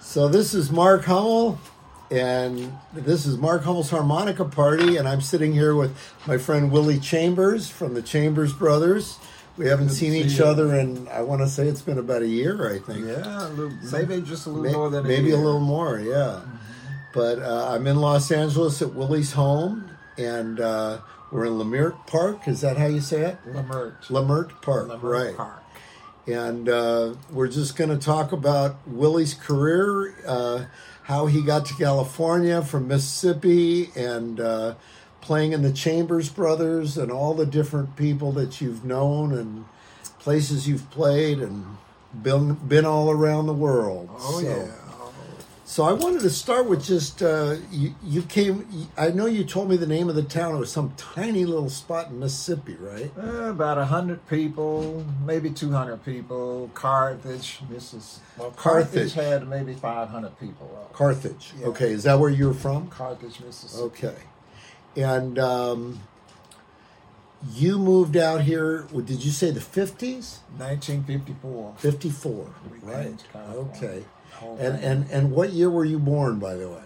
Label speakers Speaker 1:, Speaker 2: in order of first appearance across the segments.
Speaker 1: So this is Mark Hummel, and this is Mark Hummel's harmonica party, and I'm sitting here with my friend Willie Chambers from the Chambers Brothers. We haven't seen
Speaker 2: see
Speaker 1: each
Speaker 2: you.
Speaker 1: other in I want to say it's been about a year, I think.
Speaker 2: Yeah, a little, maybe just a little
Speaker 1: May-
Speaker 2: more than
Speaker 1: maybe
Speaker 2: a,
Speaker 1: a,
Speaker 2: year. Mm-hmm.
Speaker 1: little more, yeah. But uh, I'm in Los Angeles at Willie's home, and uh, we're in Lemert Park. Is that how you say it?
Speaker 2: Lamert.
Speaker 1: Lemert Park,
Speaker 2: Lamert
Speaker 1: right?
Speaker 2: Park.
Speaker 1: and uh, we're just going to talk about Willie's career, uh, how he got to California from Mississippi, and uh, playing in the Chambers Brothers, and all the different people that you've known and places you've played, and been been all around the world.
Speaker 2: Oh
Speaker 1: so,
Speaker 2: yeah.
Speaker 1: so I wanted to start with just uh, you. You came. I know you told me the name of the town. It was some tiny little spot in Mississippi, right?
Speaker 2: Uh, about a hundred people, maybe two hundred people. Carthage, Mrs. Well,
Speaker 1: Carthage.
Speaker 2: Carthage, had maybe five hundred people. Uh,
Speaker 1: Carthage.
Speaker 2: Yeah.
Speaker 1: Okay, is that where you're from?
Speaker 2: Carthage, Mississippi.
Speaker 1: Okay. And um, you moved out here, what, did you say the 50s?
Speaker 2: 1954.
Speaker 1: 54,
Speaker 2: We
Speaker 1: right?
Speaker 2: moved to California.
Speaker 1: Okay.
Speaker 2: Whole
Speaker 1: And,
Speaker 2: thing.
Speaker 1: and, and what year were you born, by the way?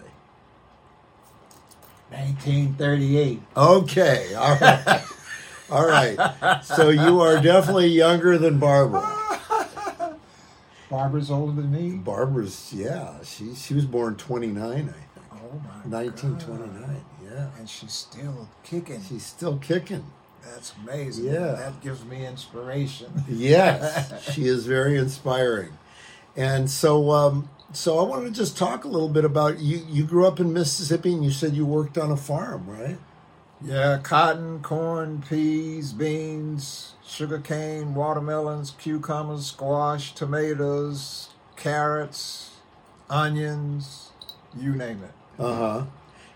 Speaker 2: 1938.
Speaker 1: Okay, all right. all right. So you are definitely younger than Barbara.
Speaker 2: Barbara's older than me.
Speaker 1: Barbara's, yeah, she, she was born 29, I think.
Speaker 2: Oh my.
Speaker 1: 1929, yeah.
Speaker 2: God. And she's still kicking.
Speaker 1: She's still kicking.
Speaker 2: That's amazing.
Speaker 1: Yeah.
Speaker 2: That gives me inspiration.
Speaker 1: Yes, she is very inspiring. And so, um, so I wanted to just talk a little bit about you. You grew up in Mississippi, and you said you worked on a farm, right?
Speaker 2: Yeah, cotton, corn, peas, beans, sugarcane, watermelons, cucumbers, squash, tomatoes, carrots, onions, you name it.
Speaker 1: Uh huh.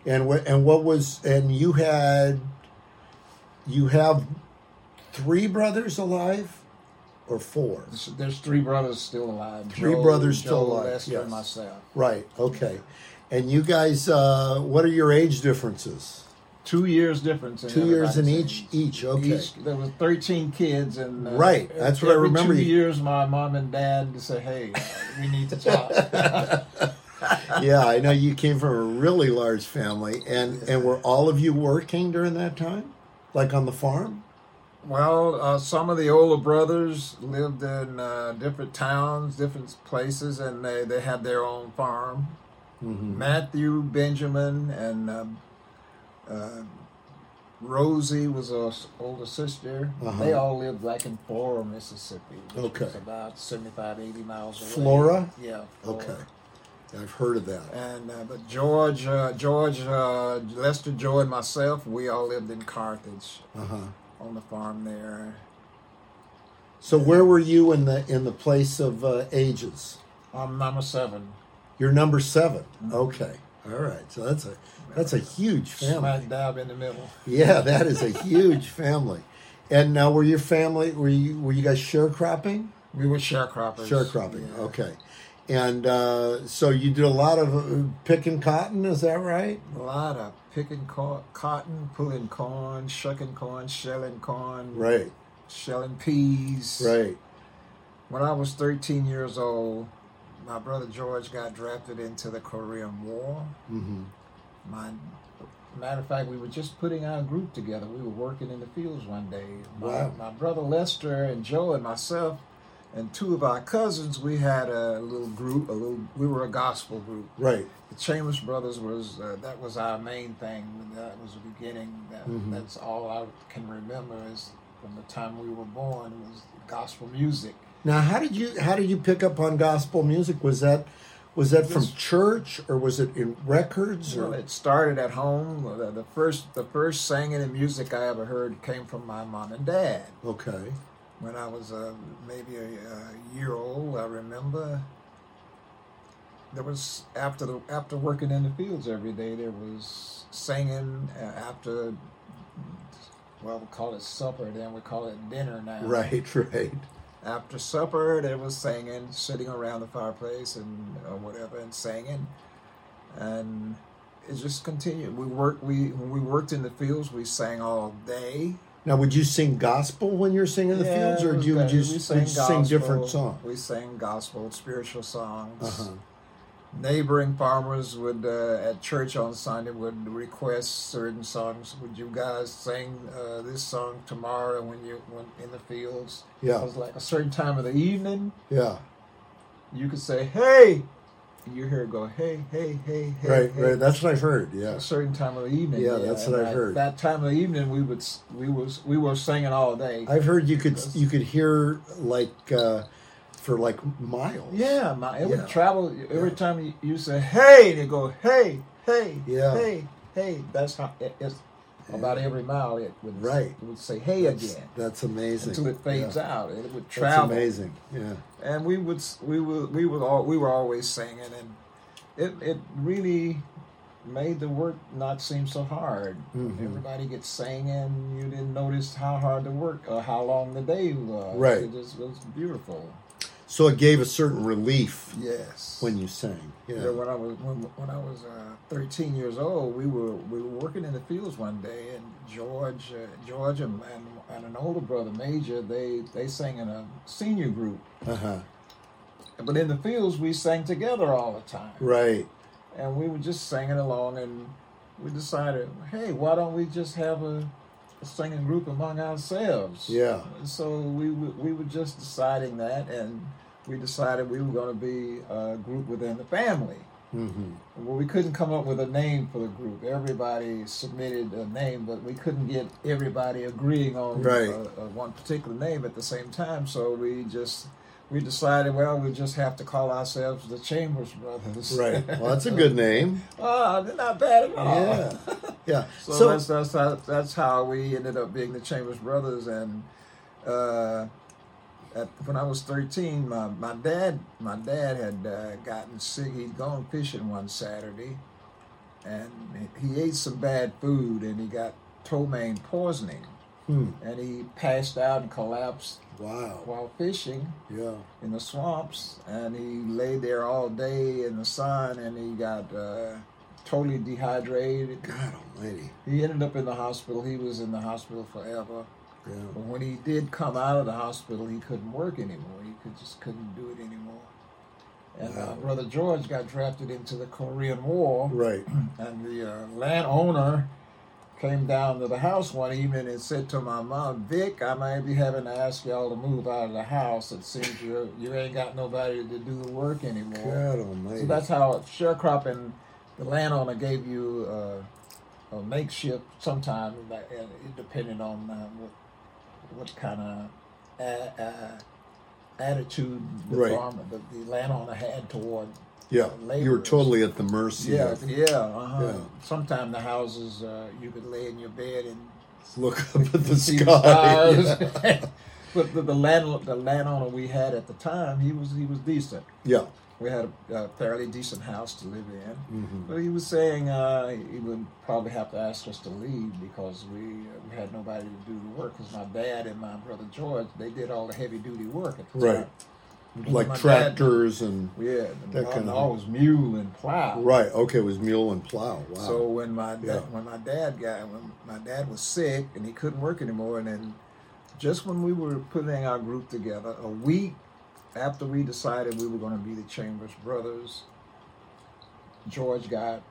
Speaker 1: And wh- and what was and you had, you have three brothers alive, or four?
Speaker 2: There's, there's three brothers still alive.
Speaker 1: Three
Speaker 2: Joe,
Speaker 1: brothers
Speaker 2: Joe,
Speaker 1: still alive,
Speaker 2: Lester,
Speaker 1: yes.
Speaker 2: and myself.
Speaker 1: Right. Okay. And you guys, uh, what are your age differences?
Speaker 2: Two years difference. In
Speaker 1: Two years in
Speaker 2: everybody's
Speaker 1: each.
Speaker 2: age.
Speaker 1: Each. Okay.
Speaker 2: Each- there was 13 kids, and uh,
Speaker 1: Right, that's what I
Speaker 2: every
Speaker 1: remember
Speaker 2: Two
Speaker 1: you-
Speaker 2: years, my mom and dad said, "Hey, uh, we need to talk."
Speaker 1: yeah, I know you came from a really large family, and and were all of you working during that time, like on the farm?
Speaker 2: Well, uh, some of the older brothers lived in uh, different towns, different places, and they, they had their own farm. Mm-hmm. Matthew, Benjamin, and um uh, Rosie was a s- older sister.
Speaker 1: Uh-huh.
Speaker 2: They all lived back in Flora, Mississippi, which
Speaker 1: Okay.
Speaker 2: was about 75, 80 miles away.
Speaker 1: Flora?
Speaker 2: Yeah. Flora.
Speaker 1: Okay, I've heard of that.
Speaker 2: And uh, but George, uh, George, uh, Lester, Joe, and myself, we all lived in Carthage
Speaker 1: Uh huh.
Speaker 2: on the farm there.
Speaker 1: So where were you in the in the place of uh, ages?
Speaker 2: I'm number seven.
Speaker 1: You're number seven. Okay, all right. So that's a that's a huge family.
Speaker 2: Smack dab in the middle.
Speaker 1: Yeah, that is a huge family. And now, were your family were you were you guys sharecropping?
Speaker 2: We were sharecroppers.
Speaker 1: Sharecropping.
Speaker 2: Yeah.
Speaker 1: Okay. And uh, so you did a lot of uh, picking cotton, is that right?
Speaker 2: A lot of picking co- cotton, pulling corn, shucking corn, shelling corn,
Speaker 1: Right,
Speaker 2: shelling peas.
Speaker 1: right.
Speaker 2: When I was 13 years old, my brother George got drafted into the Korean War.
Speaker 1: Mm-hmm.
Speaker 2: My matter of fact, we were just putting our group together. We were working in the fields one day. My,
Speaker 1: Wow.
Speaker 2: my brother Lester and Joe and myself and two of our cousins, we had a little group. A little, we were a gospel group.
Speaker 1: Right.
Speaker 2: the Chambers Brothers was uh, that was our main thing. That was the beginning. That,
Speaker 1: Mhm.
Speaker 2: That's all I can remember is from the time we were born was gospel music.
Speaker 1: Now, how did you how did you pick up on gospel music? Was that was that from church or was it in records
Speaker 2: So
Speaker 1: or
Speaker 2: it started at home. The, the first the first singing and music I ever heard came from my mom and dad
Speaker 1: okay?
Speaker 2: when I was uh, maybe a, a year old. I remember. There was after the after working in the fields every day. There was singing uh, after well, we call it supper, then we call it dinner now.
Speaker 1: Right, right.
Speaker 2: After supper, they was singing, sitting around the fireplace and uh, whatever, and singing, and it just continued. We worked. We when we worked in the fields, we sang all day.
Speaker 1: Now, would you sing gospel when you're singing in the
Speaker 2: Yeah,
Speaker 1: fields,
Speaker 2: it
Speaker 1: or
Speaker 2: was
Speaker 1: do you
Speaker 2: better.
Speaker 1: just
Speaker 2: We
Speaker 1: would
Speaker 2: sang
Speaker 1: you sing different
Speaker 2: gospel.
Speaker 1: songs?
Speaker 2: We sang gospel, spiritual songs.
Speaker 1: Uh-huh.
Speaker 2: neighboring farmers would uh, at church on Sunday would request certain songs. Would you guys sing uh, this song tomorrow when you when in the fields?
Speaker 1: Yeah.
Speaker 2: It was like a certain time of the evening.
Speaker 1: Yeah.
Speaker 2: You could say hey, and you hear it go hey hey hey hey.
Speaker 1: Right,
Speaker 2: hey.
Speaker 1: right. That's what I've heard.
Speaker 2: a
Speaker 1: Yes.
Speaker 2: certain time of the evening.
Speaker 1: Yeah, that's what
Speaker 2: and
Speaker 1: I've
Speaker 2: at
Speaker 1: heard.
Speaker 2: That time of the evening, we would s- we was we were singing all day.
Speaker 1: I've heard you could you could hear like uh, for like miles.
Speaker 2: yeah, my, it
Speaker 1: Yeah.
Speaker 2: would travel e, every
Speaker 1: Yeah.
Speaker 2: time you, you say hey, they go hey hey
Speaker 1: Yeah.
Speaker 2: hey hey. That's how it, it's about every mile it would
Speaker 1: Right.
Speaker 2: It would say hey
Speaker 1: That's,
Speaker 2: again
Speaker 1: that's amazing.
Speaker 2: until it fades
Speaker 1: yeah.
Speaker 2: out. It would
Speaker 1: That's
Speaker 2: travel.
Speaker 1: amazing. Yeah.
Speaker 2: and we would s- we would we would all we were always singing and it it really made the work not seem so hard
Speaker 1: Mhm.
Speaker 2: everybody gets singing you didn't notice how hard the work or how long the day was
Speaker 1: Right.
Speaker 2: it just was beautiful
Speaker 1: So it gave a certain relief
Speaker 2: yes
Speaker 1: when you sang.
Speaker 2: yeah.
Speaker 1: Yeah.
Speaker 2: when I was when, when I was uh, 13 years old, we were we were working in the fields one day, and George uh, George and, and, and an older brother Major they they sang in a senior group,
Speaker 1: Uh huh.
Speaker 2: but in the fields we sang together all the time.
Speaker 1: Right.
Speaker 2: and we were just singing along and we decided hey why don't we just have a, a singing group among ourselves
Speaker 1: Yeah.
Speaker 2: so we, w- we were just deciding that and we decided we were going to be a group within the family
Speaker 1: Mm-hmm.
Speaker 2: well we couldn't come up with a name for the group everybody submitted a name but we couldn't get everybody agreeing on
Speaker 1: Right.
Speaker 2: uh, uh, one particular name at the same time so we just we decided well we just have to call ourselves the chambers brothers
Speaker 1: Right. Well, that's a good name.
Speaker 2: Oh, they're not bad at all.
Speaker 1: Yeah. Yeah.
Speaker 2: So,
Speaker 1: So-
Speaker 2: that's that's how, that's how we ended up being the Chambers Brothers, and uh, at, when I was thirteen, my, my dad my dad had uh, gotten sick. He'd gone fishing one Saturday, and he ate some bad food, and he got ptomaine poisoning,
Speaker 1: Hmm.
Speaker 2: and he passed out and collapsed
Speaker 1: Wow.
Speaker 2: while fishing
Speaker 1: Yeah.
Speaker 2: in the swamps, and he lay there all day in the sun, and he got uh, totally dehydrated.
Speaker 1: God Almighty.
Speaker 2: He ended up in the hospital. He was in the hospital forever.
Speaker 1: Yeah.
Speaker 2: But when he did come out of the hospital, he couldn't work anymore. He could just couldn't do it anymore. And uh,
Speaker 1: Wow.
Speaker 2: brother George got drafted into the Korean War,
Speaker 1: Right.
Speaker 2: and the uh, landowner came down to the house one evening and said to my mom, "Vic, I might be having to ask y'all to move out of the house. It seems you you ain't got nobody to do the work anymore."
Speaker 1: God Almighty.
Speaker 2: So that's how sharecropping, the landowner gave you uh, a makeshift sometime, like, uh, it depending on uh, what, what kind of a, uh, attitude the,
Speaker 1: Right.
Speaker 2: farmer, the, the landowner had toward.
Speaker 1: yeah. You were
Speaker 2: laborers.
Speaker 1: totally at the mercy
Speaker 2: Yeah,
Speaker 1: of
Speaker 2: yeah. Uh-huh.
Speaker 1: Yeah.
Speaker 2: Sometimes the houses, uh, you could lay in your bed and
Speaker 1: look up at the
Speaker 2: see the
Speaker 1: sky. Yeah.
Speaker 2: stars. but the, the land the landowner we had at the time, he was he was decent.
Speaker 1: Yeah.
Speaker 2: We had a, a fairly decent house to live in.
Speaker 1: hmm
Speaker 2: Well, he was saying uh, he would probably have to ask us to leave because we, uh, we had nobody to do the work. Because my dad and my brother George, they did all the heavy duty work at the
Speaker 1: Right.
Speaker 2: time.
Speaker 1: Like
Speaker 2: My dad-
Speaker 1: tractors and
Speaker 2: Yeah,
Speaker 1: That
Speaker 2: that
Speaker 1: kind of-
Speaker 2: always mule and plow.
Speaker 1: right. Okay, it was mule and plow. Wow.
Speaker 2: So when my da-
Speaker 1: Yeah.
Speaker 2: when my dad got when my dad was sick and he couldn't work anymore, and then just when we were putting our group together, a week after we decided we were going to be the Chambers Brothers, George got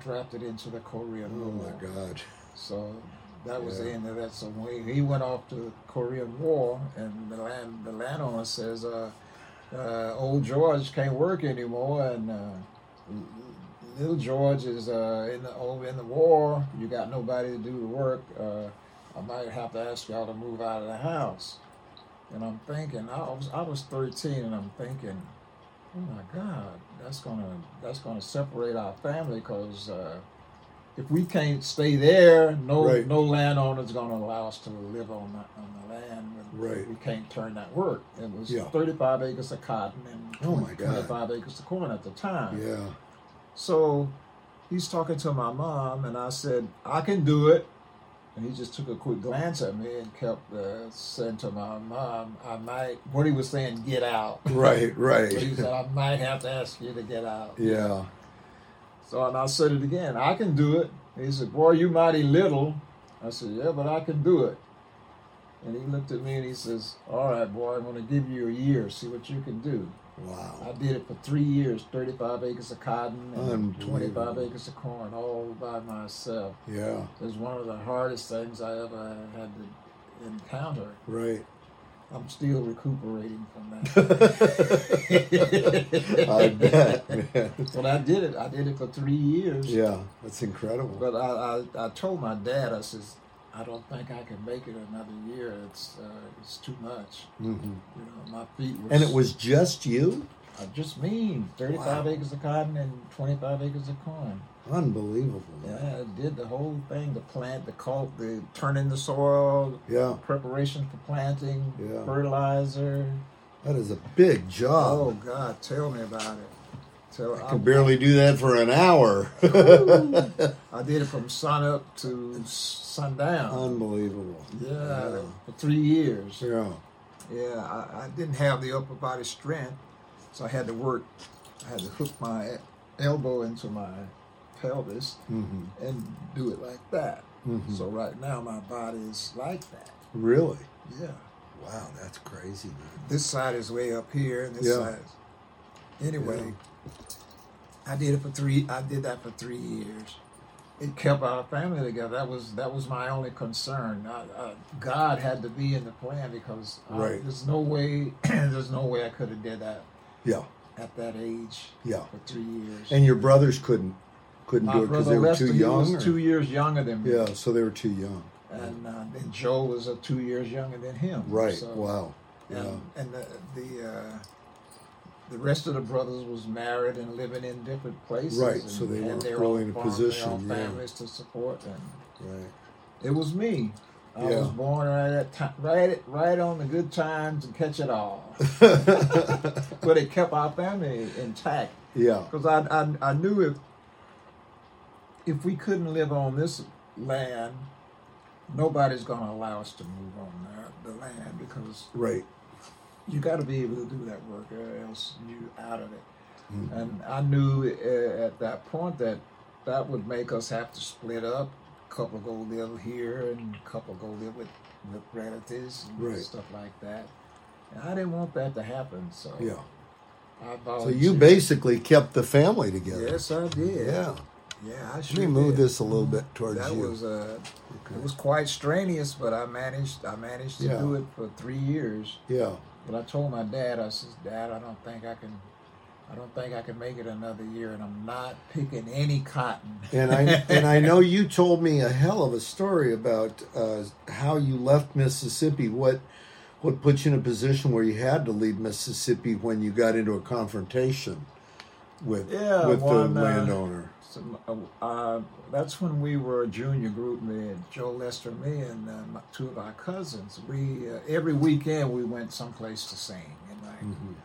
Speaker 2: drafted into the Korean
Speaker 1: oh
Speaker 2: War.
Speaker 1: my God.
Speaker 2: So that was the
Speaker 1: Yeah.
Speaker 2: end of that. So when he went off to the Korean War, and the land the landowner says, uh, uh, "Old George can't work anymore, and uh, little George is uh, in the over in the war. You got nobody to do the work. Uh, I might have to ask y'all to move out of the house." And I'm thinking, I was I was 13, and I'm thinking, oh my God, that's gonna that's gonna separate our family because. Uh, if we can't stay there, no
Speaker 1: Right.
Speaker 2: no landowner's going to allow us to live on the, on the land. When
Speaker 1: Right.
Speaker 2: We can't turn that work. It was
Speaker 1: Yeah.
Speaker 2: 35 acres of cotton and
Speaker 1: Oh, my God.
Speaker 2: 25 acres of corn at the time.
Speaker 1: Yeah.
Speaker 2: So he's talking to my mom, and I said, I can do it. And he just took a quick glance at me and kept uh, saying to my mom, I might, what he was saying, get out.
Speaker 1: Right.
Speaker 2: But he
Speaker 1: Right.
Speaker 2: said, I might have to ask you to get out.
Speaker 1: yeah.
Speaker 2: So and I said it again. I can do it. He said, "Boy, you mighty little." I said, "Yeah, but I can do it." And he looked at me and he says, "All right, boy, I'm going to give you a year. See what you can do."
Speaker 1: Wow.
Speaker 2: I did it for three years, 35 acres of cotton and
Speaker 1: Unbelievable.
Speaker 2: 25 acres of corn all by myself.
Speaker 1: Yeah.
Speaker 2: It was one of the hardest things I ever had to encounter.
Speaker 1: Right.
Speaker 2: I'm still recuperating from that.
Speaker 1: I bet. man.
Speaker 2: But I did it. I did it for three years.
Speaker 1: Yeah, that's incredible.
Speaker 2: But I, I, I told my dad, I says, I don't think I can make it another year. It's, uh, it's too much.
Speaker 1: hmm
Speaker 2: You know, my feet was,
Speaker 1: And it was just you?
Speaker 2: uh, just me, 35
Speaker 1: Wow.
Speaker 2: acres of cotton and 25 acres of corn.
Speaker 1: Unbelievable. man.
Speaker 2: Yeah, I did the whole thing, the plant, the cult, the turning the soil,
Speaker 1: Yeah.
Speaker 2: preparation for planting,
Speaker 1: Yeah.
Speaker 2: fertilizer.
Speaker 1: That is a big
Speaker 2: Oh,
Speaker 1: job.
Speaker 2: God, tell me about it. Tell,
Speaker 1: I could barely do that for an hour.
Speaker 2: I did it from sun up to sundown.
Speaker 1: Unbelievable.
Speaker 2: yeah, for three years.
Speaker 1: Yeah. Yeah.
Speaker 2: Yeah, I, I didn't have the upper body strength, so I had to work. I had to hook my e, elbow into my pelvis
Speaker 1: hmm
Speaker 2: and do it like that.
Speaker 1: Mhm.
Speaker 2: So right now my body is like that.
Speaker 1: Really?
Speaker 2: Yeah,
Speaker 1: Wow, that's crazy, man.
Speaker 2: this side is way up here, and this
Speaker 1: Yeah.
Speaker 2: side. is- Anyway, I did it for three. I did that for three years. It kept our family together. That was that was my only concern. I, I, God had to be in the plan because I-
Speaker 1: Right.
Speaker 2: there's no way there's no way I could have did that
Speaker 1: Yeah.
Speaker 2: at that age
Speaker 1: Yeah.
Speaker 2: for three years.
Speaker 1: And your brothers couldn't couldn't
Speaker 2: my
Speaker 1: do it because
Speaker 2: brother
Speaker 1: they were
Speaker 2: Lester,
Speaker 1: too
Speaker 2: he was
Speaker 1: young. or-
Speaker 2: two years younger than me,
Speaker 1: yeah, so they were too young.
Speaker 2: and uh, then Joe was uh, two years younger than him.
Speaker 1: Right.
Speaker 2: So-
Speaker 1: wow. Yeah.
Speaker 2: and, Um, and the the, uh, the rest of the brothers was married and living in different places.
Speaker 1: Right,
Speaker 2: and
Speaker 1: so they
Speaker 2: had
Speaker 1: weren't
Speaker 2: their
Speaker 1: really
Speaker 2: own
Speaker 1: in a
Speaker 2: farms,
Speaker 1: position,
Speaker 2: their own
Speaker 1: yeah.
Speaker 2: families to support, and
Speaker 1: Right.
Speaker 2: it was me. I
Speaker 1: Yeah.
Speaker 2: was born right at time, right at- right on the good times and catch it all. but it kept our family intact
Speaker 1: yeah.
Speaker 2: because I, I I knew if if we couldn't live on this land, nobody's gonna allow us to move on the, the land because
Speaker 1: Right.
Speaker 2: you got to be able to do that work or else you out of it
Speaker 1: Mm.
Speaker 2: and i knew uh, at that point that that would make us have to split up couple go live here and couple go live with, with relatives and
Speaker 1: Right.
Speaker 2: stuff like that and i didn't want that to happen so
Speaker 1: Yeah.
Speaker 2: i
Speaker 1: So you
Speaker 2: volunteered.
Speaker 1: basically kept the family together.
Speaker 2: Oh, yes i did
Speaker 1: Yeah.
Speaker 2: yeah i
Speaker 1: Let
Speaker 2: sure
Speaker 1: me move
Speaker 2: did.
Speaker 1: this a little bit towards
Speaker 2: that
Speaker 1: you.
Speaker 2: was uh
Speaker 1: Okay.
Speaker 2: it was quite strenuous but i managed i managed to
Speaker 1: Yeah.
Speaker 2: do it for three years
Speaker 1: yeah.
Speaker 2: But I told my dad, I says, Dad, I don't think I can, I don't think I can make it another year, and I'm not picking any cotton.
Speaker 1: And I and I know you told me a hell of a story about uh, how you left Mississippi. What what put you in a position where you had to leave Mississippi when you got into a confrontation with
Speaker 2: Yeah,
Speaker 1: with
Speaker 2: one,
Speaker 1: the
Speaker 2: uh,
Speaker 1: landowner?
Speaker 2: So, uh, uh, that's when we were a junior group, me and Joe Lester, me and uh, my, two of our cousins. We uh, every weekend we went someplace to sing, and
Speaker 1: Mm-hmm.
Speaker 2: like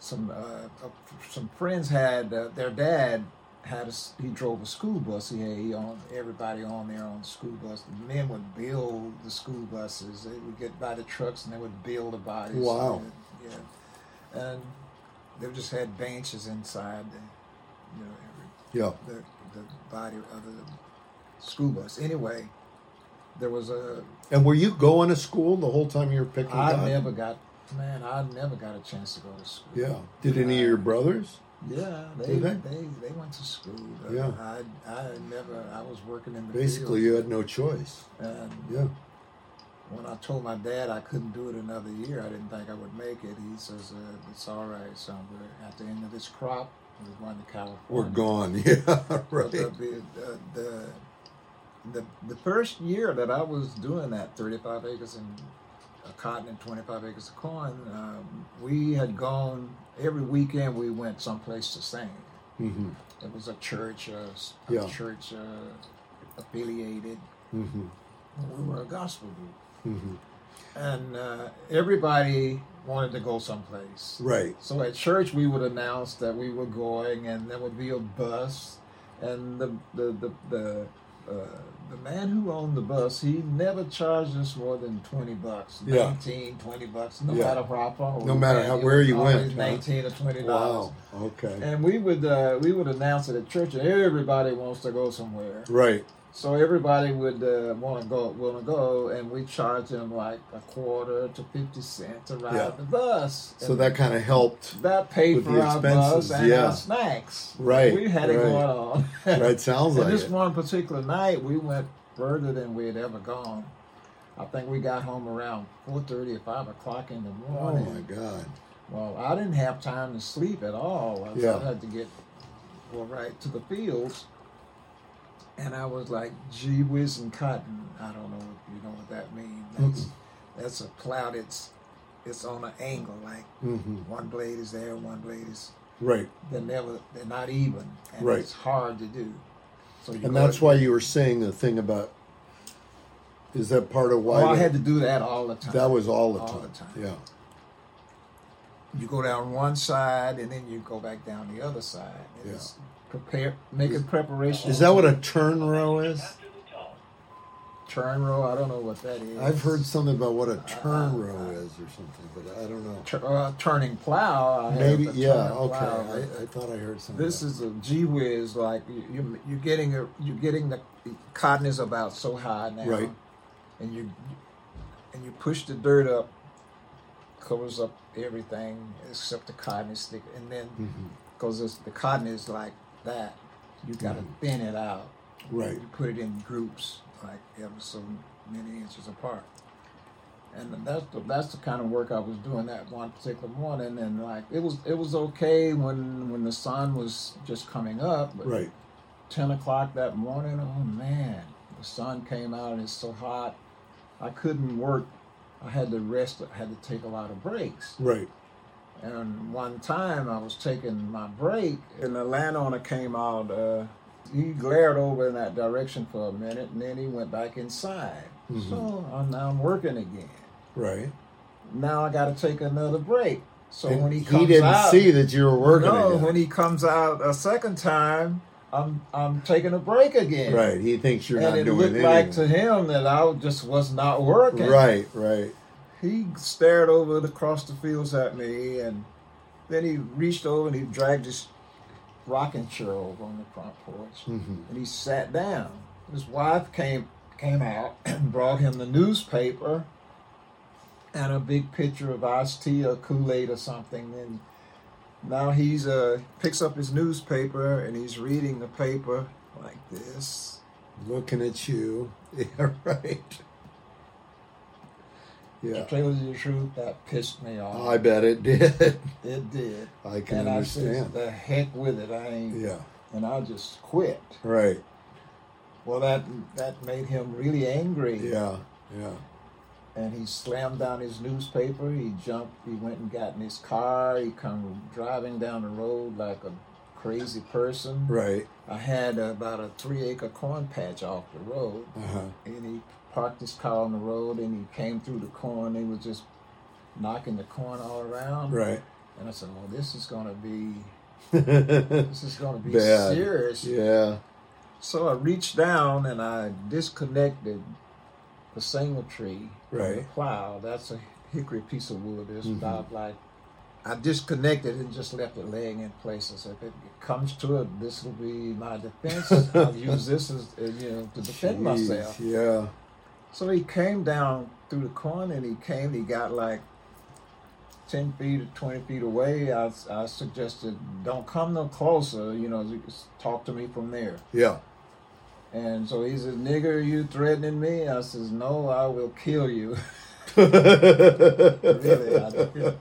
Speaker 2: some uh, uh, some friends had uh, their dad had a s he drove a school bus. He had he owned everybody on their own school bus. The men would build the school buses. They would get by the trucks and they would build the bodies.
Speaker 1: Wow.
Speaker 2: Yeah, and they just had benches inside. The, you know, every
Speaker 1: Yeah,
Speaker 2: the, the body of the school bus. Anyway, there was a.
Speaker 1: and were you going to school the whole time you were picking
Speaker 2: I
Speaker 1: cotton?
Speaker 2: never got, man, I never got a chance to go to school.
Speaker 1: Yeah. Did any of your brothers?
Speaker 2: Yeah, they
Speaker 1: Did
Speaker 2: they?
Speaker 1: they?
Speaker 2: they went to school. but
Speaker 1: Yeah.
Speaker 2: I I never. I was working in the
Speaker 1: Basically, you
Speaker 2: field,
Speaker 1: had no choice.
Speaker 2: and
Speaker 1: Yeah.
Speaker 2: when I told my dad I couldn't do it another year, I didn't think I would make it. He says uh, it's all right. So we're at the end of this crop, we're going to California.
Speaker 1: We're gone. Yeah.
Speaker 2: But
Speaker 1: Right.
Speaker 2: The, the, the, the, the first year that I was doing that, 35 acres and uh, cotton and 25 acres of corn, um, we had gone, every weekend we went someplace to sing.
Speaker 1: Mm-hmm.
Speaker 2: It was a church, uh, s- a
Speaker 1: Yeah.
Speaker 2: church uh, affiliated.
Speaker 1: Mm-hmm.
Speaker 2: We were a gospel group.
Speaker 1: Mm-hmm.
Speaker 2: And uh, everybody wanted to go someplace.
Speaker 1: Right.
Speaker 2: So at church, we would announce that we were going, and there would be a bus. And the the the the, uh, the man who owned the bus, he never charged us more than twenty bucks,
Speaker 1: Yeah.
Speaker 2: 19, 20 bucks, no
Speaker 1: Yeah.
Speaker 2: matter how far.
Speaker 1: No matter how- where you went, huh?
Speaker 2: nineteen or twenty dollars.
Speaker 1: Wow. Okay.
Speaker 2: And we would uh, we would announce it at church. Everybody wants to go somewhere.
Speaker 1: Right.
Speaker 2: So everybody would uh, want to go, want to go, and we charge them like a quarter to fifty cents to ride
Speaker 1: Yeah.
Speaker 2: the bus.
Speaker 1: So
Speaker 2: And
Speaker 1: that kind of helped.
Speaker 2: that paid
Speaker 1: with
Speaker 2: for
Speaker 1: the
Speaker 2: our bus
Speaker 1: expenses,
Speaker 2: and
Speaker 1: yeah.
Speaker 2: our snacks.
Speaker 1: Right,
Speaker 2: we had it
Speaker 1: right.
Speaker 2: going on.
Speaker 1: Right, sounds
Speaker 2: and
Speaker 1: like
Speaker 2: this
Speaker 1: it.
Speaker 2: one particular night, we went further than we had ever gone. I think we got home around four thirty or five o'clock in the
Speaker 1: Oh
Speaker 2: morning.
Speaker 1: my God!
Speaker 2: Well, I didn't have time to sleep at all. I
Speaker 1: Yeah.
Speaker 2: I had to get well, right to the fields. And I was like, gee whiz and cotton. I don't know if you know what that means.
Speaker 1: Mm-hmm.
Speaker 2: That's, that's a cloud. It's it's on an angle. Like
Speaker 1: hmm
Speaker 2: one blade is there, one blade is.
Speaker 1: Right,
Speaker 2: They're never. They're not even. And
Speaker 1: Right.
Speaker 2: It's hard to do. So you
Speaker 1: and
Speaker 2: go-
Speaker 1: that's why you were saying the thing about. Is that part of why
Speaker 2: Well, Oh, I
Speaker 1: the-
Speaker 2: had to do that all the time.
Speaker 1: that was all the
Speaker 2: All
Speaker 1: time?
Speaker 2: the time.
Speaker 1: Yeah.
Speaker 2: you go down one side and then you go back down the other side.
Speaker 1: Yeah.
Speaker 2: It's prepare, make a preparation.
Speaker 1: Is that what a turn row is?
Speaker 2: turn row? I don't know what that is.
Speaker 1: I've heard something about what a turn row is or something, but I don't know.
Speaker 2: Tur- uh, turning plow. I heard
Speaker 1: Maybe,
Speaker 2: of a
Speaker 1: yeah,
Speaker 2: turning
Speaker 1: okay.
Speaker 2: plow.
Speaker 1: I, I thought I heard something.
Speaker 2: this is a gee whiz. Like you, you, you're getting a, you're getting the, the cotton is about so high now,
Speaker 1: Right.
Speaker 2: And you and you push the dirt up, covers up everything except the cotton is thick, and then
Speaker 1: Hmm. Mm-hmm.
Speaker 2: because the cotton is like that, you got to
Speaker 1: Hmm.
Speaker 2: thin it out.
Speaker 1: Right.
Speaker 2: You put it in groups, like ever so many inches apart. And that's the that's the kind of work I was doing that one particular morning, and like it was it was okay when when the sun was just coming up, but
Speaker 1: Right.
Speaker 2: ten o'clock that morning, oh man, the sun came out and it's so hot, I couldn't work. I had to rest. I had to take a lot of breaks.
Speaker 1: Right.
Speaker 2: And one time I was taking my break, and the landowner came out. Uh, he glared over in that direction for a minute, and then he went back inside.
Speaker 1: Mhm.
Speaker 2: So I'm, now I'm working again.
Speaker 1: Right.
Speaker 2: Now I got to take another break. So
Speaker 1: And
Speaker 2: when he
Speaker 1: he,
Speaker 2: comes
Speaker 1: didn't
Speaker 2: out,
Speaker 1: see that you were working.
Speaker 2: no,
Speaker 1: again.
Speaker 2: when he comes out a second time, I'm I'm taking a break again.
Speaker 1: right. He thinks you're
Speaker 2: and
Speaker 1: not
Speaker 2: it
Speaker 1: doing
Speaker 2: looked
Speaker 1: anything.
Speaker 2: like to him that I just was not working.
Speaker 1: Right. Right.
Speaker 2: He stared over the- across the fields at me, and then he reached over and he dragged his rocking chair over on the front porch,
Speaker 1: Mhm.
Speaker 2: and he sat down. His wife came came out and brought him the newspaper and a big picture of iced tea or Kool Aid or something, and now he's uh picks up his newspaper and he's reading the paper like this.
Speaker 1: Looking at you. Yeah. Right.
Speaker 2: To
Speaker 1: Yeah.
Speaker 2: tell you the truth, that pissed me off.
Speaker 1: I bet it did.
Speaker 2: It did.
Speaker 1: I can
Speaker 2: and I said,
Speaker 1: understand.
Speaker 2: the heck with it. I ain't.
Speaker 1: yeah.
Speaker 2: And I just quit.
Speaker 1: Right.
Speaker 2: Well, that that made him really angry.
Speaker 1: Yeah. Yeah.
Speaker 2: And he slammed down his newspaper. He jumped. He went and got in his car. He come driving down the road like a crazy person.
Speaker 1: Right.
Speaker 2: I had about a three-acre corn patch off the road.
Speaker 1: Uh huh.
Speaker 2: and he parked his car on the road and he came through the corn. They was just knocking the corn all around.
Speaker 1: Right.
Speaker 2: And I said, "Well, this is gonna be this is gonna be
Speaker 1: Bad.
Speaker 2: serious."
Speaker 1: yeah.
Speaker 2: So I reached down and I disconnected the single tree from the
Speaker 1: Right. Mm-hmm.
Speaker 2: plow. That's a hickory piece of wood. It's about like I disconnected and just left it laying in place. I said, "If it comes to it, this will be my defense. I'll use this as uh, you know to defend
Speaker 1: Jeez,
Speaker 2: myself."
Speaker 1: Yeah.
Speaker 2: So he came down through the corner and he came, he got like 10 feet or 20 feet away. I, I suggested, don't come no closer, you know, you just talk to me from there.
Speaker 1: Yeah.
Speaker 2: And so he says, nigger, are you threatening me? I says, no, I will kill you. really, I did.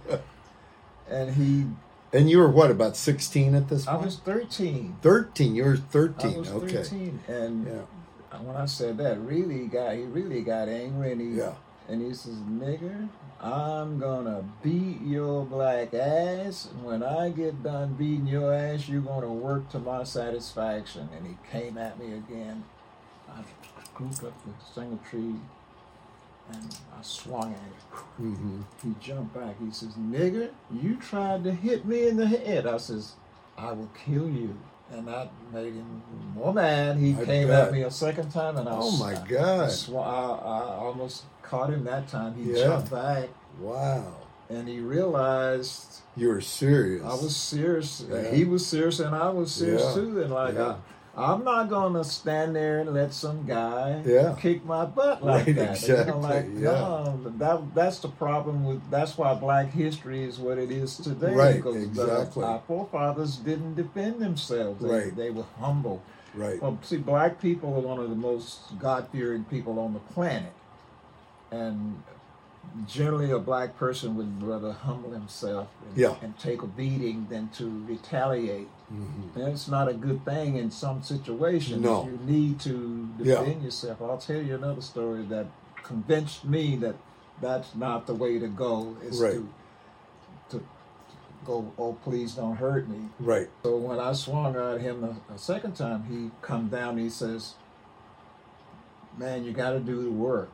Speaker 2: And he,
Speaker 1: And you were what about sixteen at this
Speaker 2: I
Speaker 1: point?
Speaker 2: was 13.
Speaker 1: thirteen. You were thirteen.
Speaker 2: I was
Speaker 1: okay.
Speaker 2: 13. And
Speaker 1: Yeah.
Speaker 2: when I said that, really got, he really got angry and he,
Speaker 1: Yeah.
Speaker 2: And he says, nigger, I'm gonna beat your black ass. When I get done beating your ass, you're gonna work to my satisfaction. And he came at me again. I scooped up the single tree and I swung at him.
Speaker 1: Mm-hmm.
Speaker 2: He jumped back. He says, nigger, you tried to hit me in the head. I says, I will kill you. And that made him more mad. He
Speaker 1: I
Speaker 2: came
Speaker 1: bet.
Speaker 2: at me a second time and I
Speaker 1: Oh my
Speaker 2: I-
Speaker 1: God.
Speaker 2: sw- I, I almost caught him that time. He
Speaker 1: Yeah.
Speaker 2: jumped back
Speaker 1: Wow.
Speaker 2: and he realized
Speaker 1: You were serious.
Speaker 2: I was serious.
Speaker 1: Yeah.
Speaker 2: He was serious and I was serious
Speaker 1: Yeah.
Speaker 2: too. And like
Speaker 1: Yeah.
Speaker 2: I, I'm not gonna stand there and let some guy
Speaker 1: Yeah.
Speaker 2: kick my butt like
Speaker 1: Right,
Speaker 2: that. You know,
Speaker 1: exactly,
Speaker 2: like,
Speaker 1: yeah.
Speaker 2: no, that that's the problem with that's why Black history is what it is today.
Speaker 1: Right,
Speaker 2: because the-
Speaker 1: exactly.
Speaker 2: our forefathers didn't defend themselves. They,
Speaker 1: Right.
Speaker 2: they were humble.
Speaker 1: Right.
Speaker 2: Well, see, black people are one of the most God fearing people on the planet. And generally, a black person would rather humble himself and,
Speaker 1: Yeah.
Speaker 2: and take a beating than to retaliate.
Speaker 1: Mhm.
Speaker 2: And it's not a good thing in some situations.
Speaker 1: No.
Speaker 2: You need to
Speaker 1: Yeah.
Speaker 2: defend yourself. I'll tell you another story that convinced me that that's not the way to go is
Speaker 1: Right.
Speaker 2: to, to go, oh, please don't hurt me.
Speaker 1: Right.
Speaker 2: So when I swung at him a, a second time, he come down and he says, "Man, you got to do the work."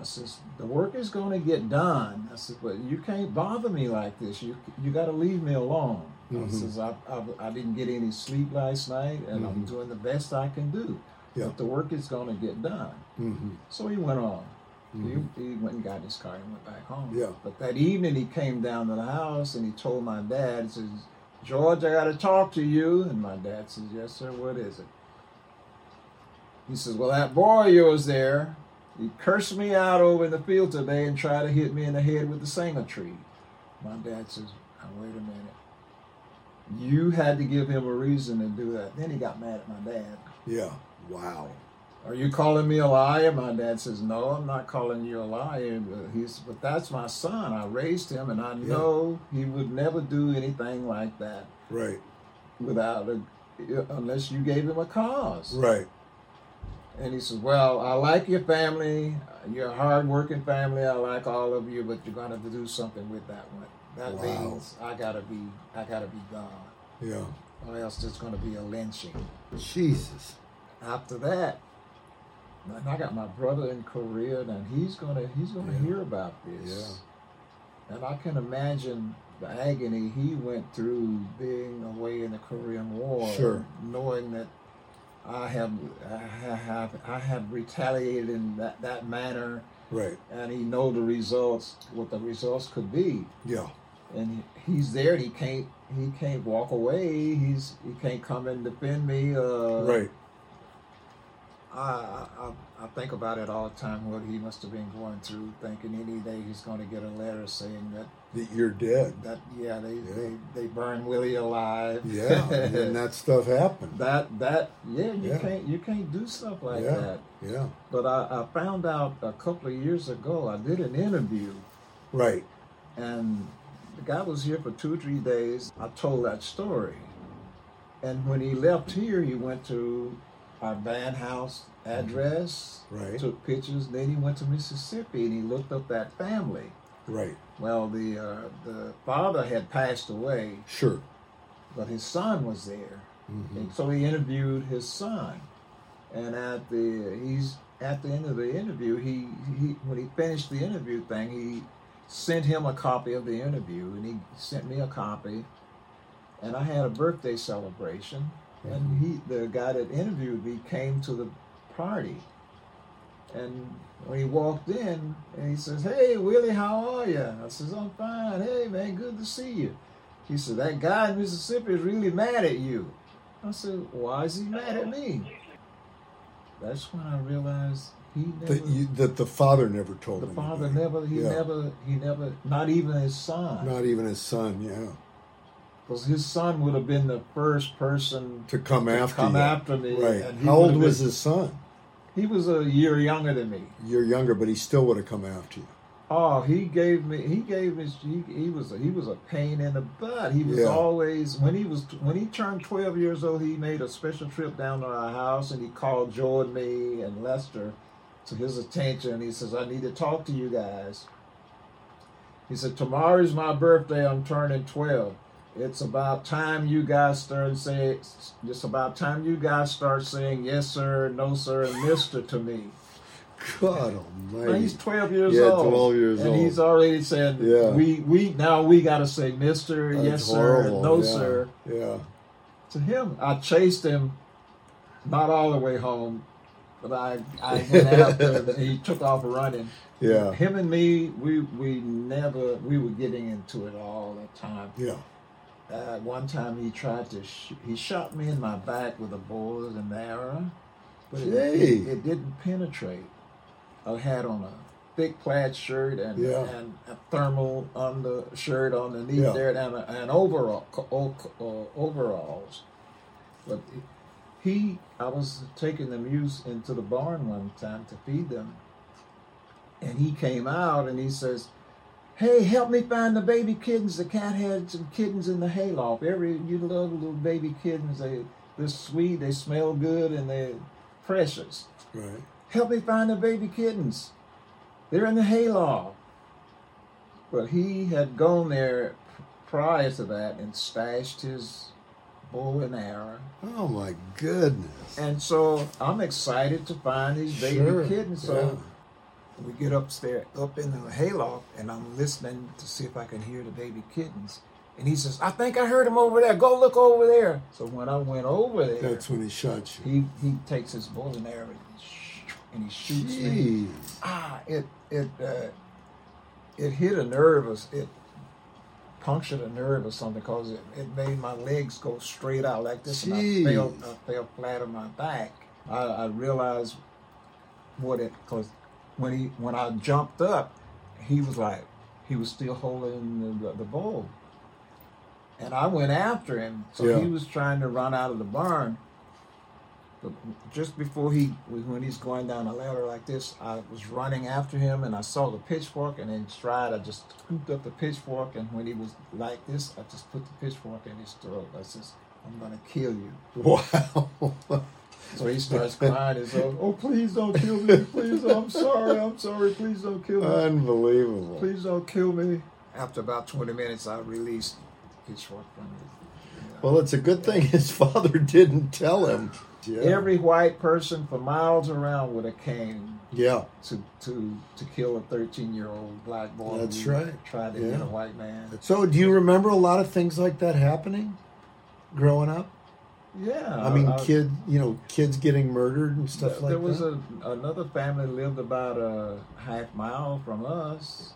Speaker 2: I says, "The work is going to get done." I said, "But you can't bother me like this. You you got to leave me alone." I
Speaker 1: Mhm.
Speaker 2: says, I, "I I didn't get any sleep last night, and I'm
Speaker 1: Mhm.
Speaker 2: doing the best I can do.
Speaker 1: Yeah.
Speaker 2: But the work is going to get done."
Speaker 1: Mhm.
Speaker 2: So he went on.
Speaker 1: Mhm.
Speaker 2: He, he went and got in his car and went back home.
Speaker 1: Yeah.
Speaker 2: But that evening he came down to the house and he told my dad, he says, George, I got to talk to you. And my dad says, Yes, sir, what is it? He says, Well, that boy of yours there, he cursed me out over in the field today and tried to hit me in the head with the singer tree. My dad says, now, Wait a minute. You had to give him a reason to do that. Then he got mad at my dad.
Speaker 1: Yeah. Wow.
Speaker 2: Are you calling me a liar? My dad says, No, I'm not calling you a liar. But he's, but that's my son. I raised him, and I
Speaker 1: Yeah.
Speaker 2: know he would never do anything like that
Speaker 1: Right.
Speaker 2: without a, unless you gave him a cause.
Speaker 1: Right.
Speaker 2: And he says, Well, I like your family. You're a hardworking family. I like all of you, but you're gonna have to do something with that one. That
Speaker 1: Wow.
Speaker 2: means I gotta be, I gotta be gone,
Speaker 1: Yeah.
Speaker 2: or else there's gonna be a lynching.
Speaker 1: Jesus.
Speaker 2: after that, and I got my brother in Korea, and he's gonna he's gonna
Speaker 1: Yeah.
Speaker 2: hear about this. And I can imagine the agony he went through being away in the Korean War,
Speaker 1: Sure.
Speaker 2: knowing that I have I have I have retaliated in that, that manner,
Speaker 1: Right.
Speaker 2: and he know the results, what the results could be
Speaker 1: Yeah.
Speaker 2: and he- he's there and he can't he can't walk away he's he can't come and defend me uh
Speaker 1: Right.
Speaker 2: I, I I- i think about it all the time what he must have been going through thinking any day he's going to get a letter saying that
Speaker 1: That you're dead.
Speaker 2: that yeah they
Speaker 1: Yeah.
Speaker 2: they, they burn willie alive
Speaker 1: Yeah. and then that stuff happened.
Speaker 2: that that yeah you
Speaker 1: Yeah.
Speaker 2: can't you can't do stuff like
Speaker 1: Yeah.
Speaker 2: that
Speaker 1: Yeah.
Speaker 2: but I, I found out a couple of years ago i did an interview
Speaker 1: Right.
Speaker 2: and the guy was here for two or three days. I told that story. And when he left here, he went to our band house
Speaker 1: Mm-hmm.
Speaker 2: address,
Speaker 1: Right.
Speaker 2: took pictures, then he went to Mississippi and he looked up that family.
Speaker 1: Right.
Speaker 2: Well, the, uh, the father had passed away,
Speaker 1: Sure.
Speaker 2: but his son was there.
Speaker 1: hmm
Speaker 2: And so he interviewed his son, and at the he's at the end of the interview, he, he when he finished the interview thing, he sent him a copy of the interview, and he sent me a copy, and I had a birthday celebration, and he the guy that interviewed me came to the party, and when he walked in, and he says, "Hey Willie, how are you?" I says, "I'm fine. Hey man, good to see you." He said, "That guy in Mississippi is really mad at you." I said, "Why is he mad at me?" That's when I realized he never.
Speaker 1: That, you, that the father never told
Speaker 2: the
Speaker 1: him
Speaker 2: father
Speaker 1: anything.
Speaker 2: never. He
Speaker 1: Yeah.
Speaker 2: never. He never. Not even his son,
Speaker 1: Not even his son. Yeah.
Speaker 2: because his son would have been the first person
Speaker 1: To come
Speaker 2: to
Speaker 1: after
Speaker 2: come
Speaker 1: you.
Speaker 2: after me.
Speaker 1: Right.
Speaker 2: and he
Speaker 1: How old
Speaker 2: would have
Speaker 1: was
Speaker 2: been-
Speaker 1: his son?
Speaker 2: He was a year younger than me.
Speaker 1: You're younger, but he still would have come after you.
Speaker 2: Oh, he gave me. He gave his. He, he was. A, he was a pain in the butt. He was
Speaker 1: Yeah.
Speaker 2: always when he was when he turned twelve years old. He made a special trip down to our house, and he called Jordan, me, and Lester to his attention. He says, "I need to talk to you guys." He said, "Tomorrow is my birthday. I'm turning twelve. It's about time you guys start saying. It's about time you guys start saying yes, sir, no, sir, and mister to me."
Speaker 1: God
Speaker 2: Well, he's
Speaker 1: Almighty.
Speaker 2: 12 years
Speaker 1: Yeah,
Speaker 2: old.
Speaker 1: 12 years
Speaker 2: and
Speaker 1: old.
Speaker 2: he's already said,
Speaker 1: Yeah.
Speaker 2: we, we now we got to say, Mister,
Speaker 1: That's
Speaker 2: yes, sir,
Speaker 1: horrible.
Speaker 2: and no,
Speaker 1: yeah.
Speaker 2: sir.
Speaker 1: Yeah.
Speaker 2: To him, I chased him, not all the way home, but I, I went after him. and He took off running.
Speaker 1: Yeah.
Speaker 2: Him and me, we we never we were getting into it all the time,
Speaker 1: Yeah.
Speaker 2: Uh, one time he tried to sh- he shot me in my back with a bow and arrow, but it,
Speaker 1: Gee.
Speaker 2: it, it didn't penetrate. I had on a thick plaid shirt and
Speaker 1: Yeah.
Speaker 2: and a thermal undershirt underneath
Speaker 1: Yeah.
Speaker 2: there and a, and overall co- o- co- uh, overalls, but. he, I was taking the muse into the barn one time to feed them, and he came out and he says, "Hey, help me find the baby kittens. The cat had some kittens in the hayloft. Every you love little baby kittens. They they're sweet. They smell good and they're precious.
Speaker 1: Right.
Speaker 2: Help me find the baby kittens. They're in the hayloft." But he had gone there prior to that and stashed his bow and arrow.
Speaker 1: Oh my goodness.
Speaker 2: And so I'm excited to find these baby
Speaker 1: Sure,
Speaker 2: kittens. So we get upstairs, up in the hayloft, and I'm listening to see if I can hear the baby kittens. And he says, I think I heard him over there. Go look over there. So when I went over there,
Speaker 1: That's when he shot you.
Speaker 2: he, he takes his bow and arrow and, sh- and he shoots me.
Speaker 1: Jeez.
Speaker 2: Ah, it it uh, it hit a nerve. or s- It punctured a nerve or something because it, it made my legs go straight out like this, and I fell,
Speaker 1: Jeez.
Speaker 2: I fell flat on my back. I, I realized what it because when he when I jumped up, he was like he was still holding the, the, the bowl, and I went after him. So
Speaker 1: Yeah.
Speaker 2: he was trying to run out of the barn. But just before he when he's going down a ladder like this, I was running after him and I saw the pitchfork and in stride I just scooped up the pitchfork and when he was like this, I just put the pitchfork in his throat. I says, "I'm gonna kill you."
Speaker 1: Wow.
Speaker 2: So he starts crying and so, "Oh please don't kill me! Please, I'm sorry, I'm sorry. Please don't kill me!"
Speaker 1: Unbelievable.
Speaker 2: Please don't kill me. After about 20 minutes, I released Pitchfork from it.
Speaker 1: Well, it's a good thing his father didn't tell him. Yeah.
Speaker 2: Every white person for miles around with a cane
Speaker 1: yeah.
Speaker 2: to to to kill a 13 year old black boy.
Speaker 1: That's
Speaker 2: who
Speaker 1: right.
Speaker 2: Tried to
Speaker 1: Yeah.
Speaker 2: hit a white man.
Speaker 1: So, do you remember a lot of things like that happening growing up?
Speaker 2: Yeah.
Speaker 1: I mean,
Speaker 2: uh,
Speaker 1: kid, you know, kids getting murdered and stuff like
Speaker 2: there was
Speaker 1: that.
Speaker 2: a another family lived about a half mile from us.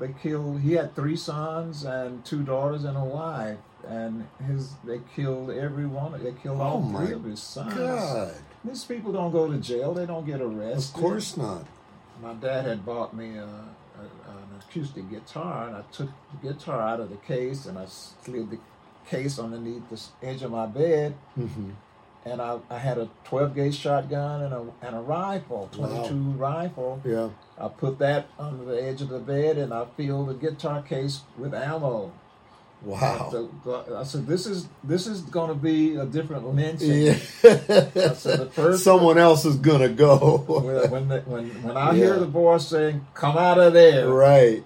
Speaker 2: They killed. He had three sons and two daughters and a wife. And his they killed every one. They killed all
Speaker 1: Oh,
Speaker 2: three
Speaker 1: my
Speaker 2: of his sons.
Speaker 1: God,
Speaker 2: These people don't go to jail. They don't get arrested.
Speaker 1: of course not.
Speaker 2: My dad had bought me uh, a, a, an acoustic guitar, and I took the guitar out of the case and I slid the case underneath the s- edge of my bed.
Speaker 1: hmm
Speaker 2: And I, I had a 12 gauge shotgun and a, and a rifle, 22 rifle.
Speaker 1: Yeah,
Speaker 2: I put that under the edge of the bed and I filled the guitar case with ammo.
Speaker 1: wow.
Speaker 2: So, I said, this is this is going to be a different lynching.
Speaker 1: Yeah.
Speaker 2: said the first-
Speaker 1: Someone else is gonna go.
Speaker 2: When, when, the, when, when I
Speaker 1: Yeah.
Speaker 2: hear the voice saying, come out of there,
Speaker 1: right.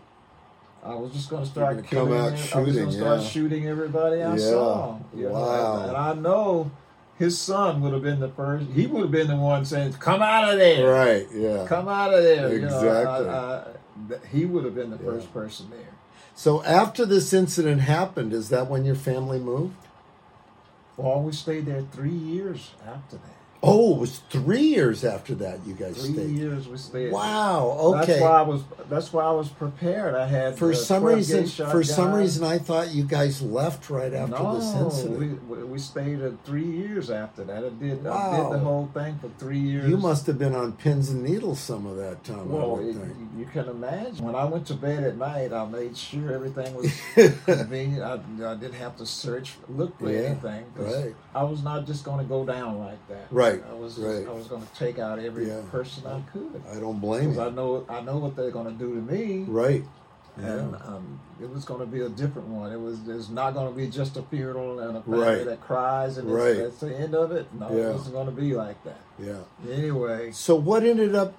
Speaker 2: I was just going to start
Speaker 1: You're gonna
Speaker 2: killing
Speaker 1: come out
Speaker 2: them. I was going
Speaker 1: shooting,
Speaker 2: to start
Speaker 1: yeah.
Speaker 2: shooting everybody I
Speaker 1: Yeah.
Speaker 2: saw. You know,
Speaker 1: Wow.
Speaker 2: And I know his son would have been the first. He would have been the one saying, "Come out of there!
Speaker 1: Right. Yeah.
Speaker 2: Come out of there!" You know,
Speaker 1: Exactly.
Speaker 2: I- I- th- he would have been the
Speaker 1: Yeah.
Speaker 2: first person there.
Speaker 1: So after this incident happened, is that when your family moved?
Speaker 2: Well, we stayed there three years after that.
Speaker 1: Oh, it was three years after that you guys
Speaker 2: Three
Speaker 1: stayed.
Speaker 2: years we stayed.
Speaker 1: Wow. Okay.
Speaker 2: That's why I was. That's why I was prepared. I had
Speaker 1: For
Speaker 2: the
Speaker 1: some
Speaker 2: 12
Speaker 1: reason,
Speaker 2: gauge
Speaker 1: for some
Speaker 2: shotgun.
Speaker 1: reason, I thought you guys left right after
Speaker 2: no,
Speaker 1: this incident.
Speaker 2: we- We, we stayed uh, three years after that. I did I
Speaker 1: Wow.
Speaker 2: did the whole thing for three years.
Speaker 1: You must have been on pins and needles some of that time. I
Speaker 2: Well,
Speaker 1: would
Speaker 2: it, you you can imagine. When I went to bed at night, I made sure everything was
Speaker 1: think.
Speaker 2: convenient. I, I didn't have to search, look for
Speaker 1: Yeah,
Speaker 2: anything. 'cause
Speaker 1: right.
Speaker 2: I was not just going to go down like that.
Speaker 1: Right,
Speaker 2: I was.
Speaker 1: right.
Speaker 2: I was going to take out every
Speaker 1: Yeah.
Speaker 2: person I could.
Speaker 1: I don't blame
Speaker 2: 'Cause I
Speaker 1: you.
Speaker 2: know. I know what they're going to do to me.
Speaker 1: Right.
Speaker 2: And um, it was going to be a different one. It was. It's not going to be just a funeral and a family
Speaker 1: Right.
Speaker 2: that cries and
Speaker 1: Right.
Speaker 2: it's, that's the end of it. No,
Speaker 1: Yeah.
Speaker 2: it wasn't going to be like that.
Speaker 1: Yeah.
Speaker 2: Anyway,
Speaker 1: So what ended up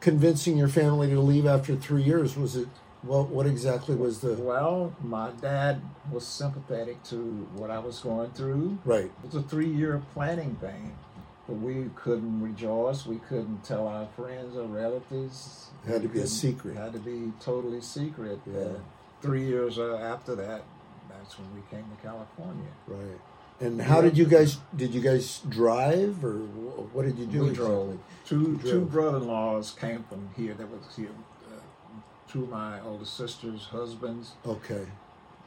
Speaker 1: convincing your family to leave after three years? Was it what? What exactly was the
Speaker 2: Well, my dad was sympathetic to what I was going through.
Speaker 1: right?
Speaker 2: It was a three year planning thing. But we couldn't rejoice. We couldn't tell our friends or relatives.
Speaker 1: It had to be a
Speaker 2: Couldn't-
Speaker 1: secret.
Speaker 2: It had to be totally secret.
Speaker 1: Yeah.
Speaker 2: Uh, three years uh, after that, that's when we came to California.
Speaker 1: Right. And how did you guys? Did you guys drive or wh- what did you do?
Speaker 2: We drove. Two,
Speaker 1: drove.
Speaker 2: two brother in laws came from here that was here. Uh, two of my older sister's husbands.
Speaker 1: Okay.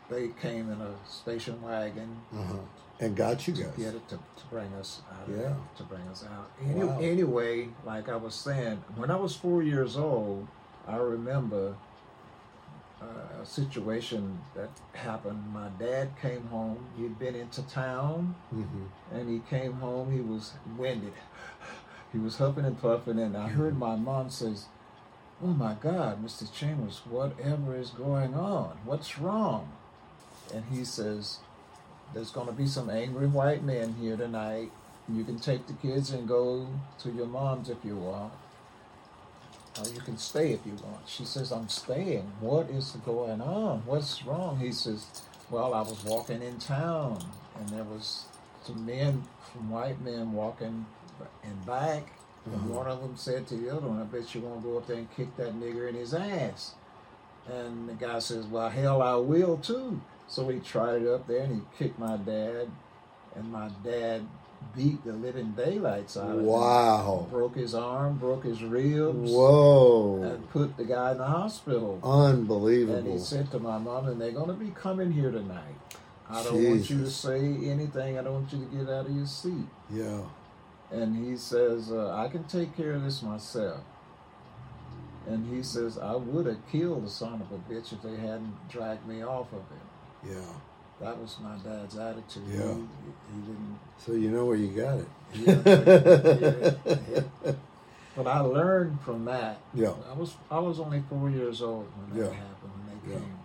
Speaker 2: they came in a station wagon.
Speaker 1: Uh-huh. And got you guys.
Speaker 2: Yeah, to, to bring us out.
Speaker 1: Yeah.
Speaker 2: to bring us out. Any,
Speaker 1: Wow.
Speaker 2: Anyway, like I was saying, when I was four years old, I remember uh, a situation that happened. My dad came home. He'd been into town,
Speaker 1: Mm-hmm.
Speaker 2: and he came home. He was winded. He was huffing and puffing, and I heard my mom says, "Oh my God, Mr. Chambers, whatever is going on? What's wrong?" And he says, "There's going to be some angry white men here tonight. You can take the kids and go to your mom's if you want." Or you can stay if you want. She says, I'm staying. What is going on? What's wrong? He says, Well, I was walking in town and there was some men, some white men walking in back. And
Speaker 1: Mhm.
Speaker 2: one of them said to the other one, I bet you won't go up there and kick that nigger in his ass. And the guy says, Well, hell, I will too. So he trotted up there and he kicked my dad. And my dad beat the living daylights out of him.
Speaker 1: Wow.
Speaker 2: Broke his arm, broke his ribs
Speaker 1: Whoa.
Speaker 2: and put the guy in the hospital. And he
Speaker 1: Unbelievable.
Speaker 2: said to my mom, and they're going to be coming here tonight. I don't want you to
Speaker 1: Jesus.
Speaker 2: say anything. I don't want you to get out of your seat.
Speaker 1: Yeah.
Speaker 2: And he says, uh, I can take care of this myself. And he says, I would have killed the son of a bitch if they hadn't dragged me off of it.
Speaker 1: Yeah.
Speaker 2: That was my dad's attitude. He-
Speaker 1: Yeah.
Speaker 2: He, didn't.
Speaker 1: So you know where you got it.
Speaker 2: he didn't take- yeah, yeah. But I learned from that
Speaker 1: Yeah.
Speaker 2: I was I was only four years old when that
Speaker 1: Yeah.
Speaker 2: happened. When they
Speaker 1: Yeah.
Speaker 2: came,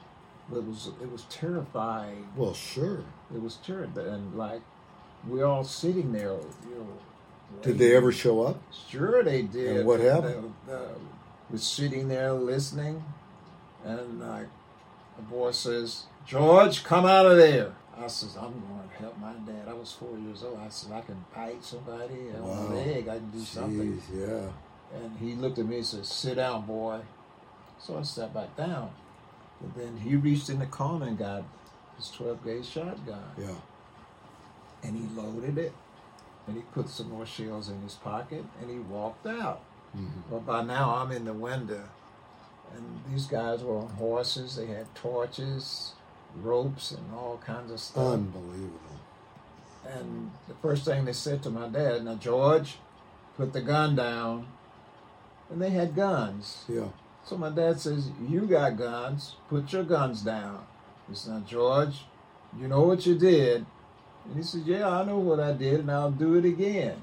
Speaker 2: But it was it was terrifying.
Speaker 1: Well, sure.
Speaker 2: It was terrifying, and like we're all sitting there. You know,
Speaker 1: Did they ever show up?
Speaker 2: Sure, they did.
Speaker 1: And what
Speaker 2: They-
Speaker 1: happened?
Speaker 2: they- uh, we're sitting there listening, and like the boy says, "George, come out of there." I says, "I'm going to help my dad." I was four years old. I said, "I can bite somebody on
Speaker 1: Wow.
Speaker 2: my leg. I can do something."
Speaker 1: Jeez, yeah.
Speaker 2: And he looked at me and said, Sit down, boy. So I sat back down. But then he reached in the corner and got his 12 gauge shotgun.
Speaker 1: Yeah.
Speaker 2: And he loaded it. And he put some more shells in his pocket and he walked out.
Speaker 1: hmm
Speaker 2: But by now I'm in the window. And these guys were on horses. They had torches, ropes, and all kinds of stuff.
Speaker 1: Unbelievable.
Speaker 2: And the first thing they said to my dad, Now, George, put the gun down. And they had guns.
Speaker 1: Yeah.
Speaker 2: So my dad says, You got guns, put your guns down. He said, "Now, George, you know what you did. And he said, Yeah, I know what I did, and I'll do it again.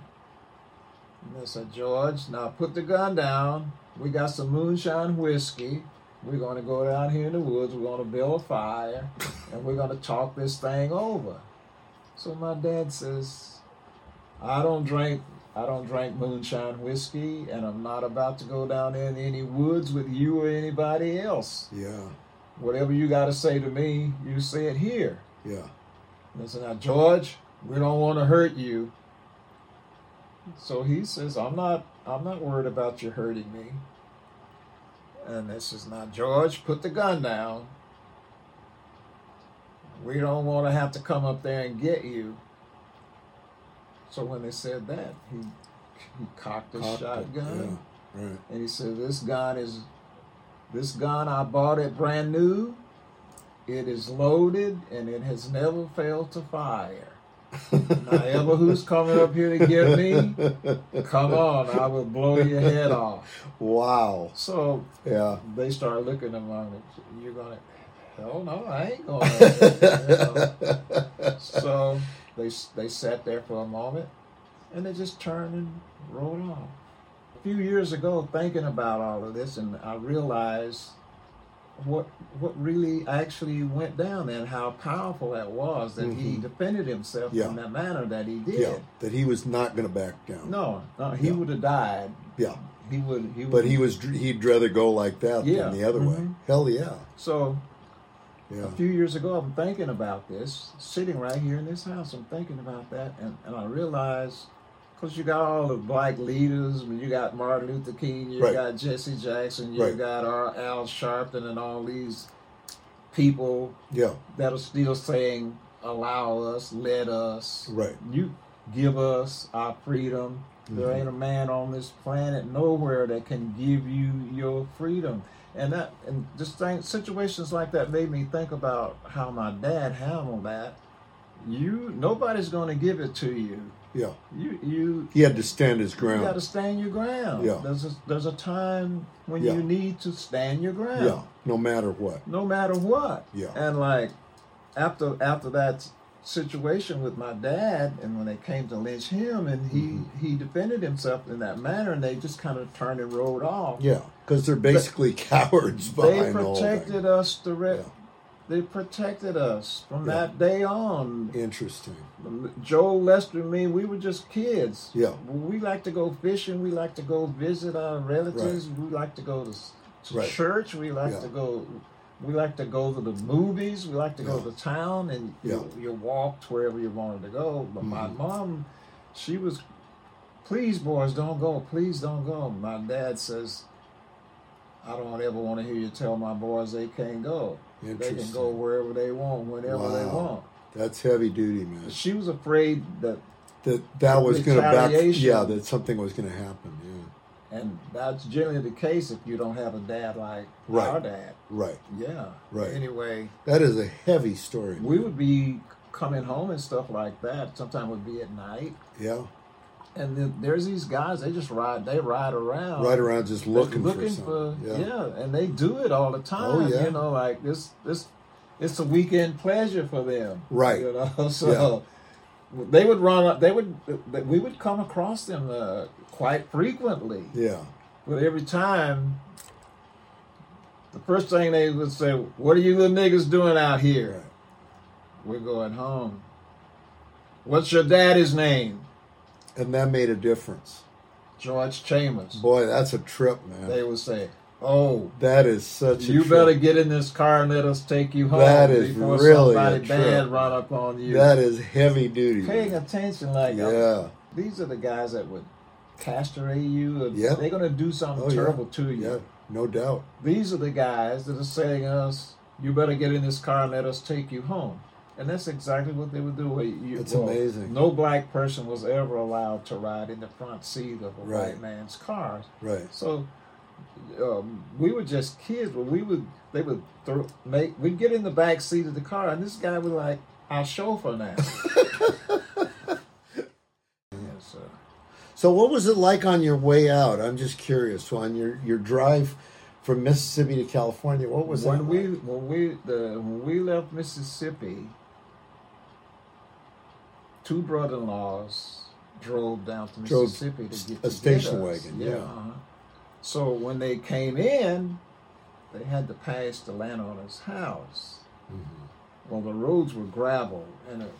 Speaker 2: And I said, George, now put the gun down. We got some moonshine whiskey. We're going to go down here in the woods. We're going to build a fire, and we're going to talk this thing over. So my dad says, I don't drink. I don't drink moonshine whiskey, and I'm not about to go down in any woods with you or anybody else.
Speaker 1: Yeah.
Speaker 2: Whatever you got to say to me, you say it here.
Speaker 1: Yeah.
Speaker 2: And I said, now, George, we don't want to hurt you. So he says, I'm not, I'm not worried about you hurting me. And this is not George. Put the gun down. We don't want to have to come up there and get you. So when they said that, he, he cocked his
Speaker 1: Cocked it.
Speaker 2: shotgun.
Speaker 1: Yeah. Right.
Speaker 2: And he said, This gun is, this gun I bought it brand new. It is loaded and it has never failed to fire. Now, ever who's coming up here to get me? Come on, I will blow your head off.
Speaker 1: Wow.
Speaker 2: So
Speaker 1: Yeah.
Speaker 2: they start looking at him. You're going to, hell no, I ain't going to. So they, they sat there for a moment and they just turned and rode off. A few years ago, thinking about all of this, and I realized what what really actually went down and how powerful that was that he
Speaker 1: Mhm.
Speaker 2: defended himself
Speaker 1: Yeah.
Speaker 2: in the manner that he did.
Speaker 1: yeah. That he was not going to back down.
Speaker 2: No, no, he
Speaker 1: Yeah.
Speaker 2: would have died.
Speaker 1: Yeah.
Speaker 2: He would. He would.
Speaker 1: But he was he'd rather go like that
Speaker 2: Yeah.
Speaker 1: than the other way.
Speaker 2: Mhm.
Speaker 1: Hell yeah.
Speaker 2: So
Speaker 1: Yeah.
Speaker 2: a few years ago, I'm thinking about this, sitting right here in this house. I'm thinking about that, and, and I realize, because you got all the black leaders, you got Martin Luther King, you
Speaker 1: Right.
Speaker 2: got Jesse Jackson, you
Speaker 1: Right.
Speaker 2: got our Al Sharpton, and all these people
Speaker 1: Yeah.
Speaker 2: that are still saying, "Allow us, let us,
Speaker 1: Right.
Speaker 2: you give us our freedom." There
Speaker 1: Mhm.
Speaker 2: ain't a man on this planet nowhere that can give you your freedom. and that and just thing, situations like that made me think about how my dad handled that. You nobody's going to give it to you.
Speaker 1: Yeah.
Speaker 2: You you
Speaker 1: He had to stand his
Speaker 2: you got to
Speaker 1: ground.
Speaker 2: stand your ground.
Speaker 1: Yeah.
Speaker 2: There's a, there's a time when
Speaker 1: Yeah.
Speaker 2: you need to stand your ground.
Speaker 1: Yeah. No matter what.
Speaker 2: No matter what.
Speaker 1: Yeah.
Speaker 2: And like after after that situation with my dad, and when they came to lynch him, and he
Speaker 1: Mm-hmm.
Speaker 2: he defended himself in that manner, and they just kind of turned and rolled off.
Speaker 1: Yeah. Because they're basically cowards
Speaker 2: They
Speaker 1: behind all
Speaker 2: protected
Speaker 1: that.
Speaker 2: us direct.
Speaker 1: Yeah.
Speaker 2: They protected us from
Speaker 1: Yeah.
Speaker 2: that day on.
Speaker 1: Interesting.
Speaker 2: Joe Lester and me, we were just kids.
Speaker 1: Yeah.
Speaker 2: We like to go fishing. We like to go visit our relatives. We like to go to, s- to
Speaker 1: Right.
Speaker 2: church. We like
Speaker 1: Yeah.
Speaker 2: to go. We like to go to the movies. We like to go
Speaker 1: Yeah.
Speaker 2: to town, and you, you walked wherever you wanted to go. But my
Speaker 1: Mhm.
Speaker 2: mom, she was, please, boys, don't go. Please, don't go. My dad says, I don't ever want to hear you tell my boys they can't go. They can go
Speaker 1: Interesting.
Speaker 2: wherever they want, whenever they
Speaker 1: Wow.
Speaker 2: want.
Speaker 1: That's heavy duty, man.
Speaker 2: She was afraid that
Speaker 1: That that was going to back.
Speaker 2: Retaliation.
Speaker 1: Yeah. That something was going to happen. Yeah.
Speaker 2: And that's generally the case if you don't have a dad like
Speaker 1: Right.
Speaker 2: our dad.
Speaker 1: Right.
Speaker 2: Yeah.
Speaker 1: Right.
Speaker 2: Anyway,
Speaker 1: That is a heavy story.
Speaker 2: we would be coming home and stuff like that. Sometimes would be at night,
Speaker 1: yeah.
Speaker 2: and then there's these guys. They just ride. They ride around.
Speaker 1: Right around just
Speaker 2: They're
Speaker 1: looking, for something.
Speaker 2: yeah. and they do it all the time.
Speaker 1: Oh, yeah.
Speaker 2: You know, like this. This. It's a weekend pleasure for them.
Speaker 1: Right.
Speaker 2: You know, so. They would run up. They would. We would come across them uh, quite frequently.
Speaker 1: Yeah.
Speaker 2: But every time, the first thing they would say, What are you little niggas doing out
Speaker 1: Yeah.
Speaker 2: here?
Speaker 1: Right.
Speaker 2: We're going home. What's your daddy's name?
Speaker 1: And that made a difference.
Speaker 2: George Chambers.
Speaker 1: Boy, that's a trip, man.
Speaker 2: They would say, Oh,
Speaker 1: that is such a
Speaker 2: you
Speaker 1: trip.
Speaker 2: better get in this car and let us take you home
Speaker 1: That is
Speaker 2: before
Speaker 1: really a
Speaker 2: somebody
Speaker 1: trip.
Speaker 2: bad run up on you.
Speaker 1: That is heavy duty.
Speaker 2: Paying
Speaker 1: man.
Speaker 2: attention like uh,
Speaker 1: yeah.
Speaker 2: these are the guys that would castrate you. and
Speaker 1: Yeah.
Speaker 2: They're going to do something
Speaker 1: Oh, yeah.
Speaker 2: terrible to you.
Speaker 1: Yeah. No doubt.
Speaker 2: These are the guys that are saying us, you better get in this car and let us take you home. And that's exactly what they would do. Well, You,
Speaker 1: That's amazing.
Speaker 2: No black person was ever allowed to ride in the front seat of a
Speaker 1: Right.
Speaker 2: white man's car.
Speaker 1: Right.
Speaker 2: So um, we were just kids, but we would they would throw, make we'd get in the back seat of the car, and this guy was like our chauffeur now. yes, sir.
Speaker 1: So, what was it like on your way out? I'm just curious. So, on your, your drive from Mississippi to California, what was
Speaker 2: when
Speaker 1: that
Speaker 2: we
Speaker 1: like?
Speaker 2: when we the when we left Mississippi, two brother-in-laws drove down to
Speaker 1: Drove
Speaker 2: Mississippi to get
Speaker 1: a
Speaker 2: to
Speaker 1: station
Speaker 2: get us.
Speaker 1: wagon, yeah.
Speaker 2: uh-huh. So when they came in, they had to pass the landowner's house.
Speaker 1: Mm-hmm.
Speaker 2: Well, the roads were gravel, and it,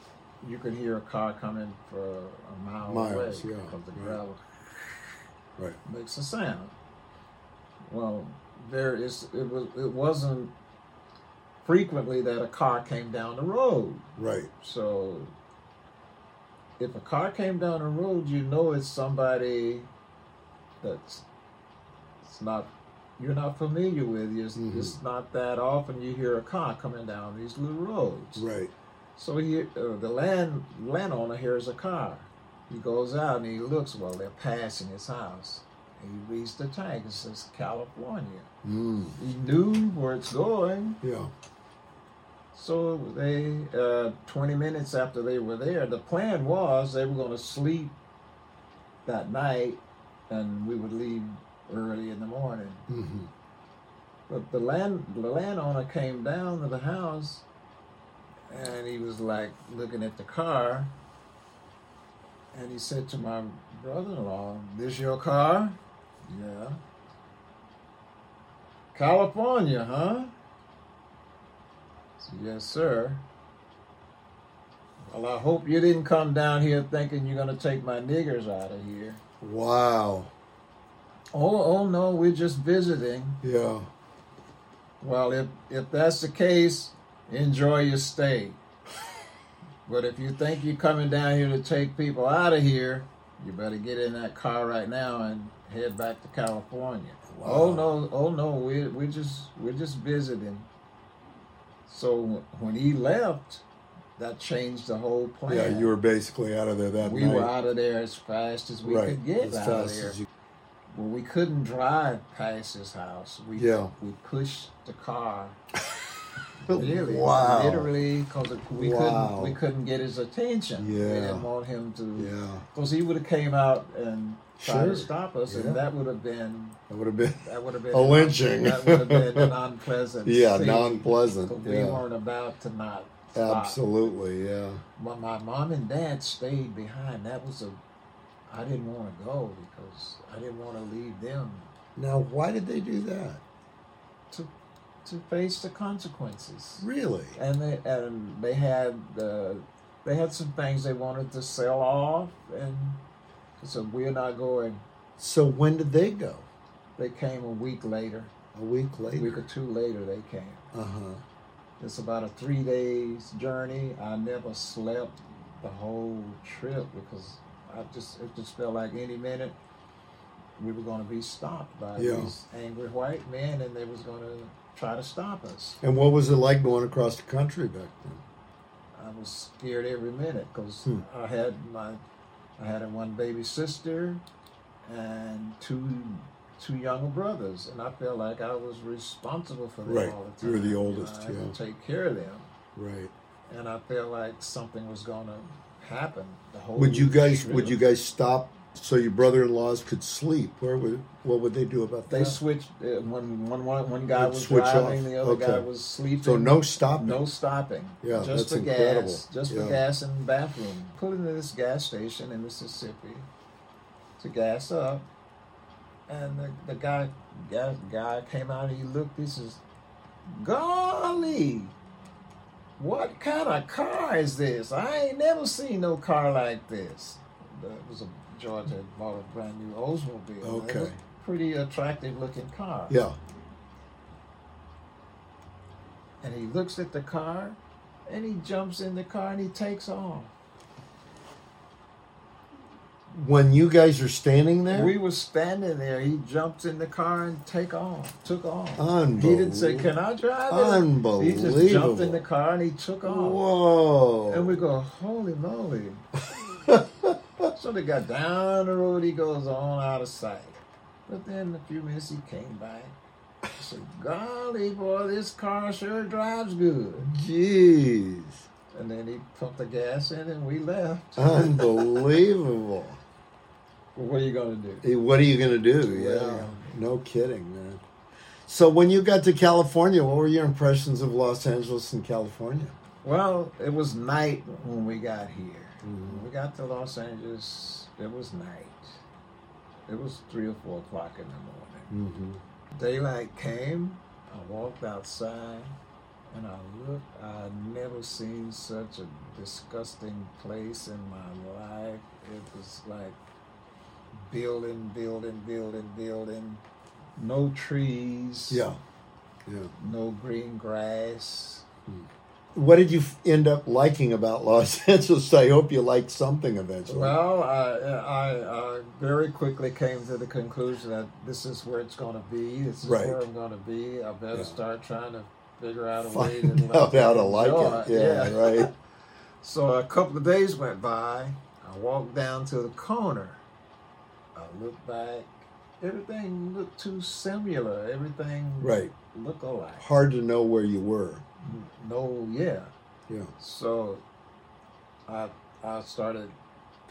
Speaker 2: you could hear a car coming for a mile
Speaker 1: Miles,
Speaker 2: away
Speaker 1: yeah,
Speaker 2: because the
Speaker 1: yeah.
Speaker 2: gravel
Speaker 1: Right.
Speaker 2: makes a sound. Well, there is it was it wasn't frequently that a car came down the road.
Speaker 1: Right.
Speaker 2: So if a car came down the road, you know it's somebody that's it's not you're not familiar with. It's,
Speaker 1: Mhm.
Speaker 2: it's not that often you hear a car coming down these little roads.
Speaker 1: Right.
Speaker 2: So he, uh, the land landowner hears a car. He goes out and he looks while they're passing his house. And he reads the tag. It says California.
Speaker 1: Mm.
Speaker 2: He knew where it's going.
Speaker 1: Yeah.
Speaker 2: So they, uh, 20 minutes after they were there, the plan was they were going to sleep that night, and we would leave early in the morning.
Speaker 1: hmm
Speaker 2: But the land the landowner came down to the house and he was like looking at the car and he said to my brother in law, This your car? Yeah. California, huh? I said, yes, sir. Well, I hope you didn't come down here thinking you're gonna take my niggers out of here.
Speaker 1: Wow.
Speaker 2: Oh, oh no, we're just visiting.
Speaker 1: Yeah.
Speaker 2: Well, if if that's the case, enjoy your stay. But if you think you're coming down here to take people out of here, you better get in that car right now and head back to California.
Speaker 1: Wow.
Speaker 2: Oh no, oh no, we we just we're just visiting. So when he left, that changed the whole plan.
Speaker 1: Yeah. You were basically out of there that
Speaker 2: we
Speaker 1: night.
Speaker 2: were out of there as fast as we
Speaker 1: right.
Speaker 2: could get
Speaker 1: as
Speaker 2: out
Speaker 1: fast
Speaker 2: of there.
Speaker 1: as you.
Speaker 2: Well, we couldn't drive past his house. We
Speaker 1: Yeah.
Speaker 2: we pushed the car.
Speaker 1: Wow.
Speaker 2: Literally, because we
Speaker 1: Wow.
Speaker 2: couldn't we couldn't get his attention. We
Speaker 1: Yeah.
Speaker 2: didn't want him to.
Speaker 1: Yeah.
Speaker 2: Because he would have came out and tried
Speaker 1: Sure.
Speaker 2: to stop us,
Speaker 1: Yeah.
Speaker 2: and that would have been
Speaker 1: That would have been.
Speaker 2: that would have been
Speaker 1: A lynching.
Speaker 2: That would have been an unpleasant.
Speaker 1: Yeah,
Speaker 2: scene.
Speaker 1: non pleasant.
Speaker 2: 'Cause We
Speaker 1: Yeah.
Speaker 2: weren't about to not. Stop.
Speaker 1: Absolutely. Yeah.
Speaker 2: My, my mom and dad stayed behind. That was a. I didn't want to go because I didn't want to leave them
Speaker 1: Now, why did they do that?
Speaker 2: to face the consequences.
Speaker 1: Really?
Speaker 2: And they and they had uh, they had some things they wanted to sell off, and so we're not going.
Speaker 1: So when did they go?
Speaker 2: They came a week later,
Speaker 1: A week
Speaker 2: a week
Speaker 1: later.
Speaker 2: or two later. They came.
Speaker 1: Uh huh.
Speaker 2: It's about a three days journey. I never slept the whole trip because I just it just felt like any minute we were going to be stopped by
Speaker 1: Yeah.
Speaker 2: these angry white men, and they was going to try to stop us.
Speaker 1: And what was it like going across the country back then?
Speaker 2: I was scared every minute because
Speaker 1: Hmm.
Speaker 2: I had my I had a one baby sister and two two younger brothers, and I felt like I was responsible for them
Speaker 1: Right.
Speaker 2: all the time.
Speaker 1: You were the
Speaker 2: know,
Speaker 1: oldest,
Speaker 2: I had to
Speaker 1: yeah.
Speaker 2: take care of them.
Speaker 1: Right.
Speaker 2: and I felt like something was going to happen. The whole
Speaker 1: Would you guys?
Speaker 2: trip.
Speaker 1: Would you guys stop so your brother-in-laws could sleep? Where would? What would they do about
Speaker 2: They
Speaker 1: that?
Speaker 2: switched. Uh, one one one one guy
Speaker 1: They'd
Speaker 2: was
Speaker 1: switch
Speaker 2: driving,
Speaker 1: off.
Speaker 2: the other
Speaker 1: Okay.
Speaker 2: guy was sleeping.
Speaker 1: so no stopping.
Speaker 2: no stopping.
Speaker 1: Yeah,
Speaker 2: just
Speaker 1: that's
Speaker 2: for
Speaker 1: incredible.
Speaker 2: gas, just
Speaker 1: Yeah.
Speaker 2: for gas and bathroom. Pulled into this gas station in Mississippi to gas up, and the, the guy, guy guy came out. He looked. He says, "Golly." What kind of car is this? I ain't never seen no car like this. That was a Georgia had bought a brand new Oldsmobile. It was
Speaker 1: Okay.
Speaker 2: a pretty attractive looking car.
Speaker 1: Yeah.
Speaker 2: and he looks at the car and he jumps in the car and he takes off.
Speaker 1: When you guys are standing there,
Speaker 2: We were standing there. He jumps in the car and take off, took off.
Speaker 1: Unbelievable.
Speaker 2: He didn't say, "Can I drive?" it?" He just
Speaker 1: Unbelievable.
Speaker 2: jumped in the car and he took off.
Speaker 1: Whoa.
Speaker 2: And we go, "Holy moly!" so they got down the road. He goes on out of sight. But then a few minutes he came back. I said, "Golly, boy, this car sure drives good."
Speaker 1: Jeez.
Speaker 2: And then he pumped the gas in and we left.
Speaker 1: Unbelievable.
Speaker 2: Well, what are you gonna do?
Speaker 1: Hey, what are you going to do?
Speaker 2: Well,
Speaker 1: Yeah. No kidding, man. So when you got to California, what were your impressions of Los Angeles and California?
Speaker 2: Well, it was night when we got here. When we got to Los Angeles, it was night. It was three or four o'clock in the morning.
Speaker 1: Mm-hmm.
Speaker 2: Daylight came. I walked outside, and I looked. I had never seen such a disgusting place in my life. It was like building, building, building, building. No trees.
Speaker 1: Yeah. Yeah.
Speaker 2: No green grass.
Speaker 1: What did you f- end up liking about Los Angeles? I hope you liked something eventually.
Speaker 2: Well, I, I, I very quickly came to the conclusion that this is where it's going to be. This is
Speaker 1: Right.
Speaker 2: where I'm going to be. I better
Speaker 1: Yeah.
Speaker 2: start trying to figure out a way to
Speaker 1: Find
Speaker 2: let
Speaker 1: out how to
Speaker 2: me
Speaker 1: like it.
Speaker 2: enjoy
Speaker 1: Yeah, right.
Speaker 2: So a couple of days went by. I walked down to the corner. I looked back. Everything looked too similar. Everything
Speaker 1: Right.
Speaker 2: looked alike.
Speaker 1: Hard to know where you were.
Speaker 2: No, yeah.
Speaker 1: Yeah.
Speaker 2: So I I started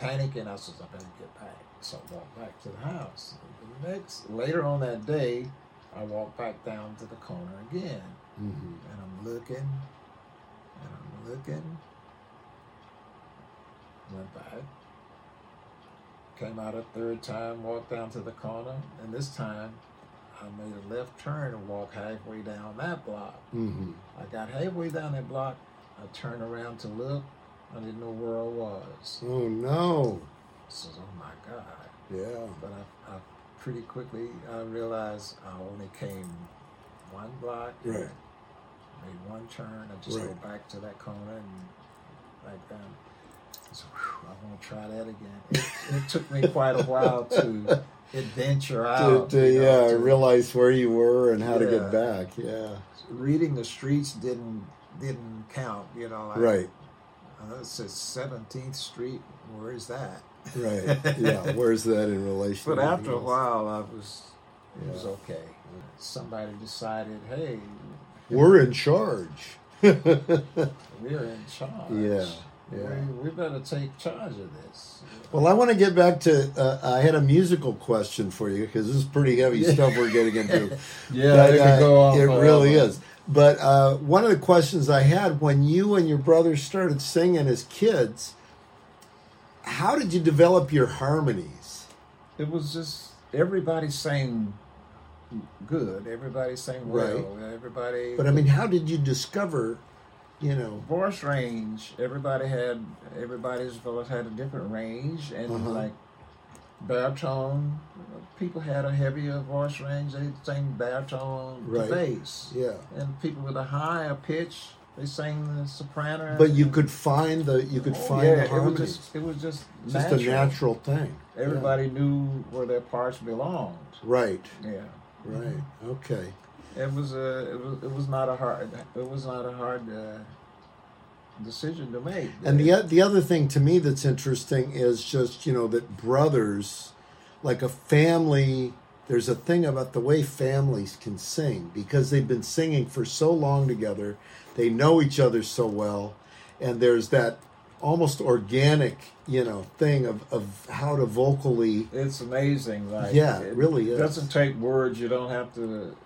Speaker 2: panicking. I said, I better get back. So I walked back to the house. The next later on that day, I walked back down to the corner again.
Speaker 1: Mm-hmm.
Speaker 2: And I'm looking and I'm looking. Went back. Came out a third time, walked down to the corner, and this time I made a left turn and walked halfway down that block.
Speaker 1: Mm-hmm.
Speaker 2: I got halfway down that block. I turned around to look. I didn't know where I was.
Speaker 1: Oh no.
Speaker 2: I says, "Oh my God!"
Speaker 1: Yeah.
Speaker 2: But I, I pretty quickly I realized I only came one block.
Speaker 1: Right.
Speaker 2: Made one turn. I just
Speaker 1: Right.
Speaker 2: go back to that corner and back down. I said, "Whew, I won't try that again. It, it took me quite a while to adventure
Speaker 1: To,
Speaker 2: out.
Speaker 1: to,
Speaker 2: you know,
Speaker 1: yeah,
Speaker 2: to-
Speaker 1: realize where you were and how to
Speaker 2: Yeah.
Speaker 1: get back. Yeah.
Speaker 2: reading the streets didn't didn't count. You know, like,
Speaker 1: Right.
Speaker 2: Oh, Uh, it says 17th Street. Where is that?
Speaker 1: right. Yeah. Where's that in relation?
Speaker 2: But
Speaker 1: to
Speaker 2: after a
Speaker 1: anything else?
Speaker 2: while, I was it was
Speaker 1: Yeah.
Speaker 2: okay. Somebody decided, hey,
Speaker 1: we're in charge. well,
Speaker 2: we're in charge.
Speaker 1: Yeah, yeah.
Speaker 2: We, we better take charge of this.
Speaker 1: I want to get back to. Uh, I had a musical question for you because this is pretty heavy stuff we're getting into.
Speaker 2: Yeah,
Speaker 1: But,
Speaker 2: it could
Speaker 1: uh,
Speaker 2: go on
Speaker 1: It
Speaker 2: forever.
Speaker 1: really is. But uh, one of the questions I had when you and your brother started singing as kids, how did you develop your harmonies?
Speaker 2: It was just everybody sang good. Everybody sang well. Everybody.
Speaker 1: But I mean, how did you discover, you know?
Speaker 2: voice range. Everybody had everybody's voice had a different range, and
Speaker 1: Uh-huh.
Speaker 2: like baritone, people had a heavier voice range. They sang baritone
Speaker 1: Right.
Speaker 2: to bass,
Speaker 1: Yeah.
Speaker 2: and people with a higher pitch they sang the soprano.
Speaker 1: But you could find the you could
Speaker 2: Oh,
Speaker 1: find
Speaker 2: yeah,
Speaker 1: the harmonies.
Speaker 2: It was just, it was just,
Speaker 1: just
Speaker 2: natural.
Speaker 1: a natural thing. Yeah.
Speaker 2: Everybody knew where their parts belonged.
Speaker 1: Right.
Speaker 2: Yeah.
Speaker 1: Right. Okay.
Speaker 2: It was a. It was. It was not a hard. It was not a hard uh, decision to make.
Speaker 1: And the o- the other thing to me that's interesting is just you know that brothers, like a family, there's a thing about the way families can sing because they've been singing for so long together, they know each other so well, and there's that almost organic you know thing of of how to vocally
Speaker 2: It's amazing. Like
Speaker 1: Yeah, it really is.
Speaker 2: Doesn't take words. You don't have to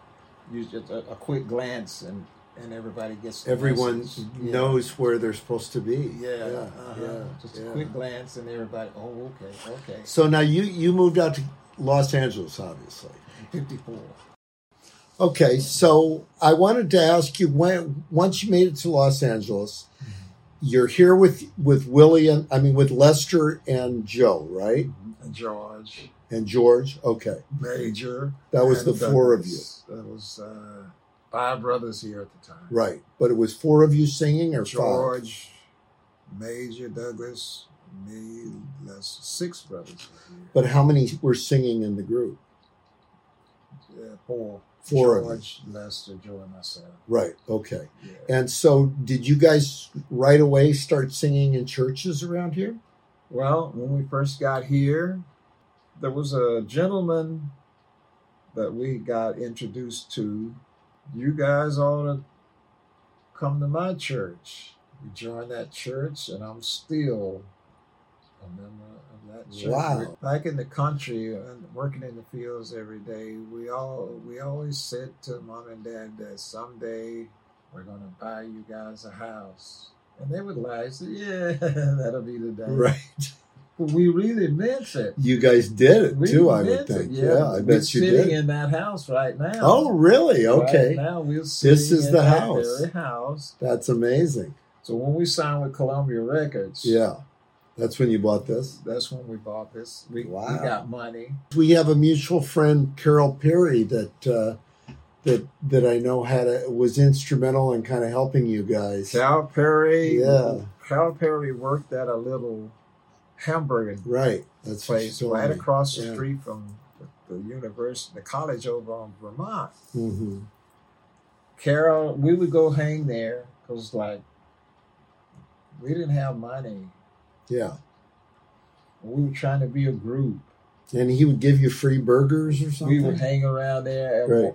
Speaker 2: use just a, a quick glance, and and everybody gets the
Speaker 1: everyone
Speaker 2: message.
Speaker 1: knows where they're supposed to be.
Speaker 2: Yeah, yeah, uh-huh.
Speaker 1: yeah,
Speaker 2: just
Speaker 1: yeah.
Speaker 2: a quick glance, and everybody. Oh, okay, okay.
Speaker 1: So now you you moved out to Los Angeles, obviously.
Speaker 2: Fifty-four.
Speaker 1: Okay, so I wanted to ask you when once you made it to Los Angeles,
Speaker 2: Mm-hmm.
Speaker 1: you're here with with Willie and I mean with Lester and Joe, right?
Speaker 2: George
Speaker 1: And George. Okay,
Speaker 2: Major.
Speaker 1: that was
Speaker 2: and
Speaker 1: the four of you,
Speaker 2: Douglas. That was uh, five brothers here at the time.
Speaker 1: right? But it was four of you singing or five.
Speaker 2: George, Major Douglas, me, that's six brothers. here.
Speaker 1: But how many were singing in the group?
Speaker 2: Yeah, four.
Speaker 1: Four of
Speaker 2: George, Lester, Joe, and myself.
Speaker 1: Right. Okay.
Speaker 2: Yeah.
Speaker 1: And so, did you guys right away start singing in churches around here?
Speaker 2: Well, when we first got here, there was a gentleman that we got introduced to. You guys ought to come to my church. We joined that church, and I'm still a member of that church.
Speaker 1: Wow.
Speaker 2: Back in the country and working in the fields every day, we all we always said to mom and dad that someday we're gonna buy you guys a house. And they would lie, say, Yeah, that'll be the day. But we really meant it.
Speaker 1: You guys did it
Speaker 2: We
Speaker 1: too, I would
Speaker 2: meant it,
Speaker 1: think. Yeah, I
Speaker 2: We're
Speaker 1: bet you
Speaker 2: sitting
Speaker 1: did.
Speaker 2: in that house right now.
Speaker 1: oh, really?
Speaker 2: Right
Speaker 1: Okay.
Speaker 2: now we're
Speaker 1: is
Speaker 2: sitting in
Speaker 1: the
Speaker 2: that
Speaker 1: house.
Speaker 2: very house.
Speaker 1: That's amazing.
Speaker 2: So when we signed with Columbia Records,
Speaker 1: Yeah. That's when you bought this.
Speaker 2: that's when we bought this. We,
Speaker 1: Wow.
Speaker 2: we got money.
Speaker 1: We have a mutual friend, Carol Perry, that uh, that that I know had a, was instrumental in kind of helping you guys.
Speaker 2: Cal Perry,
Speaker 1: Yeah.
Speaker 2: Cal Perry worked at a little hamburger
Speaker 1: Right. That's what she
Speaker 2: place
Speaker 1: told
Speaker 2: right
Speaker 1: me.
Speaker 2: across the
Speaker 1: Yeah.
Speaker 2: street from the, the university, the college over on Vermont.
Speaker 1: Mhm.
Speaker 2: Carol, we would go hang there because, like, we didn't have money.
Speaker 1: Yeah.
Speaker 2: We were trying to be a group.
Speaker 1: And he would give you free burgers or something.
Speaker 2: We would hang around there. And
Speaker 1: Right.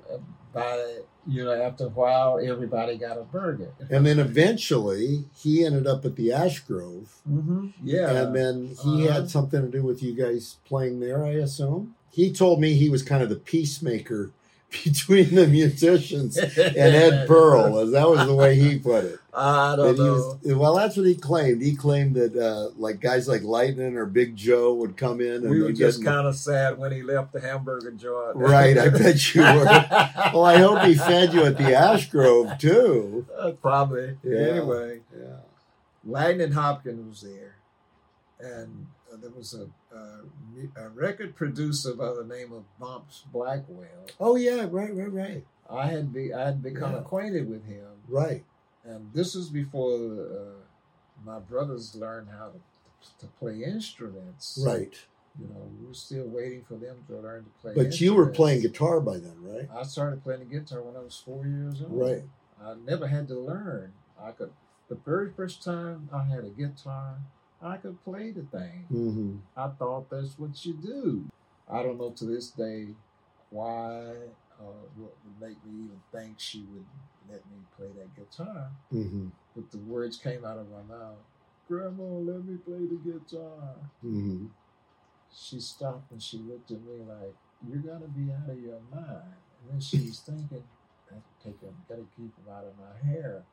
Speaker 2: By you know, after a while, everybody got a burger.
Speaker 1: and then eventually he ended up at the Ash Grove.
Speaker 2: Mm-hmm. Yeah,
Speaker 1: And then he
Speaker 2: Uh-huh.
Speaker 1: had something to do with you guys playing there, I assume. He told me he was kind of the peacemaker between the musicians and Ed Pearl. as That was the way he put it.
Speaker 2: I
Speaker 1: That
Speaker 2: don't
Speaker 1: he was-
Speaker 2: know.
Speaker 1: well, that's what he claimed. He claimed that uh, like guys like Lightning or Big Joe would come in and
Speaker 2: we were
Speaker 1: they'd get
Speaker 2: just
Speaker 1: in the-
Speaker 2: kind of sad when he left the hamburger joint.
Speaker 1: right. I bet you were. Well, I hope he fed you at the Ash Grove too.
Speaker 2: Uh, Probably.
Speaker 1: Yeah.
Speaker 2: Anyway,
Speaker 1: Yeah.
Speaker 2: Lightning Hopkins was there, and uh, there was a, uh, mu- a record producer by the name of Bumps Blackwell.
Speaker 1: Oh yeah, right, right, right,
Speaker 2: I had be I had become
Speaker 1: Yeah.
Speaker 2: acquainted with him,
Speaker 1: right.
Speaker 2: and this was before uh, my brothers learned how to to play instruments.
Speaker 1: Right.
Speaker 2: You know, we were still waiting for them to learn to play.
Speaker 1: But you were
Speaker 2: instruments.
Speaker 1: playing guitar by then, right?
Speaker 2: I started playing the guitar when I was four years old.
Speaker 1: Right.
Speaker 2: I never had to learn. I could the very first time I had a guitar, I could play the thing.
Speaker 1: Mm-hmm.
Speaker 2: I thought that's what you do. I don't know to this day why uh, what would make me even think she would let me play that guitar.
Speaker 1: Mm-hmm.
Speaker 2: But the words came out of my mouth. Grandma, let me play the guitar.
Speaker 1: Mm-hmm.
Speaker 2: She stopped and she looked at me like, "You're gonna be out of your mind." And then she was thinking, "I have to take him, gotta keep him out of my hair."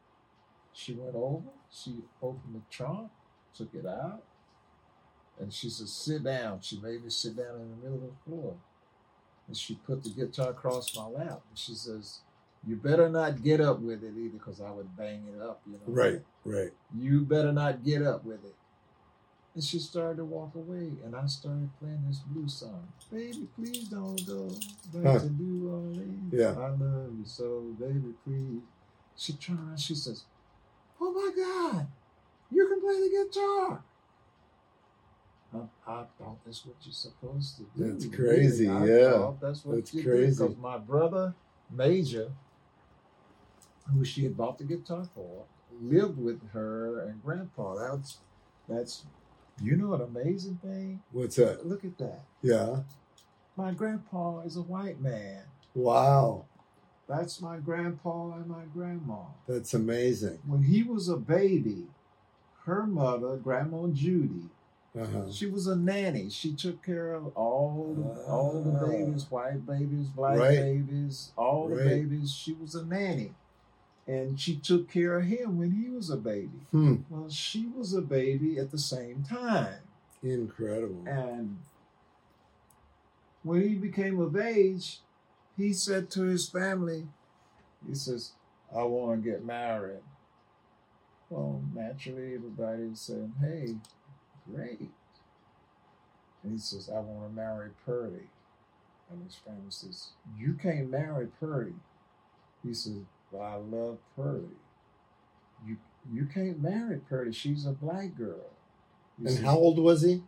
Speaker 2: She went over. She opened the trunk, took it out, and she said, "Sit down." She made me sit down in the middle of the floor, and she put the guitar across my lap. And she says, "You better not get up with it either, because I would bang it up." You know,
Speaker 1: Right. Right.
Speaker 2: you better not get up with it. And she started to walk away, and I started playing this blue song. Baby, please don't go
Speaker 1: Huh.
Speaker 2: back to New Orleans.
Speaker 1: Yeah.
Speaker 2: I love you so, baby, please. She turned around, she says, Oh my God, you can play the guitar. I, I thought that's what you're supposed to do.
Speaker 1: That's crazy,
Speaker 2: I
Speaker 1: yeah.
Speaker 2: thought that's what
Speaker 1: That's
Speaker 2: you
Speaker 1: crazy.
Speaker 2: Because my brother, Major, who she had bought the guitar for, lived with her and grandpa. That's that's you know an amazing thing.
Speaker 1: What's that?
Speaker 2: Look at that.
Speaker 1: Yeah.
Speaker 2: My grandpa is a white man.
Speaker 1: Wow.
Speaker 2: That's my grandpa and my grandma.
Speaker 1: That's amazing.
Speaker 2: When he was a baby, her mother, Grandma Judy,
Speaker 1: Uh-huh.
Speaker 2: she was a nanny. She took care of all the, all the
Speaker 1: Ah.
Speaker 2: babies, white babies, black
Speaker 1: Right.
Speaker 2: babies, all the
Speaker 1: Right.
Speaker 2: babies. She was a nanny, and she took care of him when he was a baby.
Speaker 1: Hmm.
Speaker 2: Well, she was a baby at the same time.
Speaker 1: Incredible.
Speaker 2: And when he became of age, he said to his family, he says, I want to get married. Well, naturally, everybody said, hey, great. And he says, I want to marry Purdy. And his family says, you can't marry Purdy. He says, but I love Purdy. You, you can't marry Purdy. She's a black girl. He
Speaker 1: And
Speaker 2: says,
Speaker 1: how old was he?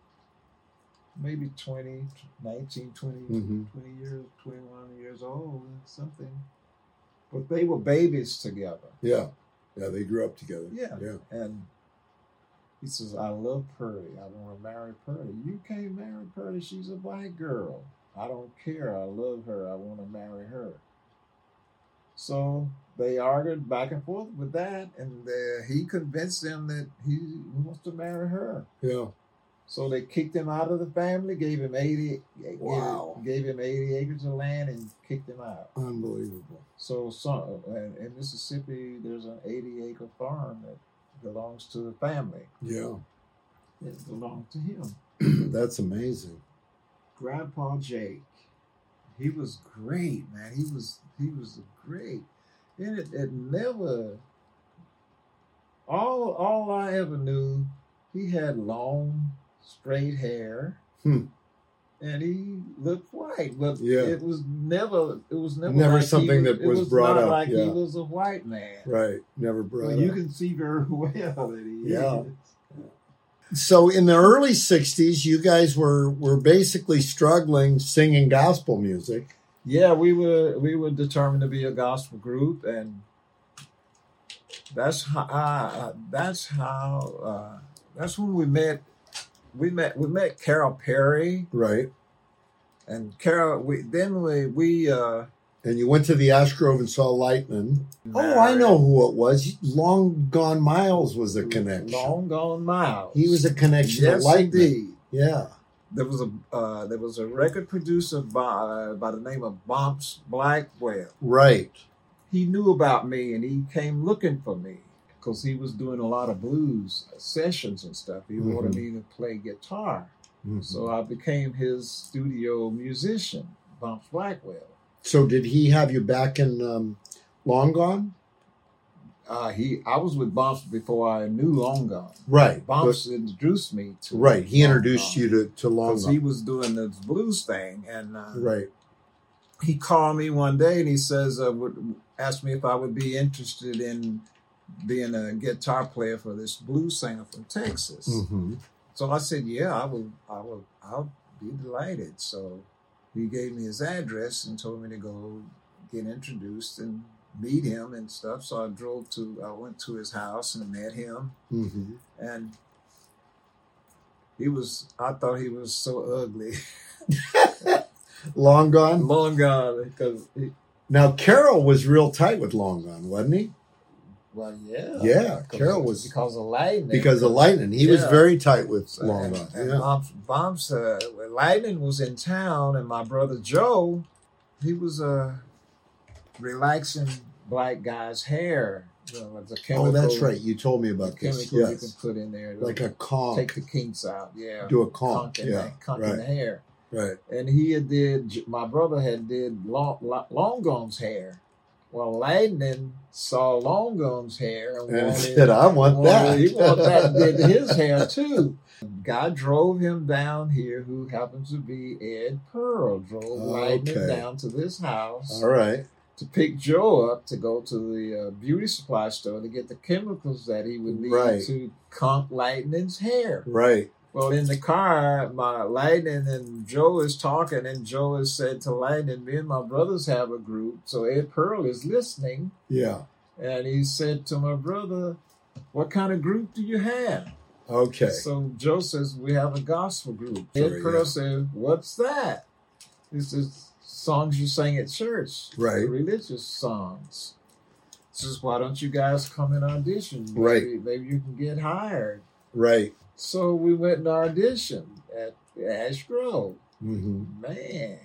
Speaker 2: maybe 20, 19, 20,
Speaker 1: Mm-hmm.
Speaker 2: 20 years, 21 years old, something. But they were babies together.
Speaker 1: Yeah. Yeah. They grew up together.
Speaker 2: Yeah.
Speaker 1: Yeah.
Speaker 2: And he says, I love Purdy. I want to marry Purdy. You can't marry Purdy. She's a black girl. I don't care. I love her. I want to marry her. So they argued back and forth with that, and uh, he convinced them that he wants to marry her.
Speaker 1: Yeah.
Speaker 2: So they kicked him out of the family, gave him eighty, gave-
Speaker 1: Wow.
Speaker 2: gave, him eighty acres of land, and kicked him out.
Speaker 1: Unbelievable.
Speaker 2: So, so and in Mississippi, there's an eighty-acre farm that belongs to the family.
Speaker 1: Yeah.
Speaker 2: It belonged to him.
Speaker 1: That's amazing.
Speaker 2: Grandpa Jake, he was great, man. He was he was great, and it, it never. All all I ever knew, he had long straight hair,
Speaker 1: Hmm.
Speaker 2: and he looked white. But
Speaker 1: Yeah.
Speaker 2: it was never it was never
Speaker 1: Never
Speaker 2: like he
Speaker 1: something that
Speaker 2: it
Speaker 1: was brought
Speaker 2: not
Speaker 1: up,
Speaker 2: Like
Speaker 1: yeah.
Speaker 2: he was a white man.
Speaker 1: Right. Never brought
Speaker 2: Well,
Speaker 1: up.
Speaker 2: you can see very well that he
Speaker 1: Yeah.
Speaker 2: is.
Speaker 1: so in the early 60s you guys were were basically struggling singing gospel music
Speaker 2: yeah we were we were determined to be a gospel group and that's how uh, that's how uh, that's when we met we met we met carol perry
Speaker 1: right
Speaker 2: and carol we then we we uh
Speaker 1: and you went to the ash grove and saw lightning oh i know who it was long gone miles was a
Speaker 2: married
Speaker 1: connection
Speaker 2: long gone miles
Speaker 1: he was a connection to
Speaker 2: yes
Speaker 1: lightning
Speaker 2: indeed
Speaker 1: yeah
Speaker 2: there was a uh, there was a record producer by by the name of Bumps Blackwell
Speaker 1: right
Speaker 2: he knew about me and he came looking for me because he was doing a lot of blues sessions and stuff. He wanted
Speaker 1: Mm-hmm.
Speaker 2: me to play guitar.
Speaker 1: Mhm.
Speaker 2: So I became his studio musician, Bumps Blackwell.
Speaker 1: so did he have you back in um, long gone
Speaker 2: Uh, he, I was with Bumps before I knew Long Gone.
Speaker 1: right
Speaker 2: Bumps introduced me to
Speaker 1: But- right he introduced you to, to long
Speaker 2: because he
Speaker 1: gone
Speaker 2: was doing this blues thing, and uh,
Speaker 1: right
Speaker 2: he called me one day and he says, uh, would asked me if I would be interested in being a guitar player for this blues singer from Texas.
Speaker 1: hmm
Speaker 2: So I said, "Yeah, I will. I will. I'll be delighted." So he gave me his address and told me to go get introduced and meet him and stuff. So
Speaker 1: Mm-hmm.
Speaker 2: I drove to. I went to his house and met him,
Speaker 1: hmm
Speaker 2: and He was. I thought he was so ugly.
Speaker 1: Long Gone.
Speaker 2: Long gone because. He,
Speaker 1: Now Carol was real tight with Long Gone, wasn't he?
Speaker 2: well, yeah.
Speaker 1: Yeah,
Speaker 2: 'Cause-
Speaker 1: Carol was-
Speaker 2: because of lightning.
Speaker 1: Because of Lightning, he was
Speaker 2: Yeah.
Speaker 1: very tight with Long
Speaker 2: and,
Speaker 1: Gone.
Speaker 2: and
Speaker 1: Yeah.
Speaker 2: Mom, Mom said when Lightning was in town, and my brother Joe, he was uh, relaxing black guy's hair. You know, it's a chemical,
Speaker 1: Oh, that's right. You told me about this.
Speaker 2: Chemical you can
Speaker 1: Yes,
Speaker 2: put in there, to
Speaker 1: like a
Speaker 2: take
Speaker 1: conch.
Speaker 2: the kinks out. Yeah,
Speaker 1: Do a conch.
Speaker 2: Conk in
Speaker 1: Yeah,
Speaker 2: the, conk in the
Speaker 1: right,
Speaker 2: hair.
Speaker 1: right.
Speaker 2: And he had did. My brother had did long, Lo- long guns hair. Well, Lightning saw long guns hair and
Speaker 1: And
Speaker 2: wanted
Speaker 1: said, "I want
Speaker 2: well,
Speaker 1: that."
Speaker 2: He wanted that did his hair too. God drove him down here, who happens to be Ed Pearl, drove Lightning
Speaker 1: Okay.
Speaker 2: down to this house
Speaker 1: All right.
Speaker 2: to pick Joe up to go to the uh, beauty supply store to get the chemicals that he would need
Speaker 1: Right.
Speaker 2: to conk Lightning's hair.
Speaker 1: Right.
Speaker 2: Well, in the car, my Lightning and Joe is talking, and Joe has said to Lightning, "Me and my brothers have a group." So Ed Pearl is listening,
Speaker 1: Yeah.
Speaker 2: and he said to my brother, What kind of group do you have?
Speaker 1: Okay.
Speaker 2: So Joe says, We have a gospel group.
Speaker 1: Sure,
Speaker 2: Ed Pearl
Speaker 1: yeah.
Speaker 2: said, What's that? He says, Songs you sang at church,
Speaker 1: Right.
Speaker 2: religious songs. He says, Why don't you guys come and audition? Maybe,
Speaker 1: Right.
Speaker 2: Maybe you can get hired.
Speaker 1: Right.
Speaker 2: So we went and auditioned at Ash Grove.
Speaker 1: hmm
Speaker 2: Man,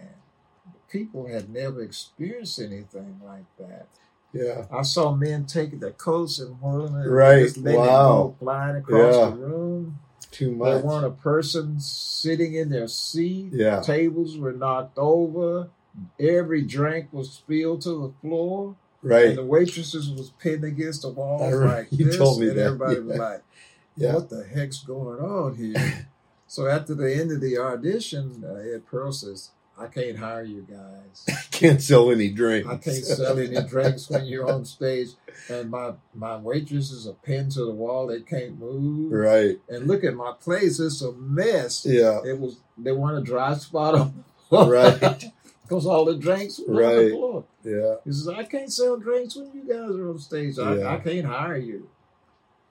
Speaker 2: people had never experienced anything like that.
Speaker 1: Yeah.
Speaker 2: I saw men taking their coats and whirling it,
Speaker 1: Right,
Speaker 2: just letting it
Speaker 1: wow.
Speaker 2: go flying across
Speaker 1: Yeah.
Speaker 2: the room.
Speaker 1: Too
Speaker 2: There
Speaker 1: much.
Speaker 2: weren't a person sitting in their seat.
Speaker 1: Yeah.
Speaker 2: Tables were knocked over. Every drink was spilled to the floor, and
Speaker 1: Right.
Speaker 2: the waitresses was pinned against the wall
Speaker 1: I remember
Speaker 2: like
Speaker 1: you
Speaker 2: this,
Speaker 1: told me
Speaker 2: and
Speaker 1: that,
Speaker 2: everybody
Speaker 1: yeah.
Speaker 2: was like,
Speaker 1: Yeah.
Speaker 2: "What the heck's going on here?" so after the end of the audition, uh, Ed Pearl says, "I can't hire you guys."
Speaker 1: Can't sell any drinks.
Speaker 2: I can't sell any drinks when you're on stage. And my, my waitresses are pinned to the wall. They can't move.
Speaker 1: Right.
Speaker 2: And look at my place. It's a mess.
Speaker 1: Yeah.
Speaker 2: It was they want a dry spot on
Speaker 1: Right.
Speaker 2: Because all the drinks were on
Speaker 1: Right.
Speaker 2: the floor.
Speaker 1: Yeah.
Speaker 2: He says, I can't sell drinks when you guys are on stage. I,
Speaker 1: Yeah.
Speaker 2: I can't hire you.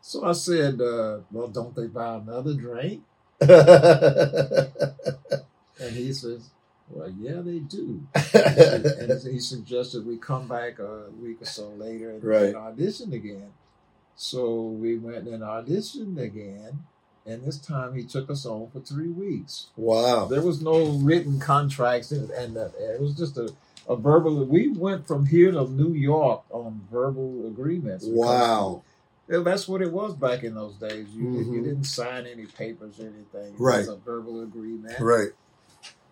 Speaker 2: So I said, uh, well, don't they buy another drink? And he says, well, yeah, they do. and he suggested we come back a week or so later and,
Speaker 1: Right.
Speaker 2: and audition again. So we went and auditioned again, and this time he took us on for three weeks.
Speaker 1: wow.
Speaker 2: There was no written contracts, and, and uh, it was just a, a verbal. We went from here to New York on verbal agreements. because
Speaker 1: Wow.
Speaker 2: yeah, that's what it was back in those days. You, you
Speaker 1: Mhm.
Speaker 2: didn't sign any papers or anything. It
Speaker 1: Right.
Speaker 2: was a verbal agreement.
Speaker 1: Right.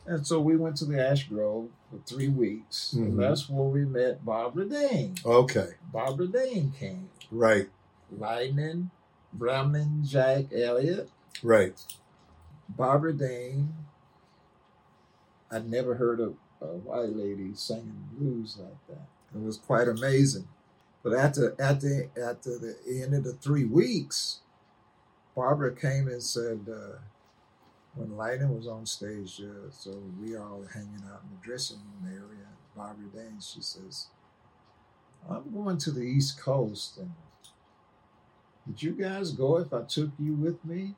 Speaker 2: And so we went to the Ash Grove for three weeks.
Speaker 1: Mhm.
Speaker 2: And that's where we met Barbara Dane.
Speaker 1: Okay.
Speaker 2: Barbara Dane came.
Speaker 1: Right.
Speaker 2: Lightning, Brahman, Jack Elliott,
Speaker 1: Right.
Speaker 2: Barbara Dane. I'd never heard of a white lady singing blues like that. It was quite amazing. But after at the at the end of the three weeks, Barbara came and said, uh, when Lightning was on stage, uh, so we all hanging out in the dressing room area, Barbara Dane, she says, I'm going to the East Coast. And would you guys go if I took you with me?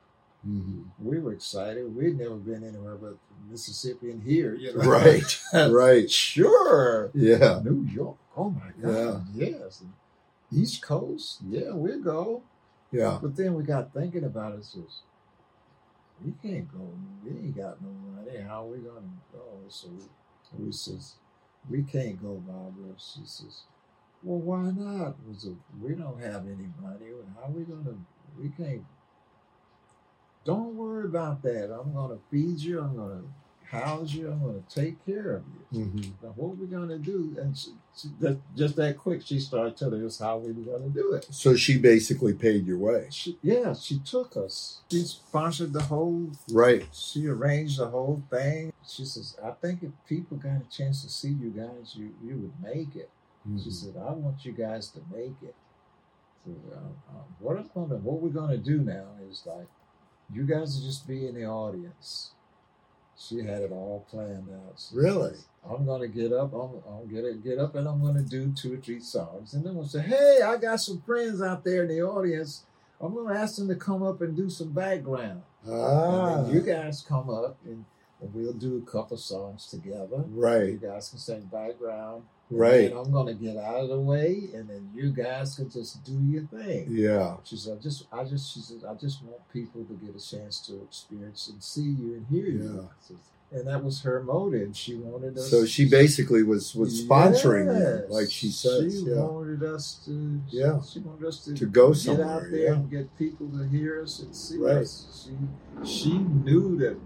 Speaker 1: Mhm.
Speaker 2: We were excited. We'd never been anywhere but Mississippi and here, you know.
Speaker 1: Right. Right.
Speaker 2: Sure.
Speaker 1: Yeah.
Speaker 2: New York. Oh my God. Yes. And East Coast. Yeah, we'll go.
Speaker 1: Yeah.
Speaker 2: But then we got thinking about it. Says we can't go. We ain't got no money. How we gonna go? So we, we says we can't go, Barbara. She says, well, why not? We said, we don't have any money. How we gonna? We can't. Don't worry about that. I'm gonna feed you. I'm gonna house you. I'm gonna take care of you.
Speaker 1: Mhm.
Speaker 2: Now, what we gonna do? And she, she, that, just that quick, she started telling us how we were gonna do it.
Speaker 1: So she basically paid your way.
Speaker 2: She, yeah, she took us. She sponsored the whole.
Speaker 1: Right.
Speaker 2: She arranged the whole thing. She says, "I think if people got a chance to see you guys, you you would make it." She
Speaker 1: Mhm.
Speaker 2: said, "I want you guys to make it." So, um, um, what I'm gonna, what we're gonna do now is like, you guys will just be in the audience. She had it all planned out. She
Speaker 1: Really?
Speaker 2: says, I'm gonna get up. I'm, I'm gonna get up, and I'm gonna do two or three songs, and then we'll say, "Hey, I got some friends out there in the audience. I'm going to ask them to come up and do some background.
Speaker 1: Ah,
Speaker 2: And then you guys come up and, and we'll do a couple songs together. You
Speaker 1: right,
Speaker 2: guys can sing background.
Speaker 1: right.
Speaker 2: And I'm going to get out of the way, and then you guys can just do your thing.
Speaker 1: Yeah,
Speaker 2: She said, I just, I just, she said, I just want people to get a chance to experience and see you and hear you.
Speaker 1: Yeah.
Speaker 2: She says- And that was her motive. She wanted us.
Speaker 1: so she basically was was sponsoring
Speaker 2: Yes.
Speaker 1: you, like she says.
Speaker 2: She
Speaker 1: yeah,
Speaker 2: wanted us to.
Speaker 1: Yeah.
Speaker 2: She wanted us to,
Speaker 1: to go
Speaker 2: get out
Speaker 1: somewhere.
Speaker 2: there
Speaker 1: Yeah,
Speaker 2: and get people to hear us and see
Speaker 1: Right.
Speaker 2: us. She, she knew that.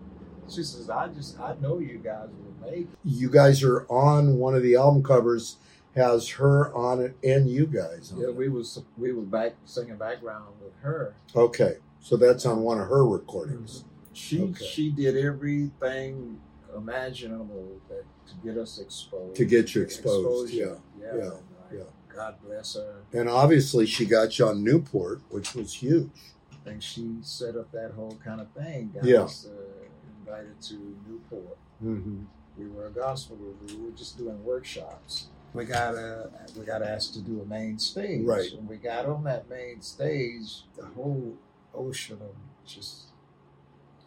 Speaker 2: She says, I just, I know you guys will make it.
Speaker 1: you guys are on one of the album covers. Has her on it and you guys. On
Speaker 2: Yeah,
Speaker 1: it.
Speaker 2: we was we was back singing background with her.
Speaker 1: Okay, so that's on one of her recordings.
Speaker 2: She
Speaker 1: Okay.
Speaker 2: she did everything imaginable that to get us exposed.
Speaker 1: To get you exposed,
Speaker 2: Mm-hmm. Exposure,
Speaker 1: yeah,
Speaker 2: like,
Speaker 1: yeah.
Speaker 2: God bless her.
Speaker 1: And obviously, she got you on Newport, which was huge.
Speaker 2: I think she set up that whole kind of thing. Got
Speaker 1: Yeah.
Speaker 2: us, uh, invited to Newport.
Speaker 1: Mm-hmm.
Speaker 2: We were a gospel group. We were just doing workshops. We got uh, we got asked to do a main stage.
Speaker 1: Right.
Speaker 2: When we got on that main stage, the whole ocean of just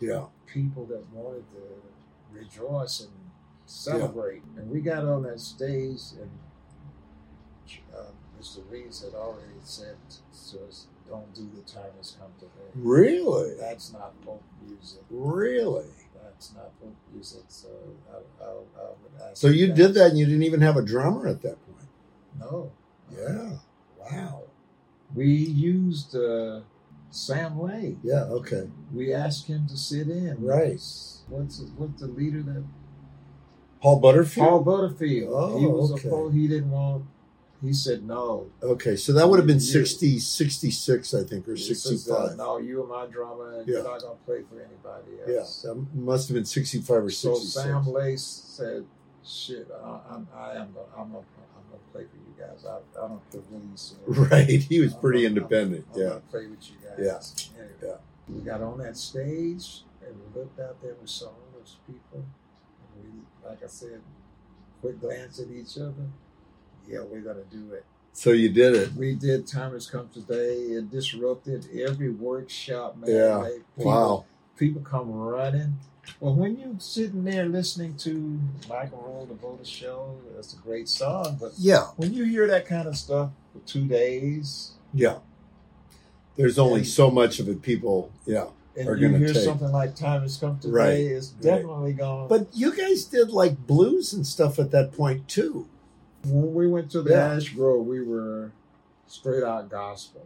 Speaker 1: Yeah,
Speaker 2: people that wanted to rejoice and celebrate. And we got on that stage, and uh, Mr. Reeves had already said to us, "Don't do the time has come to hand."
Speaker 1: really,
Speaker 2: That's not folk music.
Speaker 1: really.
Speaker 2: That's not folk music. So I, I, I would ask.
Speaker 1: So you
Speaker 2: guys-
Speaker 1: did that, and you didn't even have a drummer at that point.
Speaker 2: No. Uh,
Speaker 1: Yeah. Wow.
Speaker 2: We used uh, Sam Lay.
Speaker 1: Yeah. Okay.
Speaker 2: We asked him to sit in.
Speaker 1: Right.
Speaker 2: What's the, what's the leader that
Speaker 1: Paul
Speaker 2: Paul
Speaker 1: Butterfield.
Speaker 2: Butterfield.
Speaker 1: Oh,
Speaker 2: he was
Speaker 1: okay.
Speaker 2: a pro. He didn't want. He said no.
Speaker 1: Okay, so that would have been
Speaker 2: Yeah.
Speaker 1: 60, 66, I think, or
Speaker 2: He says, uh,
Speaker 1: sixty-five.
Speaker 2: no, you are my drummer, and
Speaker 1: Yeah.
Speaker 2: you're not gonna play for anybody
Speaker 1: Yeah,
Speaker 2: else.
Speaker 1: that must have been sixty-five or
Speaker 2: So
Speaker 1: sixty-six.
Speaker 2: Sam Lace said, "Shit, I, I'm, I am gonna, I'm gonna, I'm gonna play for you guys. I, I don't care release.
Speaker 1: Right. He was
Speaker 2: I'm
Speaker 1: pretty
Speaker 2: gonna-
Speaker 1: independent.
Speaker 2: I'm
Speaker 1: Yeah.
Speaker 2: gonna play with you guys. Yeah, We got on that stage, and we looked out there. We saw all those people, and we, like I said, quick glance at each other. Yeah, we're gonna do it.
Speaker 1: So you did it.
Speaker 2: We did Timers Come Today. It disrupted every workshop, man.
Speaker 1: Yeah.
Speaker 2: Like, people,
Speaker 1: Wow.
Speaker 2: People come running. Well, when you sitting there listening to Michael Roll, The Voter Show, that's a great song. But
Speaker 1: Yeah.
Speaker 2: when you hear that kind of stuff for two days,
Speaker 1: Yeah. There's only
Speaker 2: And-
Speaker 1: so much of it people. Yeah.
Speaker 2: and
Speaker 1: Are
Speaker 2: you
Speaker 1: gonna
Speaker 2: hear
Speaker 1: take-
Speaker 2: something like Timers Come Today,
Speaker 1: Right,
Speaker 2: it's
Speaker 1: right.
Speaker 2: definitely gone.
Speaker 1: But you guys did like blues and stuff at that point too.
Speaker 2: when we went to the
Speaker 1: Yeah.
Speaker 2: Ash Grove, we were straight out gospel.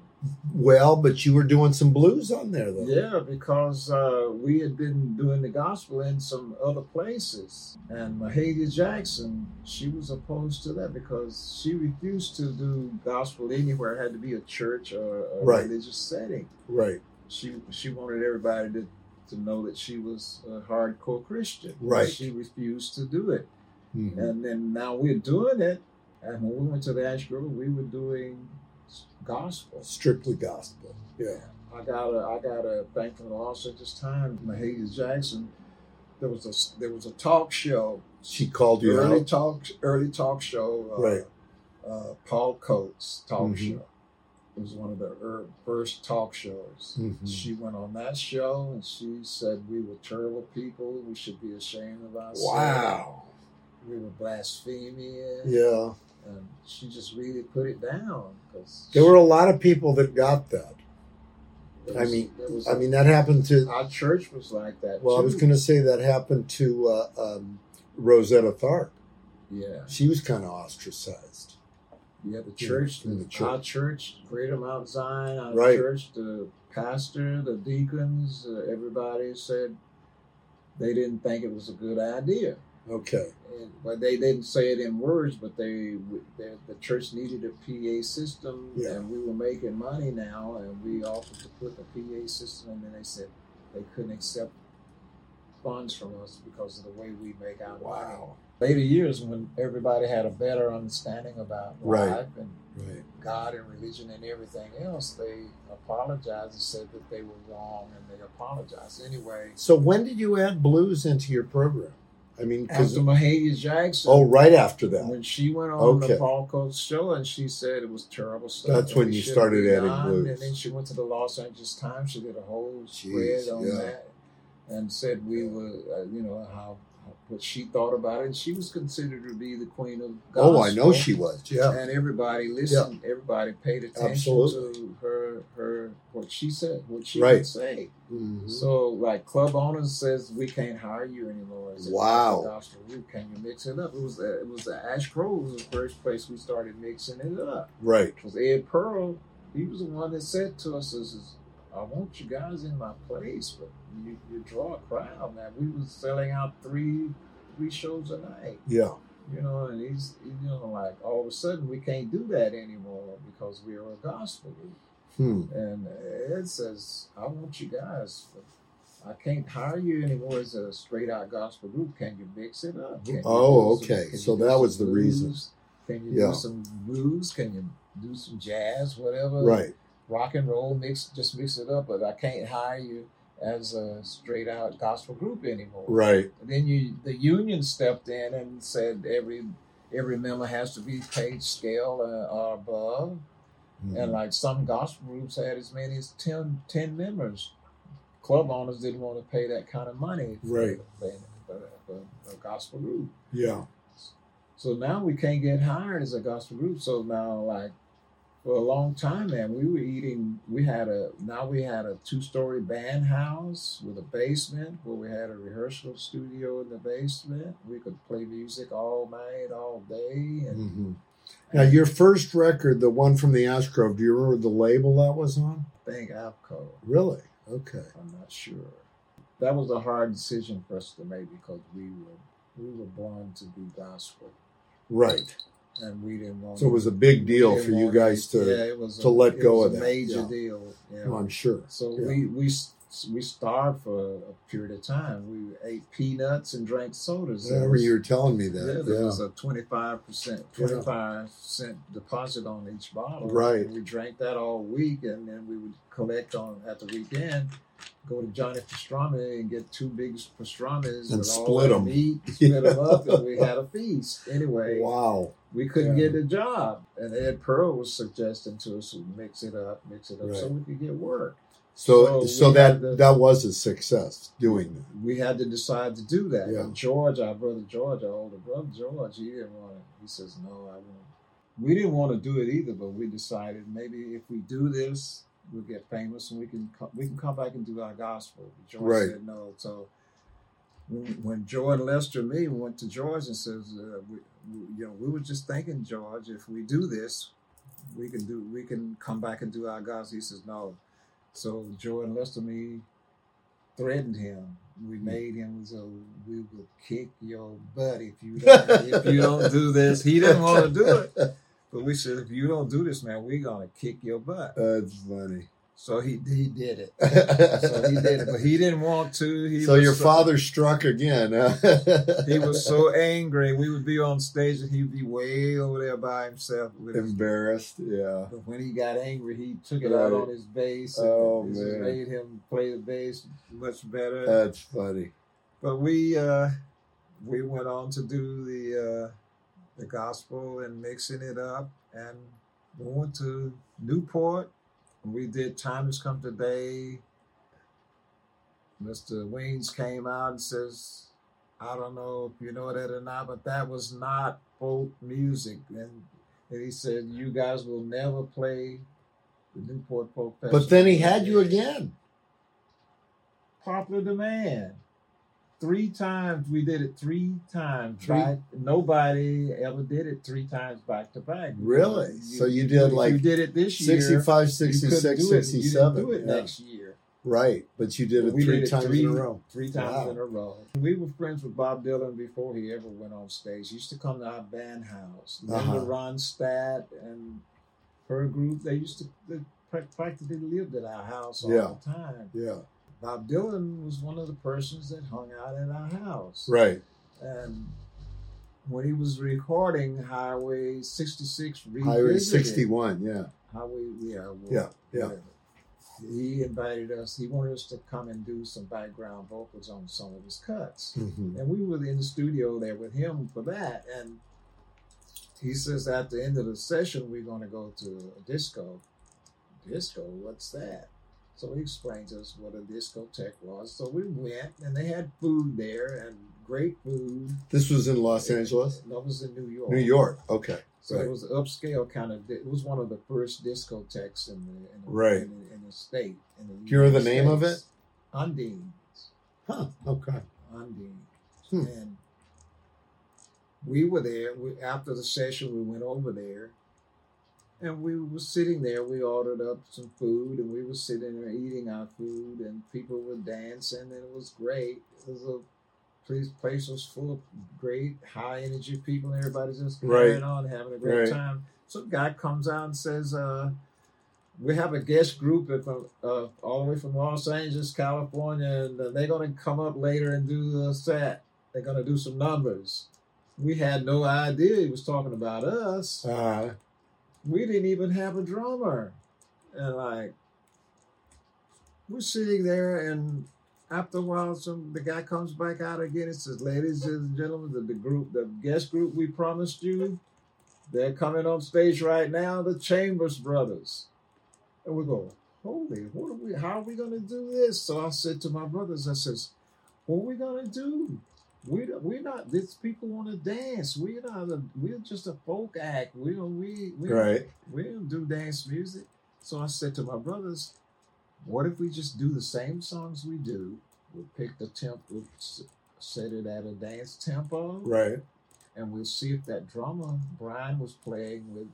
Speaker 1: Well, but you were doing some blues on there though.
Speaker 2: Yeah, because uh, we had been doing the gospel in some other places, and Mahalia Jackson, she was opposed to that because she refused to do gospel anywhere. It had to be a church or a
Speaker 1: Right.
Speaker 2: religious setting.
Speaker 1: Right.
Speaker 2: She she wanted everybody to to know that she was a hardcore Christian.
Speaker 1: Right.
Speaker 2: She refused to do it,
Speaker 1: Mhm.
Speaker 2: and then now we're doing it. And when we went to the Ash Grove, we were doing gospel.
Speaker 1: Strictly gospel. Yeah.
Speaker 2: I got a I got a thank the also at this time, Mahalia Jackson. There was a there was a talk show,
Speaker 1: She called you
Speaker 2: early
Speaker 1: out.
Speaker 2: talk early talk show, uh,
Speaker 1: Right.
Speaker 2: uh, Paul Coates talk
Speaker 1: Mhm.
Speaker 2: show. It was one of the er, first talk shows.
Speaker 1: Mhm.
Speaker 2: She went on that show and she said we were terrible people. We should be ashamed of ourselves.
Speaker 1: Wow.
Speaker 2: we were blaspheming,
Speaker 1: Yeah.
Speaker 2: and she just really put it down because
Speaker 1: There were a lot of people that got that. I mean, I mean, that happened to.
Speaker 2: our church was like that.
Speaker 1: Well, I was
Speaker 2: too.
Speaker 1: going to say that happened to uh, um, Rosetta Tharp.
Speaker 2: Yeah,
Speaker 1: She was kind of ostracized.
Speaker 2: yeah. The church,
Speaker 1: in the
Speaker 2: our church, Greater Mount Zion, our
Speaker 1: Right.
Speaker 2: church, the pastor, the deacons, uh, everybody said they didn't think it was a good idea.
Speaker 1: Okay.
Speaker 2: And, but they didn't say it in words, but they, they the church needed a PA system,
Speaker 1: Yeah.
Speaker 2: and we were making money now, and we offered to put the PA system, and then they said they couldn't accept funds from us because of the way we make our money. later years when everybody had a better understanding about
Speaker 1: Right.
Speaker 2: life and
Speaker 1: Right.
Speaker 2: God and religion and everything else, they apologized and said that they were wrong and they apologized. Anyway,
Speaker 1: So when did you add blues into your program? I mean, because
Speaker 2: After Mahalia Jackson,
Speaker 1: oh, right after that,
Speaker 2: when she went on
Speaker 1: Okay.
Speaker 2: the Paul Coates show and she said it was terrible stuff.
Speaker 1: That's
Speaker 2: and
Speaker 1: when
Speaker 2: we
Speaker 1: you
Speaker 2: shouldn't
Speaker 1: started
Speaker 2: be
Speaker 1: adding
Speaker 2: on.
Speaker 1: blues.
Speaker 2: And then she went to the Los Angeles Times. She did a whole
Speaker 1: Jeez,
Speaker 2: spread on
Speaker 1: yeah.
Speaker 2: that and said we were, uh, you know, how, how what she thought about it. And she was considered to be the queen of gospel.
Speaker 1: oh, I know she was. Yeah,
Speaker 2: And everybody listened. Everybody paid attention
Speaker 1: Absolutely.
Speaker 2: to her, her what she said, what she
Speaker 1: Right.
Speaker 2: would say.
Speaker 1: Mhm.
Speaker 2: So, like, club owner says we can't hire you anymore. Is it
Speaker 1: Wow.
Speaker 2: the gospel root? Can you mix it up? It was uh, it was the Ash Grove was the first place we started mixing it up.
Speaker 1: right.
Speaker 2: It was Ed Pearl. He was the one that said to us, "Is is, I want you guys in my place, but you, you draw a crowd." Now we was selling out three three shows a night,
Speaker 1: Yeah,
Speaker 2: you know, and he's you know like all of a sudden we can't do that anymore because we are a gospel group.
Speaker 1: hmm.
Speaker 2: And Ed says, I want you guys, I can't hire you anymore as a straight out gospel group. Can you mix it up? Can you
Speaker 1: Oh,
Speaker 2: do
Speaker 1: okay.
Speaker 2: can you
Speaker 1: So
Speaker 2: do
Speaker 1: that
Speaker 2: some
Speaker 1: was the reason.
Speaker 2: blues? Can you
Speaker 1: Yeah.
Speaker 2: do some blues? Can you do some jazz, whatever?
Speaker 1: right.
Speaker 2: Rock and roll, mix, just mix it up. But I can't hire you as a straight out gospel group anymore.
Speaker 1: Right.
Speaker 2: And then you, the union stepped in and said every every member has to be paid scale uh, or above.
Speaker 1: Mhm.
Speaker 2: And like some gospel groups had as many as 10, 10 members. Club owners didn't want to pay that kind of money for,
Speaker 1: Right.
Speaker 2: for, for- for a gospel group.
Speaker 1: Yeah.
Speaker 2: So now we can't get hired as a gospel group. So now, like, for a long time, man, we were eating. We had a now we had a two story band house with a basement where we had a rehearsal studio in the basement. We could play music all night, all day, and
Speaker 1: Mhm. Now, your first record, the one from the Ash Grove, do you remember the label that was on?
Speaker 2: thank Alco.
Speaker 1: Really? Okay.
Speaker 2: I'm not sure. That was a hard decision for us to make because we were we were born to do gospel,
Speaker 1: Right.
Speaker 2: and we didn't want.
Speaker 1: So it was a big deal
Speaker 2: we
Speaker 1: for
Speaker 2: didn't
Speaker 1: you
Speaker 2: want any-
Speaker 1: guys to.
Speaker 2: yeah, it was
Speaker 1: to let
Speaker 2: it
Speaker 1: go
Speaker 2: was
Speaker 1: of
Speaker 2: a
Speaker 1: that,
Speaker 2: Major
Speaker 1: yeah.
Speaker 2: deal. Yeah.
Speaker 1: I'm sure.
Speaker 2: So
Speaker 1: yeah.
Speaker 2: we we s- we starved for a period of time. We ate peanuts and drank sodas.
Speaker 1: I
Speaker 2: There
Speaker 1: remember
Speaker 2: was-
Speaker 1: you were telling me
Speaker 2: yeah,
Speaker 1: that.
Speaker 2: there
Speaker 1: Yeah.
Speaker 2: was a twenty five percent,
Speaker 1: Yeah.
Speaker 2: twenty five cent deposit on each bottle.
Speaker 1: Right.
Speaker 2: And we drank that all week, and then we would collect on at the weekend. Go to Johnny Pastrami and get two big pastrami's
Speaker 1: And
Speaker 2: with all
Speaker 1: split
Speaker 2: that
Speaker 1: 'em.
Speaker 2: meat, split them up, and we had a feast. Anyway,
Speaker 1: Wow.
Speaker 2: we couldn't
Speaker 1: Yeah.
Speaker 2: get a job, and Ed Pearl was suggesting to us to mix it up, mix it up, so
Speaker 1: Right.
Speaker 2: we could get work.
Speaker 1: So, so,
Speaker 2: So we
Speaker 1: that
Speaker 2: had the-
Speaker 1: that was a success doing that.
Speaker 2: we had to decide to do that.
Speaker 1: Yeah.
Speaker 2: And George, our brother George, our older brother George, he didn't want to. He says, "No, I won't." We didn't want to do it either, but we decided maybe if we do this, we'll get famous and we can co- we can come back and do our gospel. But George
Speaker 1: Right.
Speaker 2: said no, so. When when George Lester and me went to George and says, uh, we, we- you know, we were just thinking, George, if we do this, we can do, we can come back and do our gospel. He says, no. So George Lester and me threatened him. We
Speaker 1: Hmm.
Speaker 2: made him so we will kick your butt if you don't if you don't do this. He didn't want to do it, but we said if you don't do this, man, we're gonna kick your butt.
Speaker 1: That's funny.
Speaker 2: So he he did it. So he did it,
Speaker 1: so
Speaker 2: but he didn't want to. He was
Speaker 1: your father struck again. huh?
Speaker 2: He was so angry. We would be on stage and he'd be way over there by himself. With his,
Speaker 1: embarrassed. Yeah.
Speaker 2: but when he got angry, he took it out on his bass. And
Speaker 1: Oh,
Speaker 2: this
Speaker 1: man.
Speaker 2: made him play the bass much better.
Speaker 1: That's funny.
Speaker 2: but we uh, we went on to do the uh, the gospel and mixing it up and we went to Newport. We did Time Has Come Today. Mr. Wings came out and says, I don't know if you know that or not, but that was not folk music. And, and he said, You guys will never play the Newport Folk Festival.
Speaker 1: But then he had you again.
Speaker 2: popular demand. Three times we did it three times.
Speaker 1: Three-
Speaker 2: Back, nobody ever did it three times back to back.
Speaker 1: Really? So you did
Speaker 2: if
Speaker 1: like
Speaker 2: you did it this year.
Speaker 1: 65,
Speaker 2: you couldn't
Speaker 1: 66,
Speaker 2: do it. You didn't
Speaker 1: 67.
Speaker 2: do it
Speaker 1: Yeah.
Speaker 2: next year.
Speaker 1: Right. But you did it
Speaker 2: We
Speaker 1: three
Speaker 2: did it
Speaker 1: times
Speaker 2: three-
Speaker 1: in a row.
Speaker 2: Three times
Speaker 1: Wow.
Speaker 2: in a row. We were friends with Bob Dylan before he ever went on stage. He used to come to our band house.
Speaker 1: Uh-huh.
Speaker 2: Linda Ronstadt and her group, they used to they prac- practically lived at our house all
Speaker 1: Yeah.
Speaker 2: the time.
Speaker 1: Yeah.
Speaker 2: Bob Dylan was one of the persons that hung out at our house.
Speaker 1: Right.
Speaker 2: And when he was recording Highway 66
Speaker 1: Highway
Speaker 2: Revisited,
Speaker 1: 61. Yeah.
Speaker 2: Highway, yeah, well,
Speaker 1: Yeah, yeah.
Speaker 2: whatever. he invited us. He wanted us to come and do some background vocals on some of his cuts,
Speaker 1: Mhm.
Speaker 2: and we were in the studio there with him for that. And he says at the end of the session, we're going to go to a disco. Disco, what's that? So he explained to us what a discotheque was. So we went, and they had food there and great food.
Speaker 1: This was in Los Angeles,
Speaker 2: That was in New York.
Speaker 1: New York. Okay,
Speaker 2: So
Speaker 1: Right.
Speaker 2: it was upscale kind of. It was one of the first discotheques in the in the,
Speaker 1: Right.
Speaker 2: in the, in the state. In the
Speaker 1: Do you remember the
Speaker 2: United
Speaker 1: name of
Speaker 2: States. Undine's.
Speaker 1: huh? Okay,
Speaker 2: Undine.
Speaker 1: Hmm.
Speaker 2: And we were there. We, after the session, we went over there, and we were sitting there. We ordered up some food, and we were sitting there eating our food, and people were dancing, and it was great. It was a place, place was full of great, high energy people, and everybody's just
Speaker 1: Right.
Speaker 2: carrying on, having a great
Speaker 1: Right.
Speaker 2: time. So a guy comes out and says, uh, we have a guest group that from uh, all the way from Los Angeles, California, and uh, they're going to come up later and do a set. They're going to do some numbers. We had no idea he was talking about us.
Speaker 1: uh,
Speaker 2: We didn't even have a drummer, and like we're sitting there, and after a while, some the guy comes back out again and says, "Ladies and gentlemen, the, the group, the guest group we promised you, they're coming on stage right now, the Chambers Brothers." And we go, "Holy, what are we? How are we going to do this?" So I said to my brothers, "I says, what are we going to do?" We, don't- we're not these people want to dance we're not a, we're just a folk act we don't we we don't
Speaker 1: right.
Speaker 2: we don't do dance music. So I said to my brothers, what if we just do the same songs we do? We'll pick the temp, we'll s- set it at a dance tempo,
Speaker 1: Right.
Speaker 2: and we'll see if that drummer Brian was playing with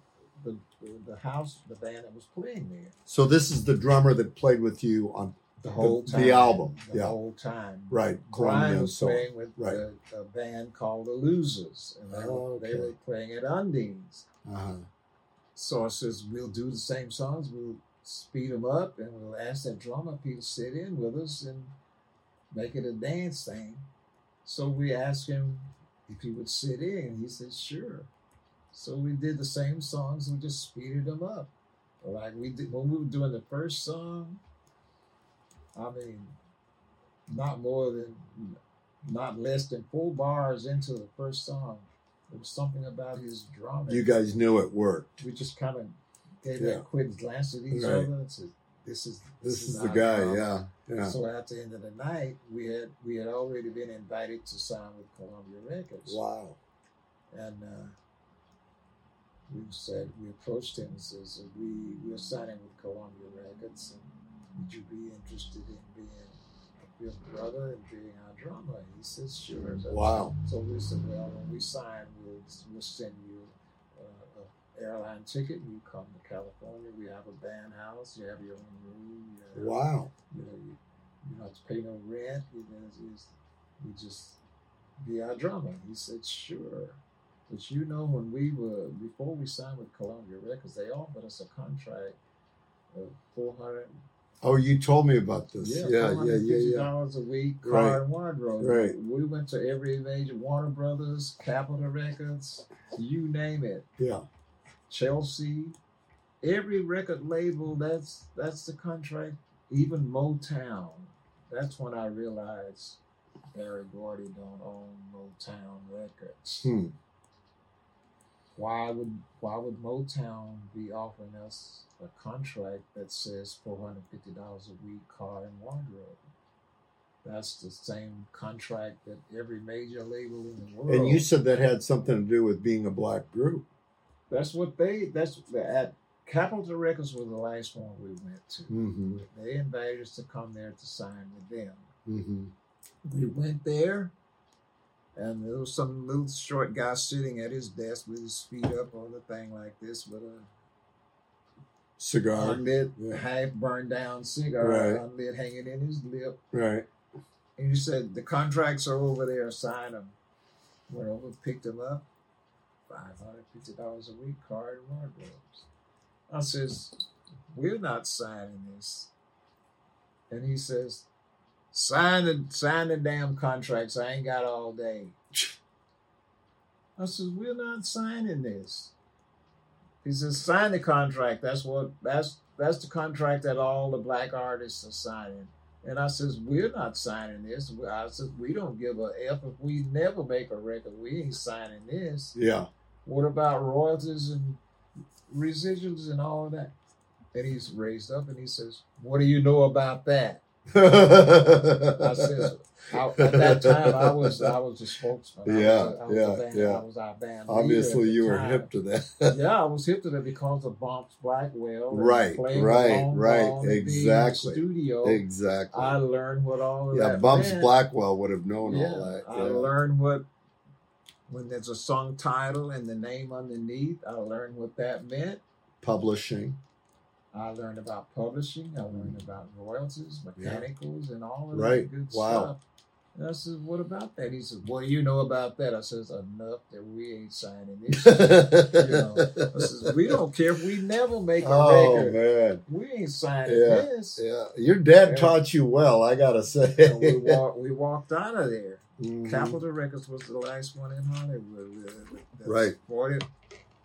Speaker 2: the the house, the band that was playing there
Speaker 1: So this is the drummer that played with you on
Speaker 2: the
Speaker 1: whole the time, album,
Speaker 2: the
Speaker 1: yeah.
Speaker 2: whole time.
Speaker 1: right.
Speaker 2: Brian
Speaker 1: Columbia
Speaker 2: was
Speaker 1: song.
Speaker 2: playing with
Speaker 1: Right.
Speaker 2: the a, band called the Losers, and they, were, they
Speaker 1: Okay.
Speaker 2: were playing at Undine's.
Speaker 1: Uh-huh.
Speaker 2: So I says, we'll do the same songs. We'll speed them up and we'll ask that drummer if he'll sit in with us and make it a dance thing. So we asked him if he would sit in. He said, sure. So we did the same songs and we just speeded them up. Like we did when we were doing the first song, I mean, not more than, not less than four bars into the first song. There was something about his drumming
Speaker 1: You guys knew it worked.
Speaker 2: we just kind of gave
Speaker 1: Yeah.
Speaker 2: that quick glance at each
Speaker 1: Right.
Speaker 2: other and said, "This is
Speaker 1: This is the
Speaker 2: our
Speaker 1: guy.
Speaker 2: problem."
Speaker 1: Yeah. Yeah.
Speaker 2: So at the end of the night, we had we had already been invited to sign with Columbia Records,
Speaker 1: Wow.
Speaker 2: and uh, we said we approached him and says, "We we're signing with Columbia Records, and would you be interested in being?" Your brother and being our drummer, And he says, "Sure." So-
Speaker 1: Wow.
Speaker 2: So we said, "Well, when we sign, we'll we'll send you uh, a airline ticket. You come to California. We have a band house. You have your own room. You have-
Speaker 1: Wow.
Speaker 2: You know, you, you don't have to pay no rent. You know, it's, it's, we just be our drummer." He said, "Sure." But you know, when we were before we signed with Columbia Records, they offered us a contract of four hundred
Speaker 1: Oh, you told me about this.
Speaker 2: yeah,
Speaker 1: Yeah. Yeah. Yeah.
Speaker 2: $450
Speaker 1: Yeah.
Speaker 2: a week, car
Speaker 1: Right.
Speaker 2: and wardrobe.
Speaker 1: Right.
Speaker 2: We went to every major Warner Brothers, Capitol Records, you name it,
Speaker 1: Yeah.
Speaker 2: Chelsea, every record label. That's that's the contract. Even Motown. That's when I realized Barry Gordy don't own Motown Records.
Speaker 1: Hmm.
Speaker 2: Why would why would Motown be offering us a contract that says four hundred fifty dollars a week, car and wardrobe? That's the same contract that every major label in the world.
Speaker 1: And you said that had something to do with being a black group.
Speaker 2: that's what they. That's at Capitol Records was the last one we went to.
Speaker 1: Mm-hmm.
Speaker 2: They invited us to come there to sign with them.
Speaker 1: Mm-hmm.
Speaker 2: We went there, and there was some little short guy sitting at his desk with his feet up on the thing like this with a
Speaker 1: Cigar.
Speaker 2: unlit,
Speaker 1: Yeah.
Speaker 2: half burned down cigar,
Speaker 1: Right.
Speaker 2: unlit, hanging in his lip.
Speaker 1: Right.
Speaker 2: And he said, The contracts are over there, sign them. Went over, picked them up, $550 a week, car and wardrobes. I says, We're not signing this. And he says, Sign the, sign the damn contracts. I ain't got all day. I says, We're not signing this. He says, Sign the contract. That's what, that's, That's the contract that all the black artists are signing. And I says, we're not signing this. I says, we don't give a F if we never make a record. We ain't signing this.
Speaker 1: Yeah.
Speaker 2: What about royalties and residuals and all of that? And he's raised up and he says, what do you know about that? I says, I, at that time, I was I was the spokesman. I was-
Speaker 1: Yeah,
Speaker 2: I was,
Speaker 1: yeah,
Speaker 2: the band,
Speaker 1: yeah.
Speaker 2: I was our band. leader at
Speaker 1: Obviously,
Speaker 2: the
Speaker 1: you were
Speaker 2: time.
Speaker 1: hip to that.
Speaker 2: yeah, I was hip to that because of Bumps Blackwell. and
Speaker 1: Right,
Speaker 2: playing
Speaker 1: right,
Speaker 2: along,
Speaker 1: right,
Speaker 2: along, being in the
Speaker 1: exactly,
Speaker 2: Studio.
Speaker 1: exactly.
Speaker 2: I learned what all of
Speaker 1: yeah,
Speaker 2: that
Speaker 1: Bumps
Speaker 2: meant.
Speaker 1: Blackwell would have known
Speaker 2: Yeah,
Speaker 1: all that.
Speaker 2: I learned what when there's a song title and the name underneath. I learned what that meant.
Speaker 1: Publishing.
Speaker 2: I learned about publishing. I learned about royalties, mechanicals, and all of
Speaker 1: Right.
Speaker 2: that good
Speaker 1: Wow.
Speaker 2: stuff. And I said, "What about that?" He said, "Well, you know about that." I says, "Enough that we ain't signing this." I says, "We don't care if we never make a
Speaker 1: oh
Speaker 2: record.
Speaker 1: man,
Speaker 2: We ain't signing
Speaker 1: Yeah.
Speaker 2: this."
Speaker 1: yeah, your dad
Speaker 2: Yeah.
Speaker 1: taught you well. I gotta say.
Speaker 2: And we walked. We walked out of there.
Speaker 1: Mhm.
Speaker 2: Capitol Records was the last one in Hollywood. uh, that
Speaker 1: Right.
Speaker 2: Forty,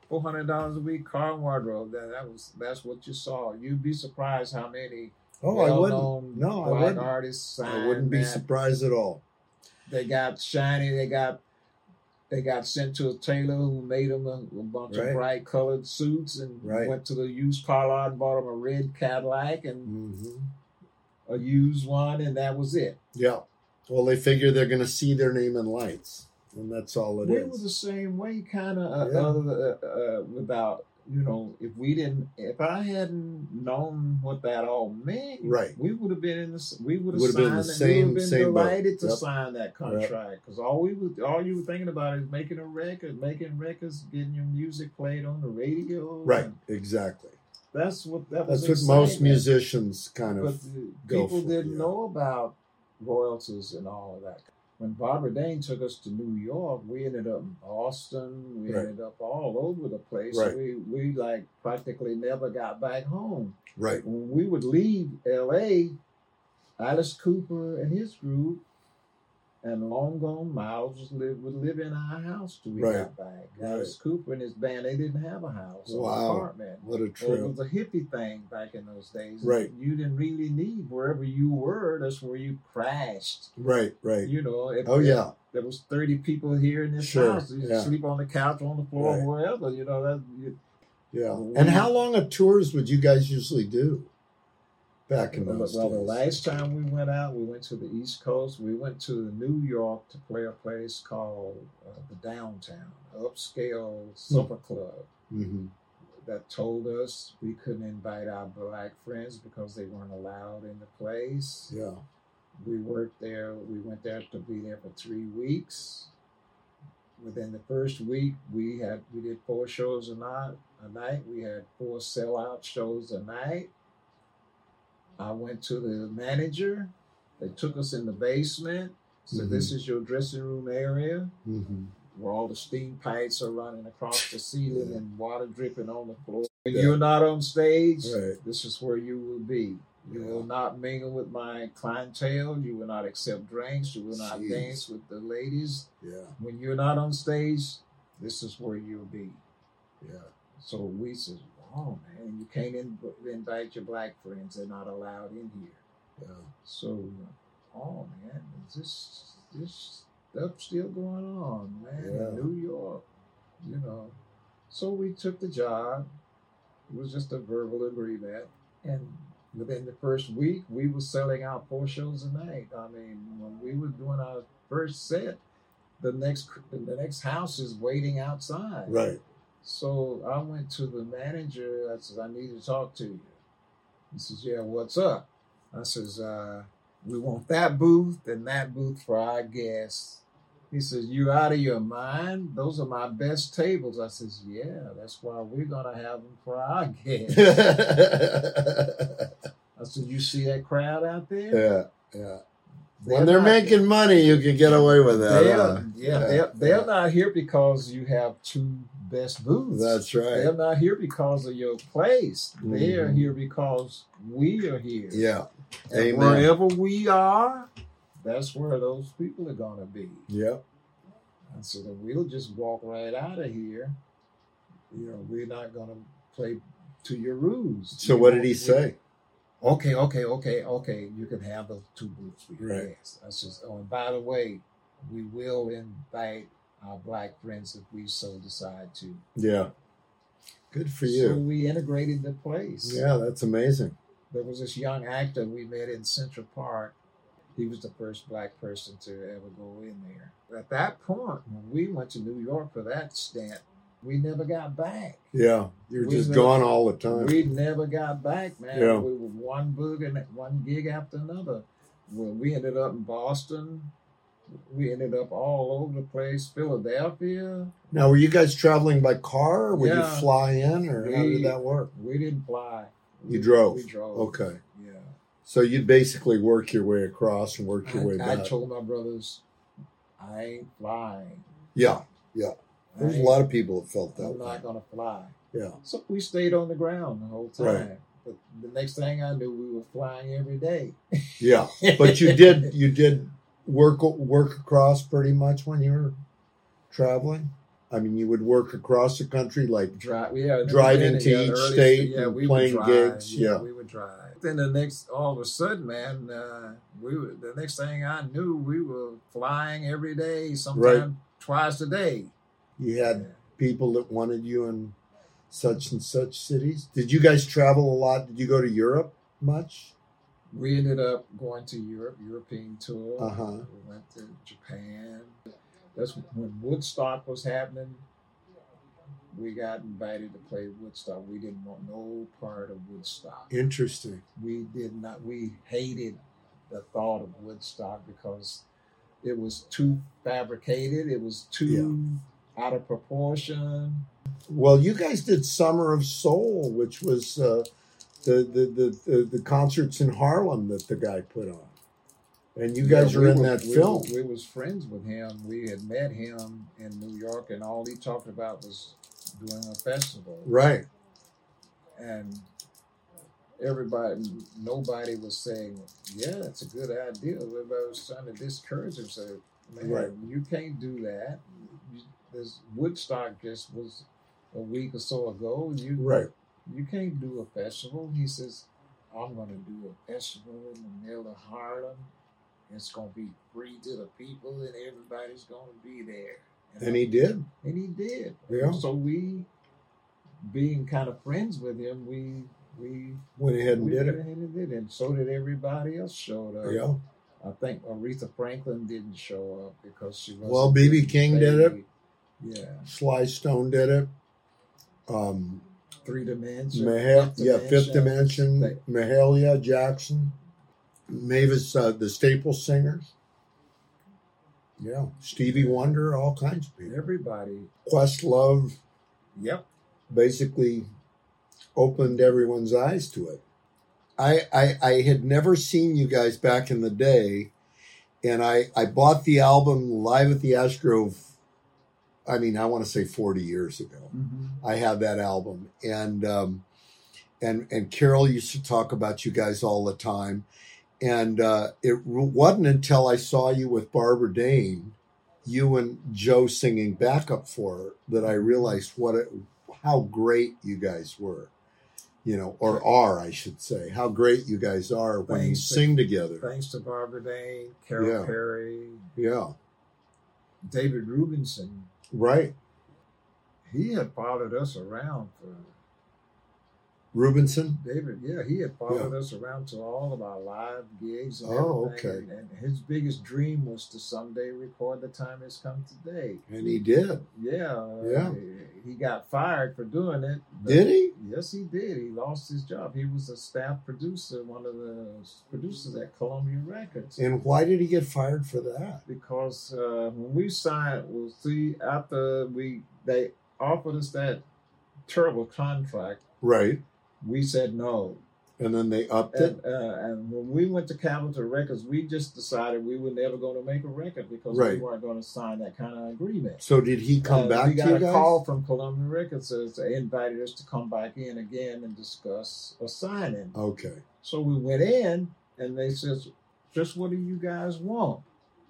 Speaker 2: four hundred dollars a week car and wardrobe. That that was that's what you saw. You'd be surprised how many
Speaker 1: Oh, I wouldn't.
Speaker 2: well-known
Speaker 1: No, I
Speaker 2: black
Speaker 1: wouldn't.
Speaker 2: artists signed.
Speaker 1: I wouldn't be
Speaker 2: that.
Speaker 1: surprised at all.
Speaker 2: They got shiny. They got they got sent to a tailor who made them a, a bunch
Speaker 1: Right.
Speaker 2: of bright colored suits and
Speaker 1: Right.
Speaker 2: went to the used car lot and bought them a red Cadillac and
Speaker 1: hmm
Speaker 2: a used one, and that was it.
Speaker 1: Yeah. Well, they figure they're going to see their name in lights, and that's all it
Speaker 2: we
Speaker 1: is.
Speaker 2: were the same way, kind of.
Speaker 1: Yeah.
Speaker 2: Uh, other uh, uh, without you know, if we didn't, if I hadn't known what that all meant,
Speaker 1: Right.
Speaker 2: we would have been in this. We would have
Speaker 1: Would've
Speaker 2: signed.
Speaker 1: been in the
Speaker 2: it.
Speaker 1: same-
Speaker 2: we would have been
Speaker 1: same boat.
Speaker 2: delighted to
Speaker 1: Yep.
Speaker 2: sign that contract because all we would, all you were thinking about is making a record, making records, getting your music played on the radio.
Speaker 1: Right.
Speaker 2: and
Speaker 1: Exactly.
Speaker 2: That's what that
Speaker 1: That's
Speaker 2: was.
Speaker 1: what
Speaker 2: insane,
Speaker 1: most
Speaker 2: man.
Speaker 1: musicians kind
Speaker 2: But
Speaker 1: of.
Speaker 2: the
Speaker 1: go
Speaker 2: people
Speaker 1: for it,
Speaker 2: didn't
Speaker 1: yeah.
Speaker 2: know about royalties and all of that. When Barbara Dane took us to New York, we ended up in Boston. We
Speaker 1: Right.
Speaker 2: ended up all over the place.
Speaker 1: Right.
Speaker 2: We we like practically never got back home.
Speaker 1: Right.
Speaker 2: When we would leave L.A., Alice Cooper and his group, and Long Gone Miles was live, would live in our house till we
Speaker 1: Right.
Speaker 2: got back.
Speaker 1: Right.
Speaker 2: Alice Cooper and his band they didn't have a house or
Speaker 1: Wow.
Speaker 2: apartment.
Speaker 1: What a
Speaker 2: Well, It
Speaker 1: trip.
Speaker 2: was a hippie thing back in those days.
Speaker 1: Right.
Speaker 2: You didn't really need wherever you were. That's where you crashed.
Speaker 1: Right. Right.
Speaker 2: You know. If,
Speaker 1: Oh
Speaker 2: if
Speaker 1: yeah.
Speaker 2: there was thirty people here in this
Speaker 1: Sure,
Speaker 2: house. You
Speaker 1: yeah.
Speaker 2: sleep on the couch, on the floor,
Speaker 1: Right.
Speaker 2: wherever. You know that. You,
Speaker 1: Yeah.
Speaker 2: Well,
Speaker 1: And
Speaker 2: we-
Speaker 1: how long of tours would you guys usually do? Back in
Speaker 2: well,
Speaker 1: those
Speaker 2: the
Speaker 1: days.
Speaker 2: last time we went out, we went to the East Coast. We went to New York to play a place called uh, the Downtown Upscale Supper Club.
Speaker 1: hmm
Speaker 2: that told us we couldn't invite our black friends because they weren't allowed in the place.
Speaker 1: Yeah.
Speaker 2: We worked there. We went there to be there for three weeks. Within the first week, we had we did four shows a night. A night we had four sellout shows a night. I went to the manager. They took us in the basement. So
Speaker 1: Mhm.
Speaker 2: this is your dressing room area
Speaker 1: hmm
Speaker 2: where all the steam pipes are running across the ceiling
Speaker 1: Yeah.
Speaker 2: and water dripping on the floor. When
Speaker 1: Yeah.
Speaker 2: you're not on stage,
Speaker 1: Right.
Speaker 2: this is where you will be. You
Speaker 1: Yeah.
Speaker 2: will not mingle with my clientele. You will not accept drinks. You will not
Speaker 1: Jeez.
Speaker 2: dance with the ladies.
Speaker 1: Yeah.
Speaker 2: When you're not on stage, this is where you'll be.
Speaker 1: Yeah.
Speaker 2: So we says, "Wow, man, you can't in- invite your black friends. They're not allowed in here."
Speaker 1: Yeah.
Speaker 2: So, oh man, is this this stuff still going on, man?
Speaker 1: Yeah.
Speaker 2: In New York, you know. So we took the job. It was just a verbal agreement, and within the first week, we were selling out four shows a night. I mean, when we were doing our first set, the next the next house is waiting outside.
Speaker 1: Right.
Speaker 2: So I went to the manager. I said, I need to talk to you. He says, Yeah, what's up? I says, uh, We want that booth and that booth for our guests. He says, You out of your mind? Those are my best tables. I says, Yeah, that's why we're going to have them for our guests. I said, You see that crowd out there?
Speaker 1: yeah. Yeah. When they're making money, you can get away with that.
Speaker 2: they're,
Speaker 1: huh?
Speaker 2: yeah,
Speaker 1: Yeah,
Speaker 2: they're, they're
Speaker 1: yeah.
Speaker 2: not here because you have two best booths.
Speaker 1: That's right.
Speaker 2: They're not here because of your place. They're
Speaker 1: Mhm.
Speaker 2: here because we are here.
Speaker 1: Yeah.
Speaker 2: And
Speaker 1: Amen.
Speaker 2: wherever we are, that's where those people are going to be.
Speaker 1: Yeah.
Speaker 2: And so then we'll just walk right out of here. You know, we're not going to play to your rules.
Speaker 1: So
Speaker 2: You
Speaker 1: what
Speaker 2: know,
Speaker 1: did he
Speaker 2: you-
Speaker 1: say?
Speaker 2: Okay, okay, okay, okay. You can have those two booths for your
Speaker 1: Right.
Speaker 2: guests. I says, oh, and by the way, we will invite our black friends if we so decide to.
Speaker 1: Yeah. Good for
Speaker 2: So
Speaker 1: you.
Speaker 2: we integrated the place.
Speaker 1: Yeah, that's amazing.
Speaker 2: There was this young actor we met in Central Park. He was the first black person to ever go in there. At that point, when we went to New York for that stint, we never got back.
Speaker 1: Yeah. You're
Speaker 2: We
Speaker 1: just
Speaker 2: were-
Speaker 1: gone all the time.
Speaker 2: We never got back, man.
Speaker 1: Yeah.
Speaker 2: We were one boog and one gig after another. Well, we ended up in Boston. We ended up all over the place, Philadelphia.
Speaker 1: Now, were you guys traveling by car or would
Speaker 2: Yeah.
Speaker 1: you fly in or how
Speaker 2: We-
Speaker 1: did that work?
Speaker 2: We didn't fly.
Speaker 1: You
Speaker 2: We-
Speaker 1: drove.
Speaker 2: We drove.
Speaker 1: Okay.
Speaker 2: Yeah.
Speaker 1: So you'd basically work your way across and work your way
Speaker 2: I, I
Speaker 1: back.
Speaker 2: told my brothers, I ain't flying.
Speaker 1: yeah. There's
Speaker 2: I
Speaker 1: a
Speaker 2: ain't-
Speaker 1: lot of people that felt that
Speaker 2: I'm
Speaker 1: way.
Speaker 2: not gonna fly.
Speaker 1: Yeah.
Speaker 2: So we stayed on the ground the whole time.
Speaker 1: Right.
Speaker 2: But the next thing I knew, we were flying every day.
Speaker 1: Yeah. But you did you did work work across pretty much when you were traveling? I mean, you would work across the country like
Speaker 2: Dri- yeah, in the
Speaker 1: Driving
Speaker 2: beginning,
Speaker 1: to
Speaker 2: yeah, the
Speaker 1: each
Speaker 2: early
Speaker 1: state
Speaker 2: yeah,
Speaker 1: and
Speaker 2: we would
Speaker 1: playing
Speaker 2: drive,
Speaker 1: gigs, yeah.
Speaker 2: we would drive. Then the next, all of a sudden, man, uh, we were, the next thing I knew, we were flying every day, sometimes twice a day.
Speaker 1: you had people that wanted you in such and such cities. Did you guys travel a lot? Did you go to Europe much?
Speaker 2: We ended up going to Europe, European tour.
Speaker 1: Uh-huh.
Speaker 2: We went to Japan. That's when Woodstock was happening. We got invited to play Woodstock. We didn't want no part of Woodstock.
Speaker 1: Interesting.
Speaker 2: we did not we hated the thought of woodstock because it was too fabricated it was too out of proportion
Speaker 1: Well, you guys did Summer of Soul, which was uh, the, the, the, the the concerts in Harlem that the guy put on, and you guys
Speaker 2: Yeah,
Speaker 1: were
Speaker 2: we
Speaker 1: in that
Speaker 2: we
Speaker 1: film.
Speaker 2: were- we was friends with him we had met him in new york and all he talked about was doing a festival
Speaker 1: right?
Speaker 2: and everybody nobody was saying yeah it's a good idea everybody was trying to discourage him say man
Speaker 1: Right.
Speaker 2: you can't do that you, this woodstock just was a week or so ago you
Speaker 1: Right.
Speaker 2: you can't do a festival he says i'm going to do a festival in the middle of harlem it's going to be free to the people and everybody's going to be there
Speaker 1: And he did.
Speaker 2: and he did.
Speaker 1: Yeah.
Speaker 2: So we, being kind of friends with him, we we,
Speaker 1: Went ahead and
Speaker 2: we
Speaker 1: did
Speaker 2: went
Speaker 1: it.
Speaker 2: ahead and did it, and so did everybody else. Showed up.
Speaker 1: Yeah.
Speaker 2: I think Aretha Franklin didn't show up because she was
Speaker 1: Well, B.B. King did it.
Speaker 2: Yeah,
Speaker 1: Sly Stone did it. Um,
Speaker 2: three dimensions.
Speaker 1: Mahal, yeah, Fifth Dimension, Mahalia Jackson, Mavis, uh, the Staples Singers. Yeah, Stevie Wonder, all kinds of people.
Speaker 2: Everybody.
Speaker 1: Questlove
Speaker 2: Yep.
Speaker 1: basically opened everyone's eyes to it. I, I I had never seen you guys back in the day, and I I bought the album live at the Astro. I mean, I want to say forty years ago. I have that album, and um, and and Carol used to talk about you guys all the time, and uh, it wasn't until I saw you with Barbara Dane, you and Joe singing backup for her, that I realized what it, how great you guys were, you know, or are I should say, how great you guys are when you
Speaker 2: Thanks.
Speaker 1: sing together.
Speaker 2: Thanks to Barbara Dane, Carol
Speaker 1: Yeah.
Speaker 2: Perry,
Speaker 1: Yeah,
Speaker 2: David Rubinson.
Speaker 1: right.
Speaker 2: He had followed us around for
Speaker 1: Rubinson.
Speaker 2: David, yeah, he had followed us around to all of our live gigs. And
Speaker 1: Oh,
Speaker 2: everything,
Speaker 1: okay.
Speaker 2: And, and his biggest dream was to someday record "The Time Has Come Today."
Speaker 1: And he did.
Speaker 2: Yeah, uh,
Speaker 1: Yeah.
Speaker 2: He, he got fired for doing it. but-
Speaker 1: Did he?
Speaker 2: Yes, he did. He lost his job. He was a staff producer, one of the producers at Columbia Records.
Speaker 1: And why did he get fired for that?
Speaker 2: because uh, when we signed, we'll see after we they offered us that terrible contract,
Speaker 1: Right.
Speaker 2: we said no.
Speaker 1: And then they upped it.
Speaker 2: And, uh, and when we went to Capitol Records, we just decided we were never going to make a record because we
Speaker 1: Right.
Speaker 2: weren't going to sign that kind of agreement.
Speaker 1: So did he come
Speaker 2: Uh,
Speaker 1: back
Speaker 2: We
Speaker 1: to
Speaker 2: got
Speaker 1: you
Speaker 2: a
Speaker 1: guys?
Speaker 2: call from Columbia Records that they invited us to come back in again and discuss a signing.
Speaker 1: Okay.
Speaker 2: So we went in, and they says, "Just what do you guys want?"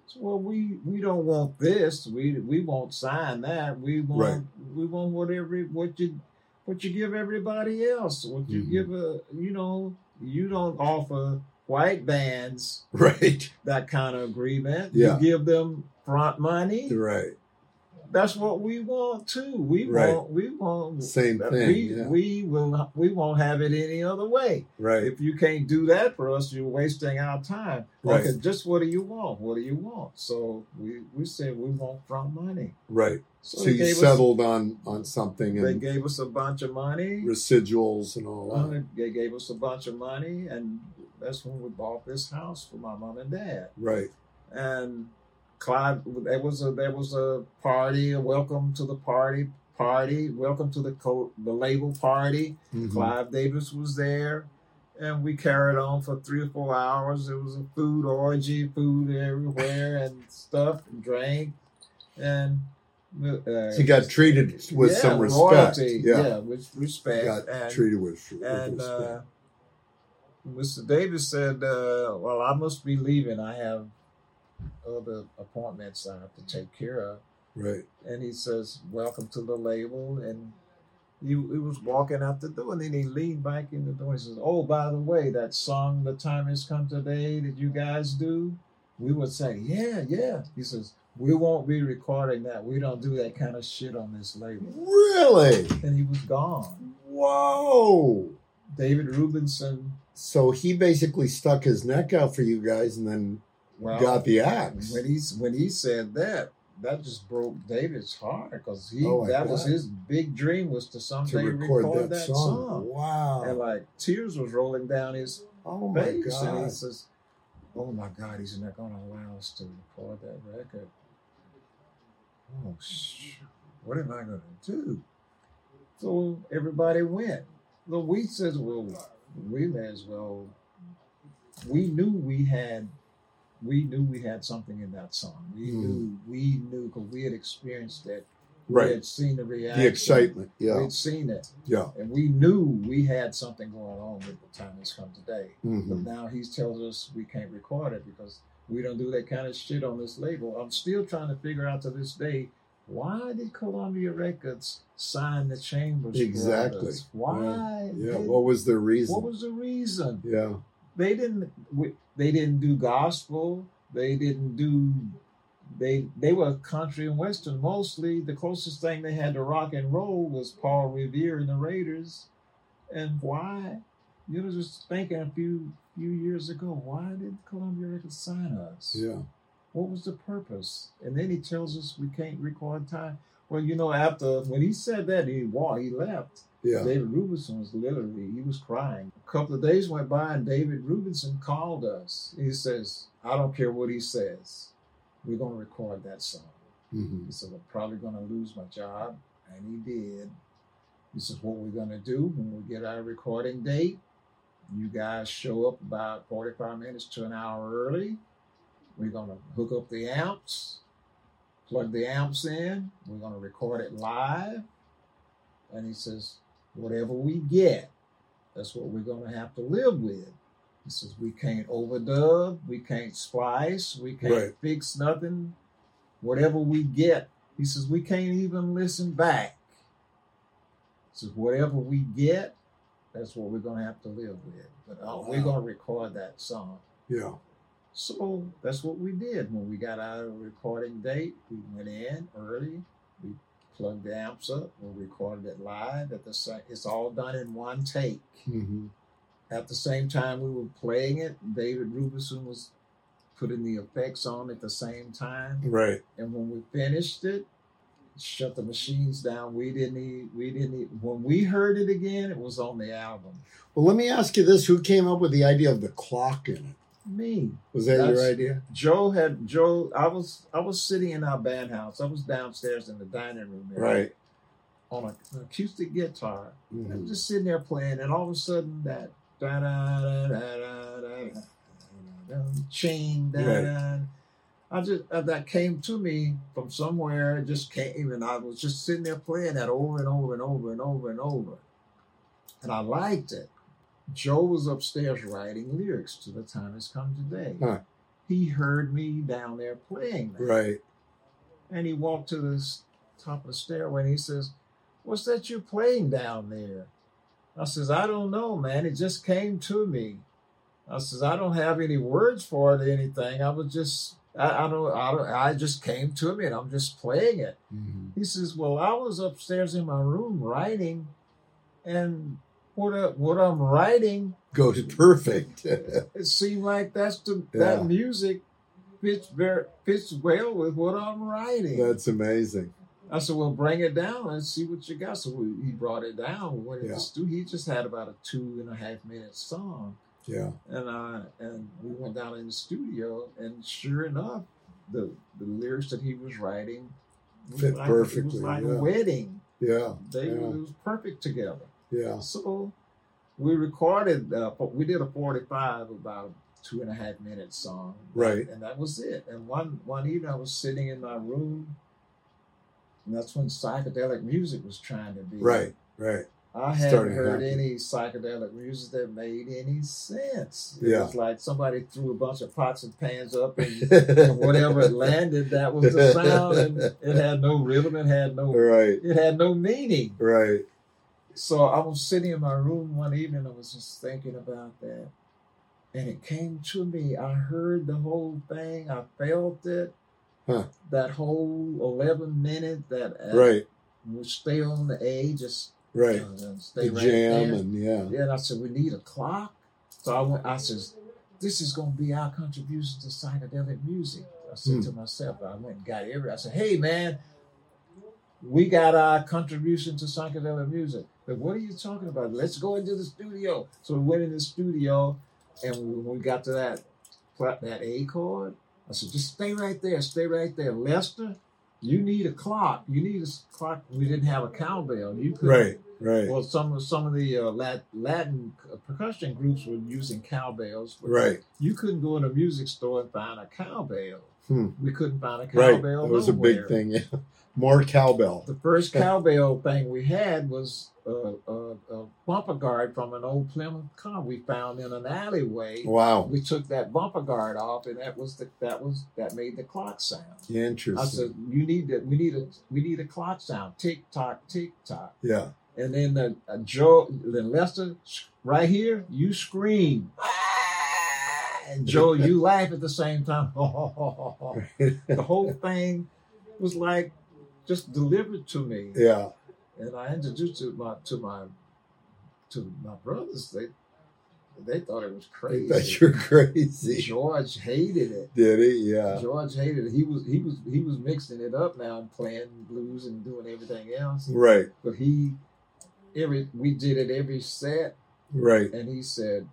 Speaker 2: So, well, we we don't want this. We we won't sign that. We want we want whatever what you what you give everybody else. What you
Speaker 1: Mhm.
Speaker 2: give a you know you don't offer white bands
Speaker 1: Right.
Speaker 2: that kind of agreement.
Speaker 1: Yeah.
Speaker 2: You give them front money.
Speaker 1: Right.
Speaker 2: That's what we want too. We
Speaker 1: Right.
Speaker 2: want we want
Speaker 1: Same thing.
Speaker 2: we
Speaker 1: yeah.
Speaker 2: we will not, we won't have it any other way.
Speaker 1: right.
Speaker 2: If you can't do that for us, you're wasting our time.
Speaker 1: Right.
Speaker 2: Okay, just what do you want? What do you want? So we we said we want front money.
Speaker 1: Right.
Speaker 2: So,
Speaker 1: So
Speaker 2: they
Speaker 1: you
Speaker 2: gave us-
Speaker 1: settled on on something
Speaker 2: They
Speaker 1: and
Speaker 2: gave us a bunch of money.
Speaker 1: residuals and all
Speaker 2: Uh,
Speaker 1: that.
Speaker 2: they gave us a bunch of money, and that's when we bought this house for my mom and dad.
Speaker 1: Right.
Speaker 2: And Clive, there was a there was a party, a welcome to the party party, welcome to the co- the label party.
Speaker 1: Mhm.
Speaker 2: Clive Davis was there, and we carried on for three or four hours. There was a food orgy, food everywhere, and stuff, and drink, and uh,
Speaker 1: So you got treated with
Speaker 2: yeah,
Speaker 1: some respect.
Speaker 2: loyalty,
Speaker 1: yeah.
Speaker 2: with
Speaker 1: You
Speaker 2: respect.
Speaker 1: got
Speaker 2: and,
Speaker 1: treated with, with
Speaker 2: and
Speaker 1: respect.
Speaker 2: uh, Mr. Davis said, uh, "Well, I must be leaving. I have other appointments I have to take care of."
Speaker 1: right.
Speaker 2: And he says, "Welcome to the label." And he, he was walking out the door, and then he leaned back in the door. He says, "Oh, by the way, that song, The Time Has Come Today, that you guys do, we would say, yeah, yeah." He says, "We won't be recording that. We don't do that kind of shit on this label."
Speaker 1: Really?
Speaker 2: And he was gone.
Speaker 1: Whoa.
Speaker 2: David Rubinson
Speaker 1: So he basically stuck his neck out for you guys and then
Speaker 2: well,
Speaker 1: got the axe.
Speaker 2: when he when he said that, that just broke David's heart because he
Speaker 1: Oh, I
Speaker 2: that was
Speaker 1: bet.
Speaker 2: his big dream was to someday
Speaker 1: to record, that, song.
Speaker 2: and
Speaker 1: Wow.
Speaker 2: like tears was rolling down his
Speaker 1: Oh my
Speaker 2: face, and he
Speaker 1: God.
Speaker 2: says, "Oh my God, he's not going to allow us to record that record. Oh, sh- what am I going to do?" So everybody went. So we says, "Well, we may as well." We knew we had, we knew we had something in that song. We
Speaker 1: Mhm.
Speaker 2: knew, we knew, because we had experienced it. We
Speaker 1: Right.
Speaker 2: had seen the reaction.
Speaker 1: The excitement. Yeah.
Speaker 2: We'd seen it,
Speaker 1: Yeah.
Speaker 2: and we knew we had something going on with the time that's come today. But
Speaker 1: hmm
Speaker 2: now he tells us we can't record it because we don't do that kind of shit on this label. I'm still trying to figure out to this day why did Columbia Records sign the Chambers
Speaker 1: Exactly.
Speaker 2: brothers? Why?
Speaker 1: Yeah.
Speaker 2: did-
Speaker 1: What was the reason?
Speaker 2: what was the reason?
Speaker 1: yeah.
Speaker 2: They didn't. we- They didn't do gospel. They didn't do. They they were country and western mostly. The closest thing they had to rock and roll was Paul Revere and the Raiders. And why? You know, just thinking a few few years ago, why did Columbia Records sign us?
Speaker 1: Yeah.
Speaker 2: What was the purpose? And then he tells us we can't record time. Well, you know, after when he said that, he walked, he left.
Speaker 1: Yeah.
Speaker 2: David Rubinson was literally, he was crying. A couple of days went by and David Rubinson called us. He says, I don't care what he says. We're going to record that song.
Speaker 1: hmm
Speaker 2: He said, I'm probably going to lose my job. And he did. He says, What we're going to do when we get our recording date, you guys show up about 45 minutes to an hour early. We're going to hook up the amps, plug the amps in. We're going to record it live. And he says, Whatever we get, that's what we're going to have to live with. He says, We can't overdub, we can't splice, we can't
Speaker 1: Right.
Speaker 2: fix nothing whatever we get. He says, we can't even listen back. He says, whatever we get, that's what we're going to have to live with. But uh, we're
Speaker 1: Wow.
Speaker 2: going to record that song.
Speaker 1: Yeah.
Speaker 2: So that's what we did. When we got our recording date, we went in early. We plugged the amps up. We recorded it live at the same. It's all done in one take.
Speaker 1: hmm
Speaker 2: At the same time we were playing it, David Rubinson was putting the effects on at the same time.
Speaker 1: Right.
Speaker 2: And when we finished it, shut the machines down. We didn't e we didn't e when we heard it again, it was on the album.
Speaker 1: Well, let me ask you this: Who came up with the idea of the clock in it?
Speaker 2: Me.
Speaker 1: Was that your
Speaker 2: That's-
Speaker 1: idea?
Speaker 2: Joe had Joe I was I was sitting in our band house. I was downstairs in the dining room area
Speaker 1: Right.
Speaker 2: on a, an acoustic guitar. I
Speaker 1: Mhm.
Speaker 2: was just sitting there playing and all of a sudden that da da da da da da da da chain da
Speaker 1: Right.
Speaker 2: da I just uh, that came to me from somewhere. It just came, and I was just sitting there playing that over and over and over and over and over, and I liked it. Joe was upstairs writing lyrics to the time has come today.
Speaker 1: Huh.
Speaker 2: He heard me down there playing that,
Speaker 1: Right.
Speaker 2: and he walked to the s- top of the stairway and he says, what's that you playing down there? I says, I don't know, man. It just came to me. I says, I don't have any words for it or anything. I was just, I, I don't, I don't, I just came to me and I'm just playing it.
Speaker 1: Mm-hmm.
Speaker 2: He says, well, I was upstairs in my room writing and what, I, what I'm writing,
Speaker 1: Go to perfect.
Speaker 2: it seemed like that's the, that
Speaker 1: Yeah.
Speaker 2: music fits very, fits well with what I'm writing.
Speaker 1: That's amazing.
Speaker 2: I said, "Well, bring it down and see what you got." So we, he brought it down. When it
Speaker 1: Yeah.
Speaker 2: was through, he just had about a two and a half minute song,
Speaker 1: Yeah.
Speaker 2: and uh, and we went down in the studio, and sure enough, the the lyrics that he was writing was
Speaker 1: Fit
Speaker 2: like, It was
Speaker 1: perfectly,
Speaker 2: like
Speaker 1: yeah.
Speaker 2: a wedding.
Speaker 1: Yeah.
Speaker 2: They
Speaker 1: Yeah.
Speaker 2: it was perfect together.
Speaker 1: Yeah.
Speaker 2: So we recorded. Uh, fo- we did a forty five about two and a half minute song,
Speaker 1: Right.
Speaker 2: and that was it. And one one evening, I was sitting in my room, and that's when psychedelic music was trying to be.
Speaker 1: Right. Right.
Speaker 2: I hadn't
Speaker 1: Starting to
Speaker 2: heard
Speaker 1: happen.
Speaker 2: any psychedelic music that made any sense. It
Speaker 1: Yeah.
Speaker 2: was like somebody threw a bunch of pots and pans up, and, and whatever it landed, that was the sound, and it had no rhythm, it had no,
Speaker 1: right.
Speaker 2: it had no meaning.
Speaker 1: Right.
Speaker 2: So I was sitting in my room one evening. I was just thinking about that. And it came to me. I heard the whole thing. I felt it.
Speaker 1: Huh.
Speaker 2: That whole 11 minute that uh,
Speaker 1: Right.
Speaker 2: we stay on the edge, just
Speaker 1: Right.
Speaker 2: uh, stay
Speaker 1: The
Speaker 2: right
Speaker 1: jam
Speaker 2: there.
Speaker 1: and yeah.
Speaker 2: Yeah, and I said, we need a clock. So I went, I says, this is going to be our contribution to psychedelic music. I said
Speaker 1: Hmm.
Speaker 2: to myself, I went and got every, I said, hey man, we got our contribution to psychedelic music. But what are you talking about? Let's go into the studio. So we went in the studio and when we got to that, pla- that A chord, I said, just stay right there, stay right there. Lester, you need a clock. You need a s- clock. We didn't have a cowbell. You could
Speaker 1: Right. Right.
Speaker 2: well, some of some of the uh, Lat- Latin uh, percussion groups were using cowbells. but
Speaker 1: Right.
Speaker 2: You couldn't go in a music store and find a cowbell.
Speaker 1: Hmm.
Speaker 2: We couldn't find a
Speaker 1: Right.
Speaker 2: cowbell.
Speaker 1: That was a big
Speaker 2: nowhere.
Speaker 1: thing. Yeah. More cowbell.
Speaker 2: The first cowbell thing we had was uh, a, a bumper guard from an old Plymouth car we found in an alleyway.
Speaker 1: Oh, Wow.
Speaker 2: We took that bumper guard off, and that was the that was that made the clock sound. I said,
Speaker 1: Interesting.
Speaker 2: "You need that. We need a we need a clock sound. Tick tock, tick tock."
Speaker 1: Yeah.
Speaker 2: And then uh, uh, Joe, then Lester, s- right here, you scream. And Joe, you laugh at the same time. the whole thing was like just delivered to me.
Speaker 1: Yeah.
Speaker 2: And I introduced it my, to my to my brothers. They they thought it was
Speaker 1: I
Speaker 2: crazy.
Speaker 1: thought you were crazy.
Speaker 2: George hated it.
Speaker 1: Did he? Yeah.
Speaker 2: George hated it. He was he was he was mixing it up now and playing blues and doing everything else.
Speaker 1: Right.
Speaker 2: But he every we did it every set
Speaker 1: Right.
Speaker 2: and he said,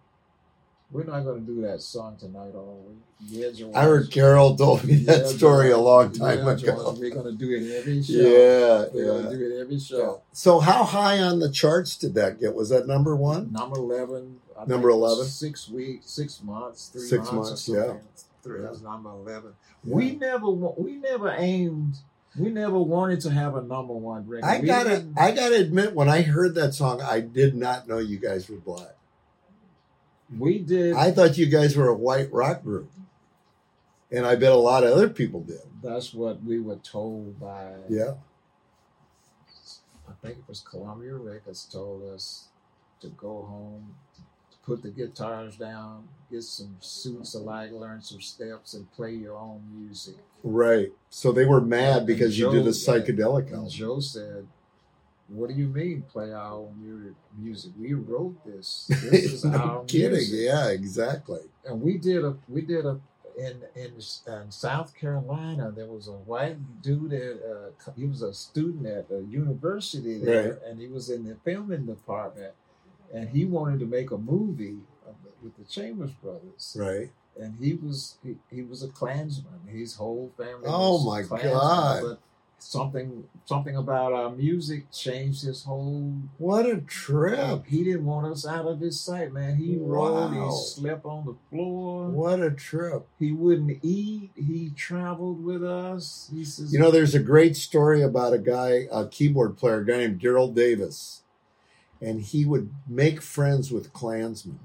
Speaker 2: "We're not going to do that song tonight, are we?" Yeah, George.
Speaker 1: I heard Carol told me
Speaker 2: Yeah,
Speaker 1: that story a
Speaker 2: George.
Speaker 1: long time
Speaker 2: Yeah,
Speaker 1: ago.
Speaker 2: George, we're going to do it every show.
Speaker 1: Yeah.
Speaker 2: we're
Speaker 1: Yeah.
Speaker 2: going to do it every
Speaker 1: Yeah.
Speaker 2: show.
Speaker 1: So how high on the charts did that get? Was that number one?
Speaker 2: Number eleven. I think
Speaker 1: Number
Speaker 2: it was
Speaker 1: 11?
Speaker 2: Six weeks, six months, three
Speaker 1: Six
Speaker 2: months. or
Speaker 1: months, yeah.
Speaker 2: something. Three,
Speaker 1: Yeah.
Speaker 2: It was number eleven. We never, wa- we never aimed. We never wanted to have a number one record.
Speaker 1: I
Speaker 2: We
Speaker 1: gotta,
Speaker 2: didn't-
Speaker 1: I gotta admit, when I heard that song, I did not know you guys were black.
Speaker 2: we did.
Speaker 1: I thought you guys were a white rock group, and I bet a lot of other people did.
Speaker 2: that's what we were told by.
Speaker 1: Yeah,
Speaker 2: I think it was Columbia Records told us to go home, to put the guitars down, get some suits alike, learn some steps, and play your own music.
Speaker 1: right. So they were mad
Speaker 2: And
Speaker 1: because you did a
Speaker 2: Joe, yeah.
Speaker 1: psychedelic
Speaker 2: And
Speaker 1: album.
Speaker 2: Joe said, "What do you mean play our own mu- music? We wrote this. This is
Speaker 1: no
Speaker 2: our
Speaker 1: kidding.
Speaker 2: music."
Speaker 1: Yeah, exactly.
Speaker 2: and we did a we did a in in, in South Carolina there was a white dude that uh, he was a student at a university there and he was in the filming department and he wanted to make a movie of the- with the Chambers brothers
Speaker 1: Right.
Speaker 2: and he was he, he was a Klansman his whole family
Speaker 1: Oh,
Speaker 2: was
Speaker 1: my
Speaker 2: Klansman,
Speaker 1: God.
Speaker 2: but something something about our music changed his whole
Speaker 1: What a trip!
Speaker 2: he didn't want us out of his sight man he
Speaker 1: Wow.
Speaker 2: rolled he slept on the floor
Speaker 1: What a trip!
Speaker 2: he wouldn't eat. He traveled with us. He says,
Speaker 1: You know, there's a great story about a guy, a keyboard player, a guy named Daryl Davis, and he would make friends with Klansmen,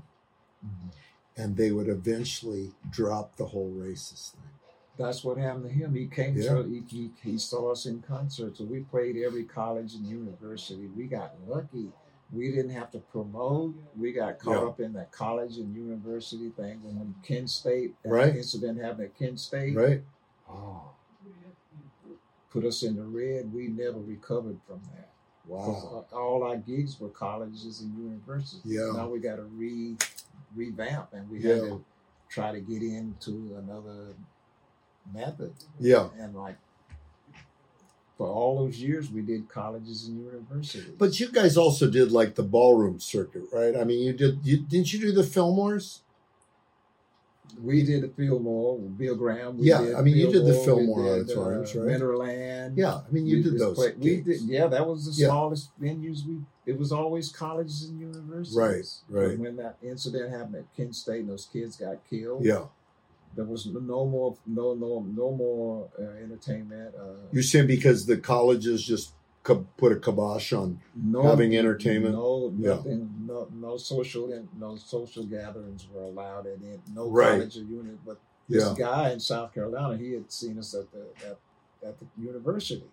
Speaker 1: and they would eventually drop the whole racist thing.
Speaker 2: that's what happened to him. He came
Speaker 1: Yeah.
Speaker 2: to he, he, he saw us in concerts. and We played every college and university. We got lucky. We didn't have to promote. We got caught
Speaker 1: Yeah.
Speaker 2: up in that college and university thing. And when Kent State, that
Speaker 1: Right.
Speaker 2: incident happened at Kent State,
Speaker 1: Right.
Speaker 2: oh, put us in the red. We never recovered from that. 'Cause
Speaker 1: Wow.
Speaker 2: All our gigs were colleges and universities.
Speaker 1: Yeah.
Speaker 2: Now we got to re revamp and we had
Speaker 1: Yeah.
Speaker 2: to try to get into another method.
Speaker 1: Yeah.
Speaker 2: And like for all those years, we did colleges and universities.
Speaker 1: But you guys also did like the ballroom circuit, right? I mean, you did. You didn't you do the Fillmores?
Speaker 2: we did the Fillmore, Bill Graham. We
Speaker 1: Yeah,
Speaker 2: did
Speaker 1: I mean, you did the
Speaker 2: we
Speaker 1: Fillmore
Speaker 2: did,
Speaker 1: auditoriums,
Speaker 2: uh,
Speaker 1: right?
Speaker 2: Minerland.
Speaker 1: Yeah. I mean, you
Speaker 2: We
Speaker 1: did
Speaker 2: just
Speaker 1: those.
Speaker 2: played- we did.
Speaker 1: gigs.
Speaker 2: Yeah, that was the
Speaker 1: Yeah.
Speaker 2: smallest venues. We it was always colleges and universities.
Speaker 1: Right, right.
Speaker 2: But when that incident happened at Kent State, and those kids got killed.
Speaker 1: Yeah.
Speaker 2: There was no more, no, no, no more uh, entertainment. Uh,
Speaker 1: You're saying because the colleges just ca- put a kibosh on.
Speaker 2: no
Speaker 1: having entertainment?
Speaker 2: No,
Speaker 1: Yeah.
Speaker 2: nothing. No, no social, and no social gatherings were allowed. And in no
Speaker 1: Right.
Speaker 2: college or unit. But this
Speaker 1: Yeah.
Speaker 2: guy in South Carolina, he had seen us at the at, at the university.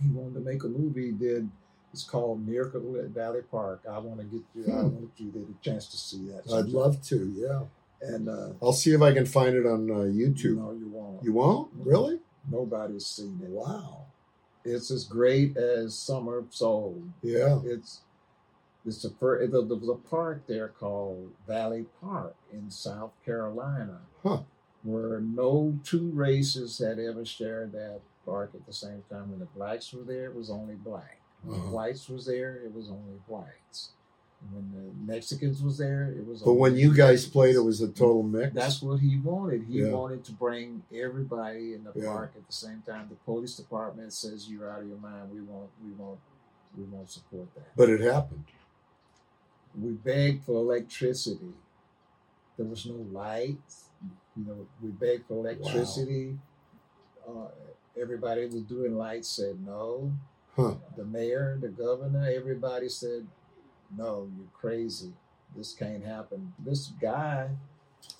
Speaker 2: He wanted to make a movie. He did it's called Miracle at Valley Park. I want to get you. I
Speaker 1: Hmm.
Speaker 2: want you to get a chance to see that.
Speaker 1: I'd love to. Yeah.
Speaker 2: And uh,
Speaker 1: I'll see if I can find it on uh, YouTube.
Speaker 2: no, you won't.
Speaker 1: You won't really?
Speaker 2: Nobody's seen it.
Speaker 1: Wow.
Speaker 2: It's as great as Summer of Soul.
Speaker 1: Yeah.
Speaker 2: It's it's the first. There was a park there called Valley Park in South Carolina,
Speaker 1: Huh.
Speaker 2: where no two races had ever shared that park at the same time. When the blacks were there, it was only black. When
Speaker 1: Uh-huh.
Speaker 2: the whites was there, it was only whites. And When the Mexicans was there, it was.
Speaker 1: But
Speaker 2: only
Speaker 1: when you guys played, it
Speaker 2: Mexicans.
Speaker 1: was a total mix.
Speaker 2: That's what he wanted. He
Speaker 1: Yeah.
Speaker 2: wanted to bring everybody in the
Speaker 1: Yeah.
Speaker 2: park at the same time. The police department says you're out of your mind. We won't. We won't. We won't support that.
Speaker 1: but it happened.
Speaker 2: We begged for electricity. There was no lights. You know, we begged for electricity. Uh, everybody was doing lights said no.
Speaker 1: Huh.
Speaker 2: The mayor, the governor, everybody said, "No, you're crazy. This can't happen." This guy,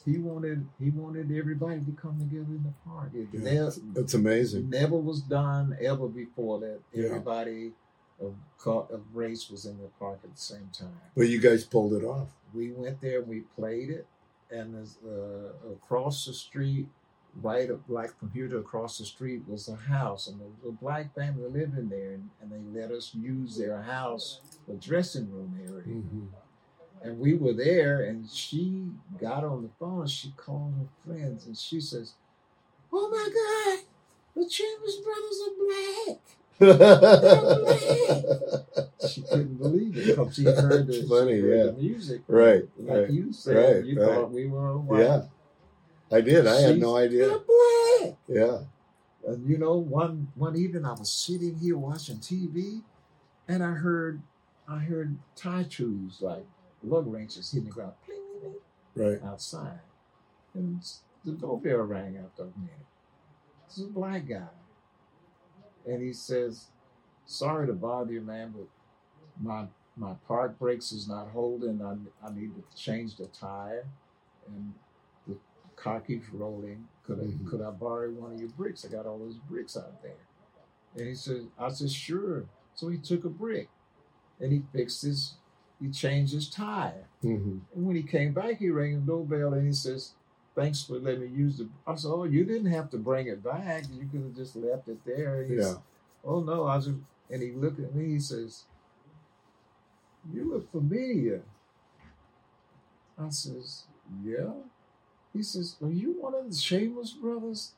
Speaker 2: he wanted he wanted everybody to come together in the park. It
Speaker 1: Yeah.
Speaker 2: ne-
Speaker 1: That's amazing.
Speaker 2: never was done ever before that.
Speaker 1: Yeah.
Speaker 2: Everybody of, co- of race was in the park at the same time
Speaker 1: But you guys pulled it off.
Speaker 2: we went there we played it and there's, uh, across the street right up like from here to across the street was a house and there was a black family living there and, and they let us use their house for dressing room area
Speaker 1: Mhm.
Speaker 2: and we were there and she got on the phone and she called her friends and she says oh my god the chambers brothers are black she couldn't believe it because she heard, the,
Speaker 1: That's
Speaker 2: she
Speaker 1: funny,
Speaker 2: heard
Speaker 1: yeah.
Speaker 2: the music.
Speaker 1: Right,
Speaker 2: Like
Speaker 1: right,
Speaker 2: you um, said,
Speaker 1: right,
Speaker 2: you
Speaker 1: right.
Speaker 2: thought we were white.
Speaker 1: yeah, I did. I had no idea.
Speaker 2: They're black.
Speaker 1: Yeah.
Speaker 2: And you know, one one evening I was sitting here watching TV, and I heard I heard tie chews like lug wrenches hitting the ground, pling, pling,
Speaker 1: Right.
Speaker 2: pling, outside, and s- the doorbell rang after a minute. This is a black guy, and he says, "Sorry to bother you, man, but my my park brakes is not holding. I I need to change the tire, and the car keeps rolling. Could I
Speaker 1: Mhm.
Speaker 2: could I borrow one of your bricks? I got all those bricks out there." And he said, "I said sure." So he took a brick, and he fixed his, he changed his tire.
Speaker 1: hmm
Speaker 2: And when he came back, he rang the doorbell and he says, "Thanks for letting me use the." I said, "Oh, you didn't have to bring it back. You could have just left it there." He
Speaker 1: Yeah.
Speaker 2: said, Oh no, I just and he looked at me. He says, "You look familiar." I says, "Yeah." He says, "Are you one of the Chambers brothers?"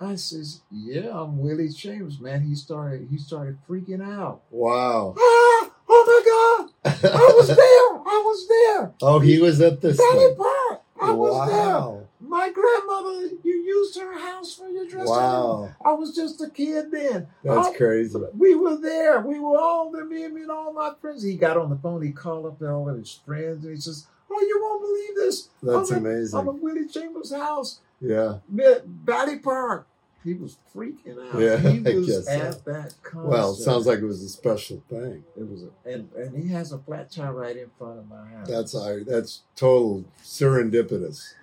Speaker 2: I says, "Yeah, I'm Willie Chambers, man." He started he started freaking out.
Speaker 1: Wow.
Speaker 2: Ah! Oh my God! I was there! I was there!
Speaker 1: oh, he was at this
Speaker 2: Valley
Speaker 1: thing.
Speaker 2: Park! I was there!
Speaker 1: Wow.
Speaker 2: My grandmother, you used her house for your dressing room.
Speaker 1: Wow.
Speaker 2: I was just a kid then.
Speaker 1: That's
Speaker 2: I-
Speaker 1: crazy.
Speaker 2: We were there. We were all there. Me and me and all my friends. He got on the phone. He called up all of his friends, and he says, "Oh, you won't believe this.
Speaker 1: That's
Speaker 2: I'm I'm
Speaker 1: amazing.
Speaker 2: at Willie Chambers' house,
Speaker 1: Yeah.
Speaker 2: at Valley Park." He was freaking out.
Speaker 1: Yeah,
Speaker 2: he
Speaker 1: I
Speaker 2: was
Speaker 1: guess so.
Speaker 2: at that concert.
Speaker 1: Well, it sounds like it was a special thing.
Speaker 2: it was, a, and and he has a flat tire right in front of my house.
Speaker 1: That's I. That's total serendipitous.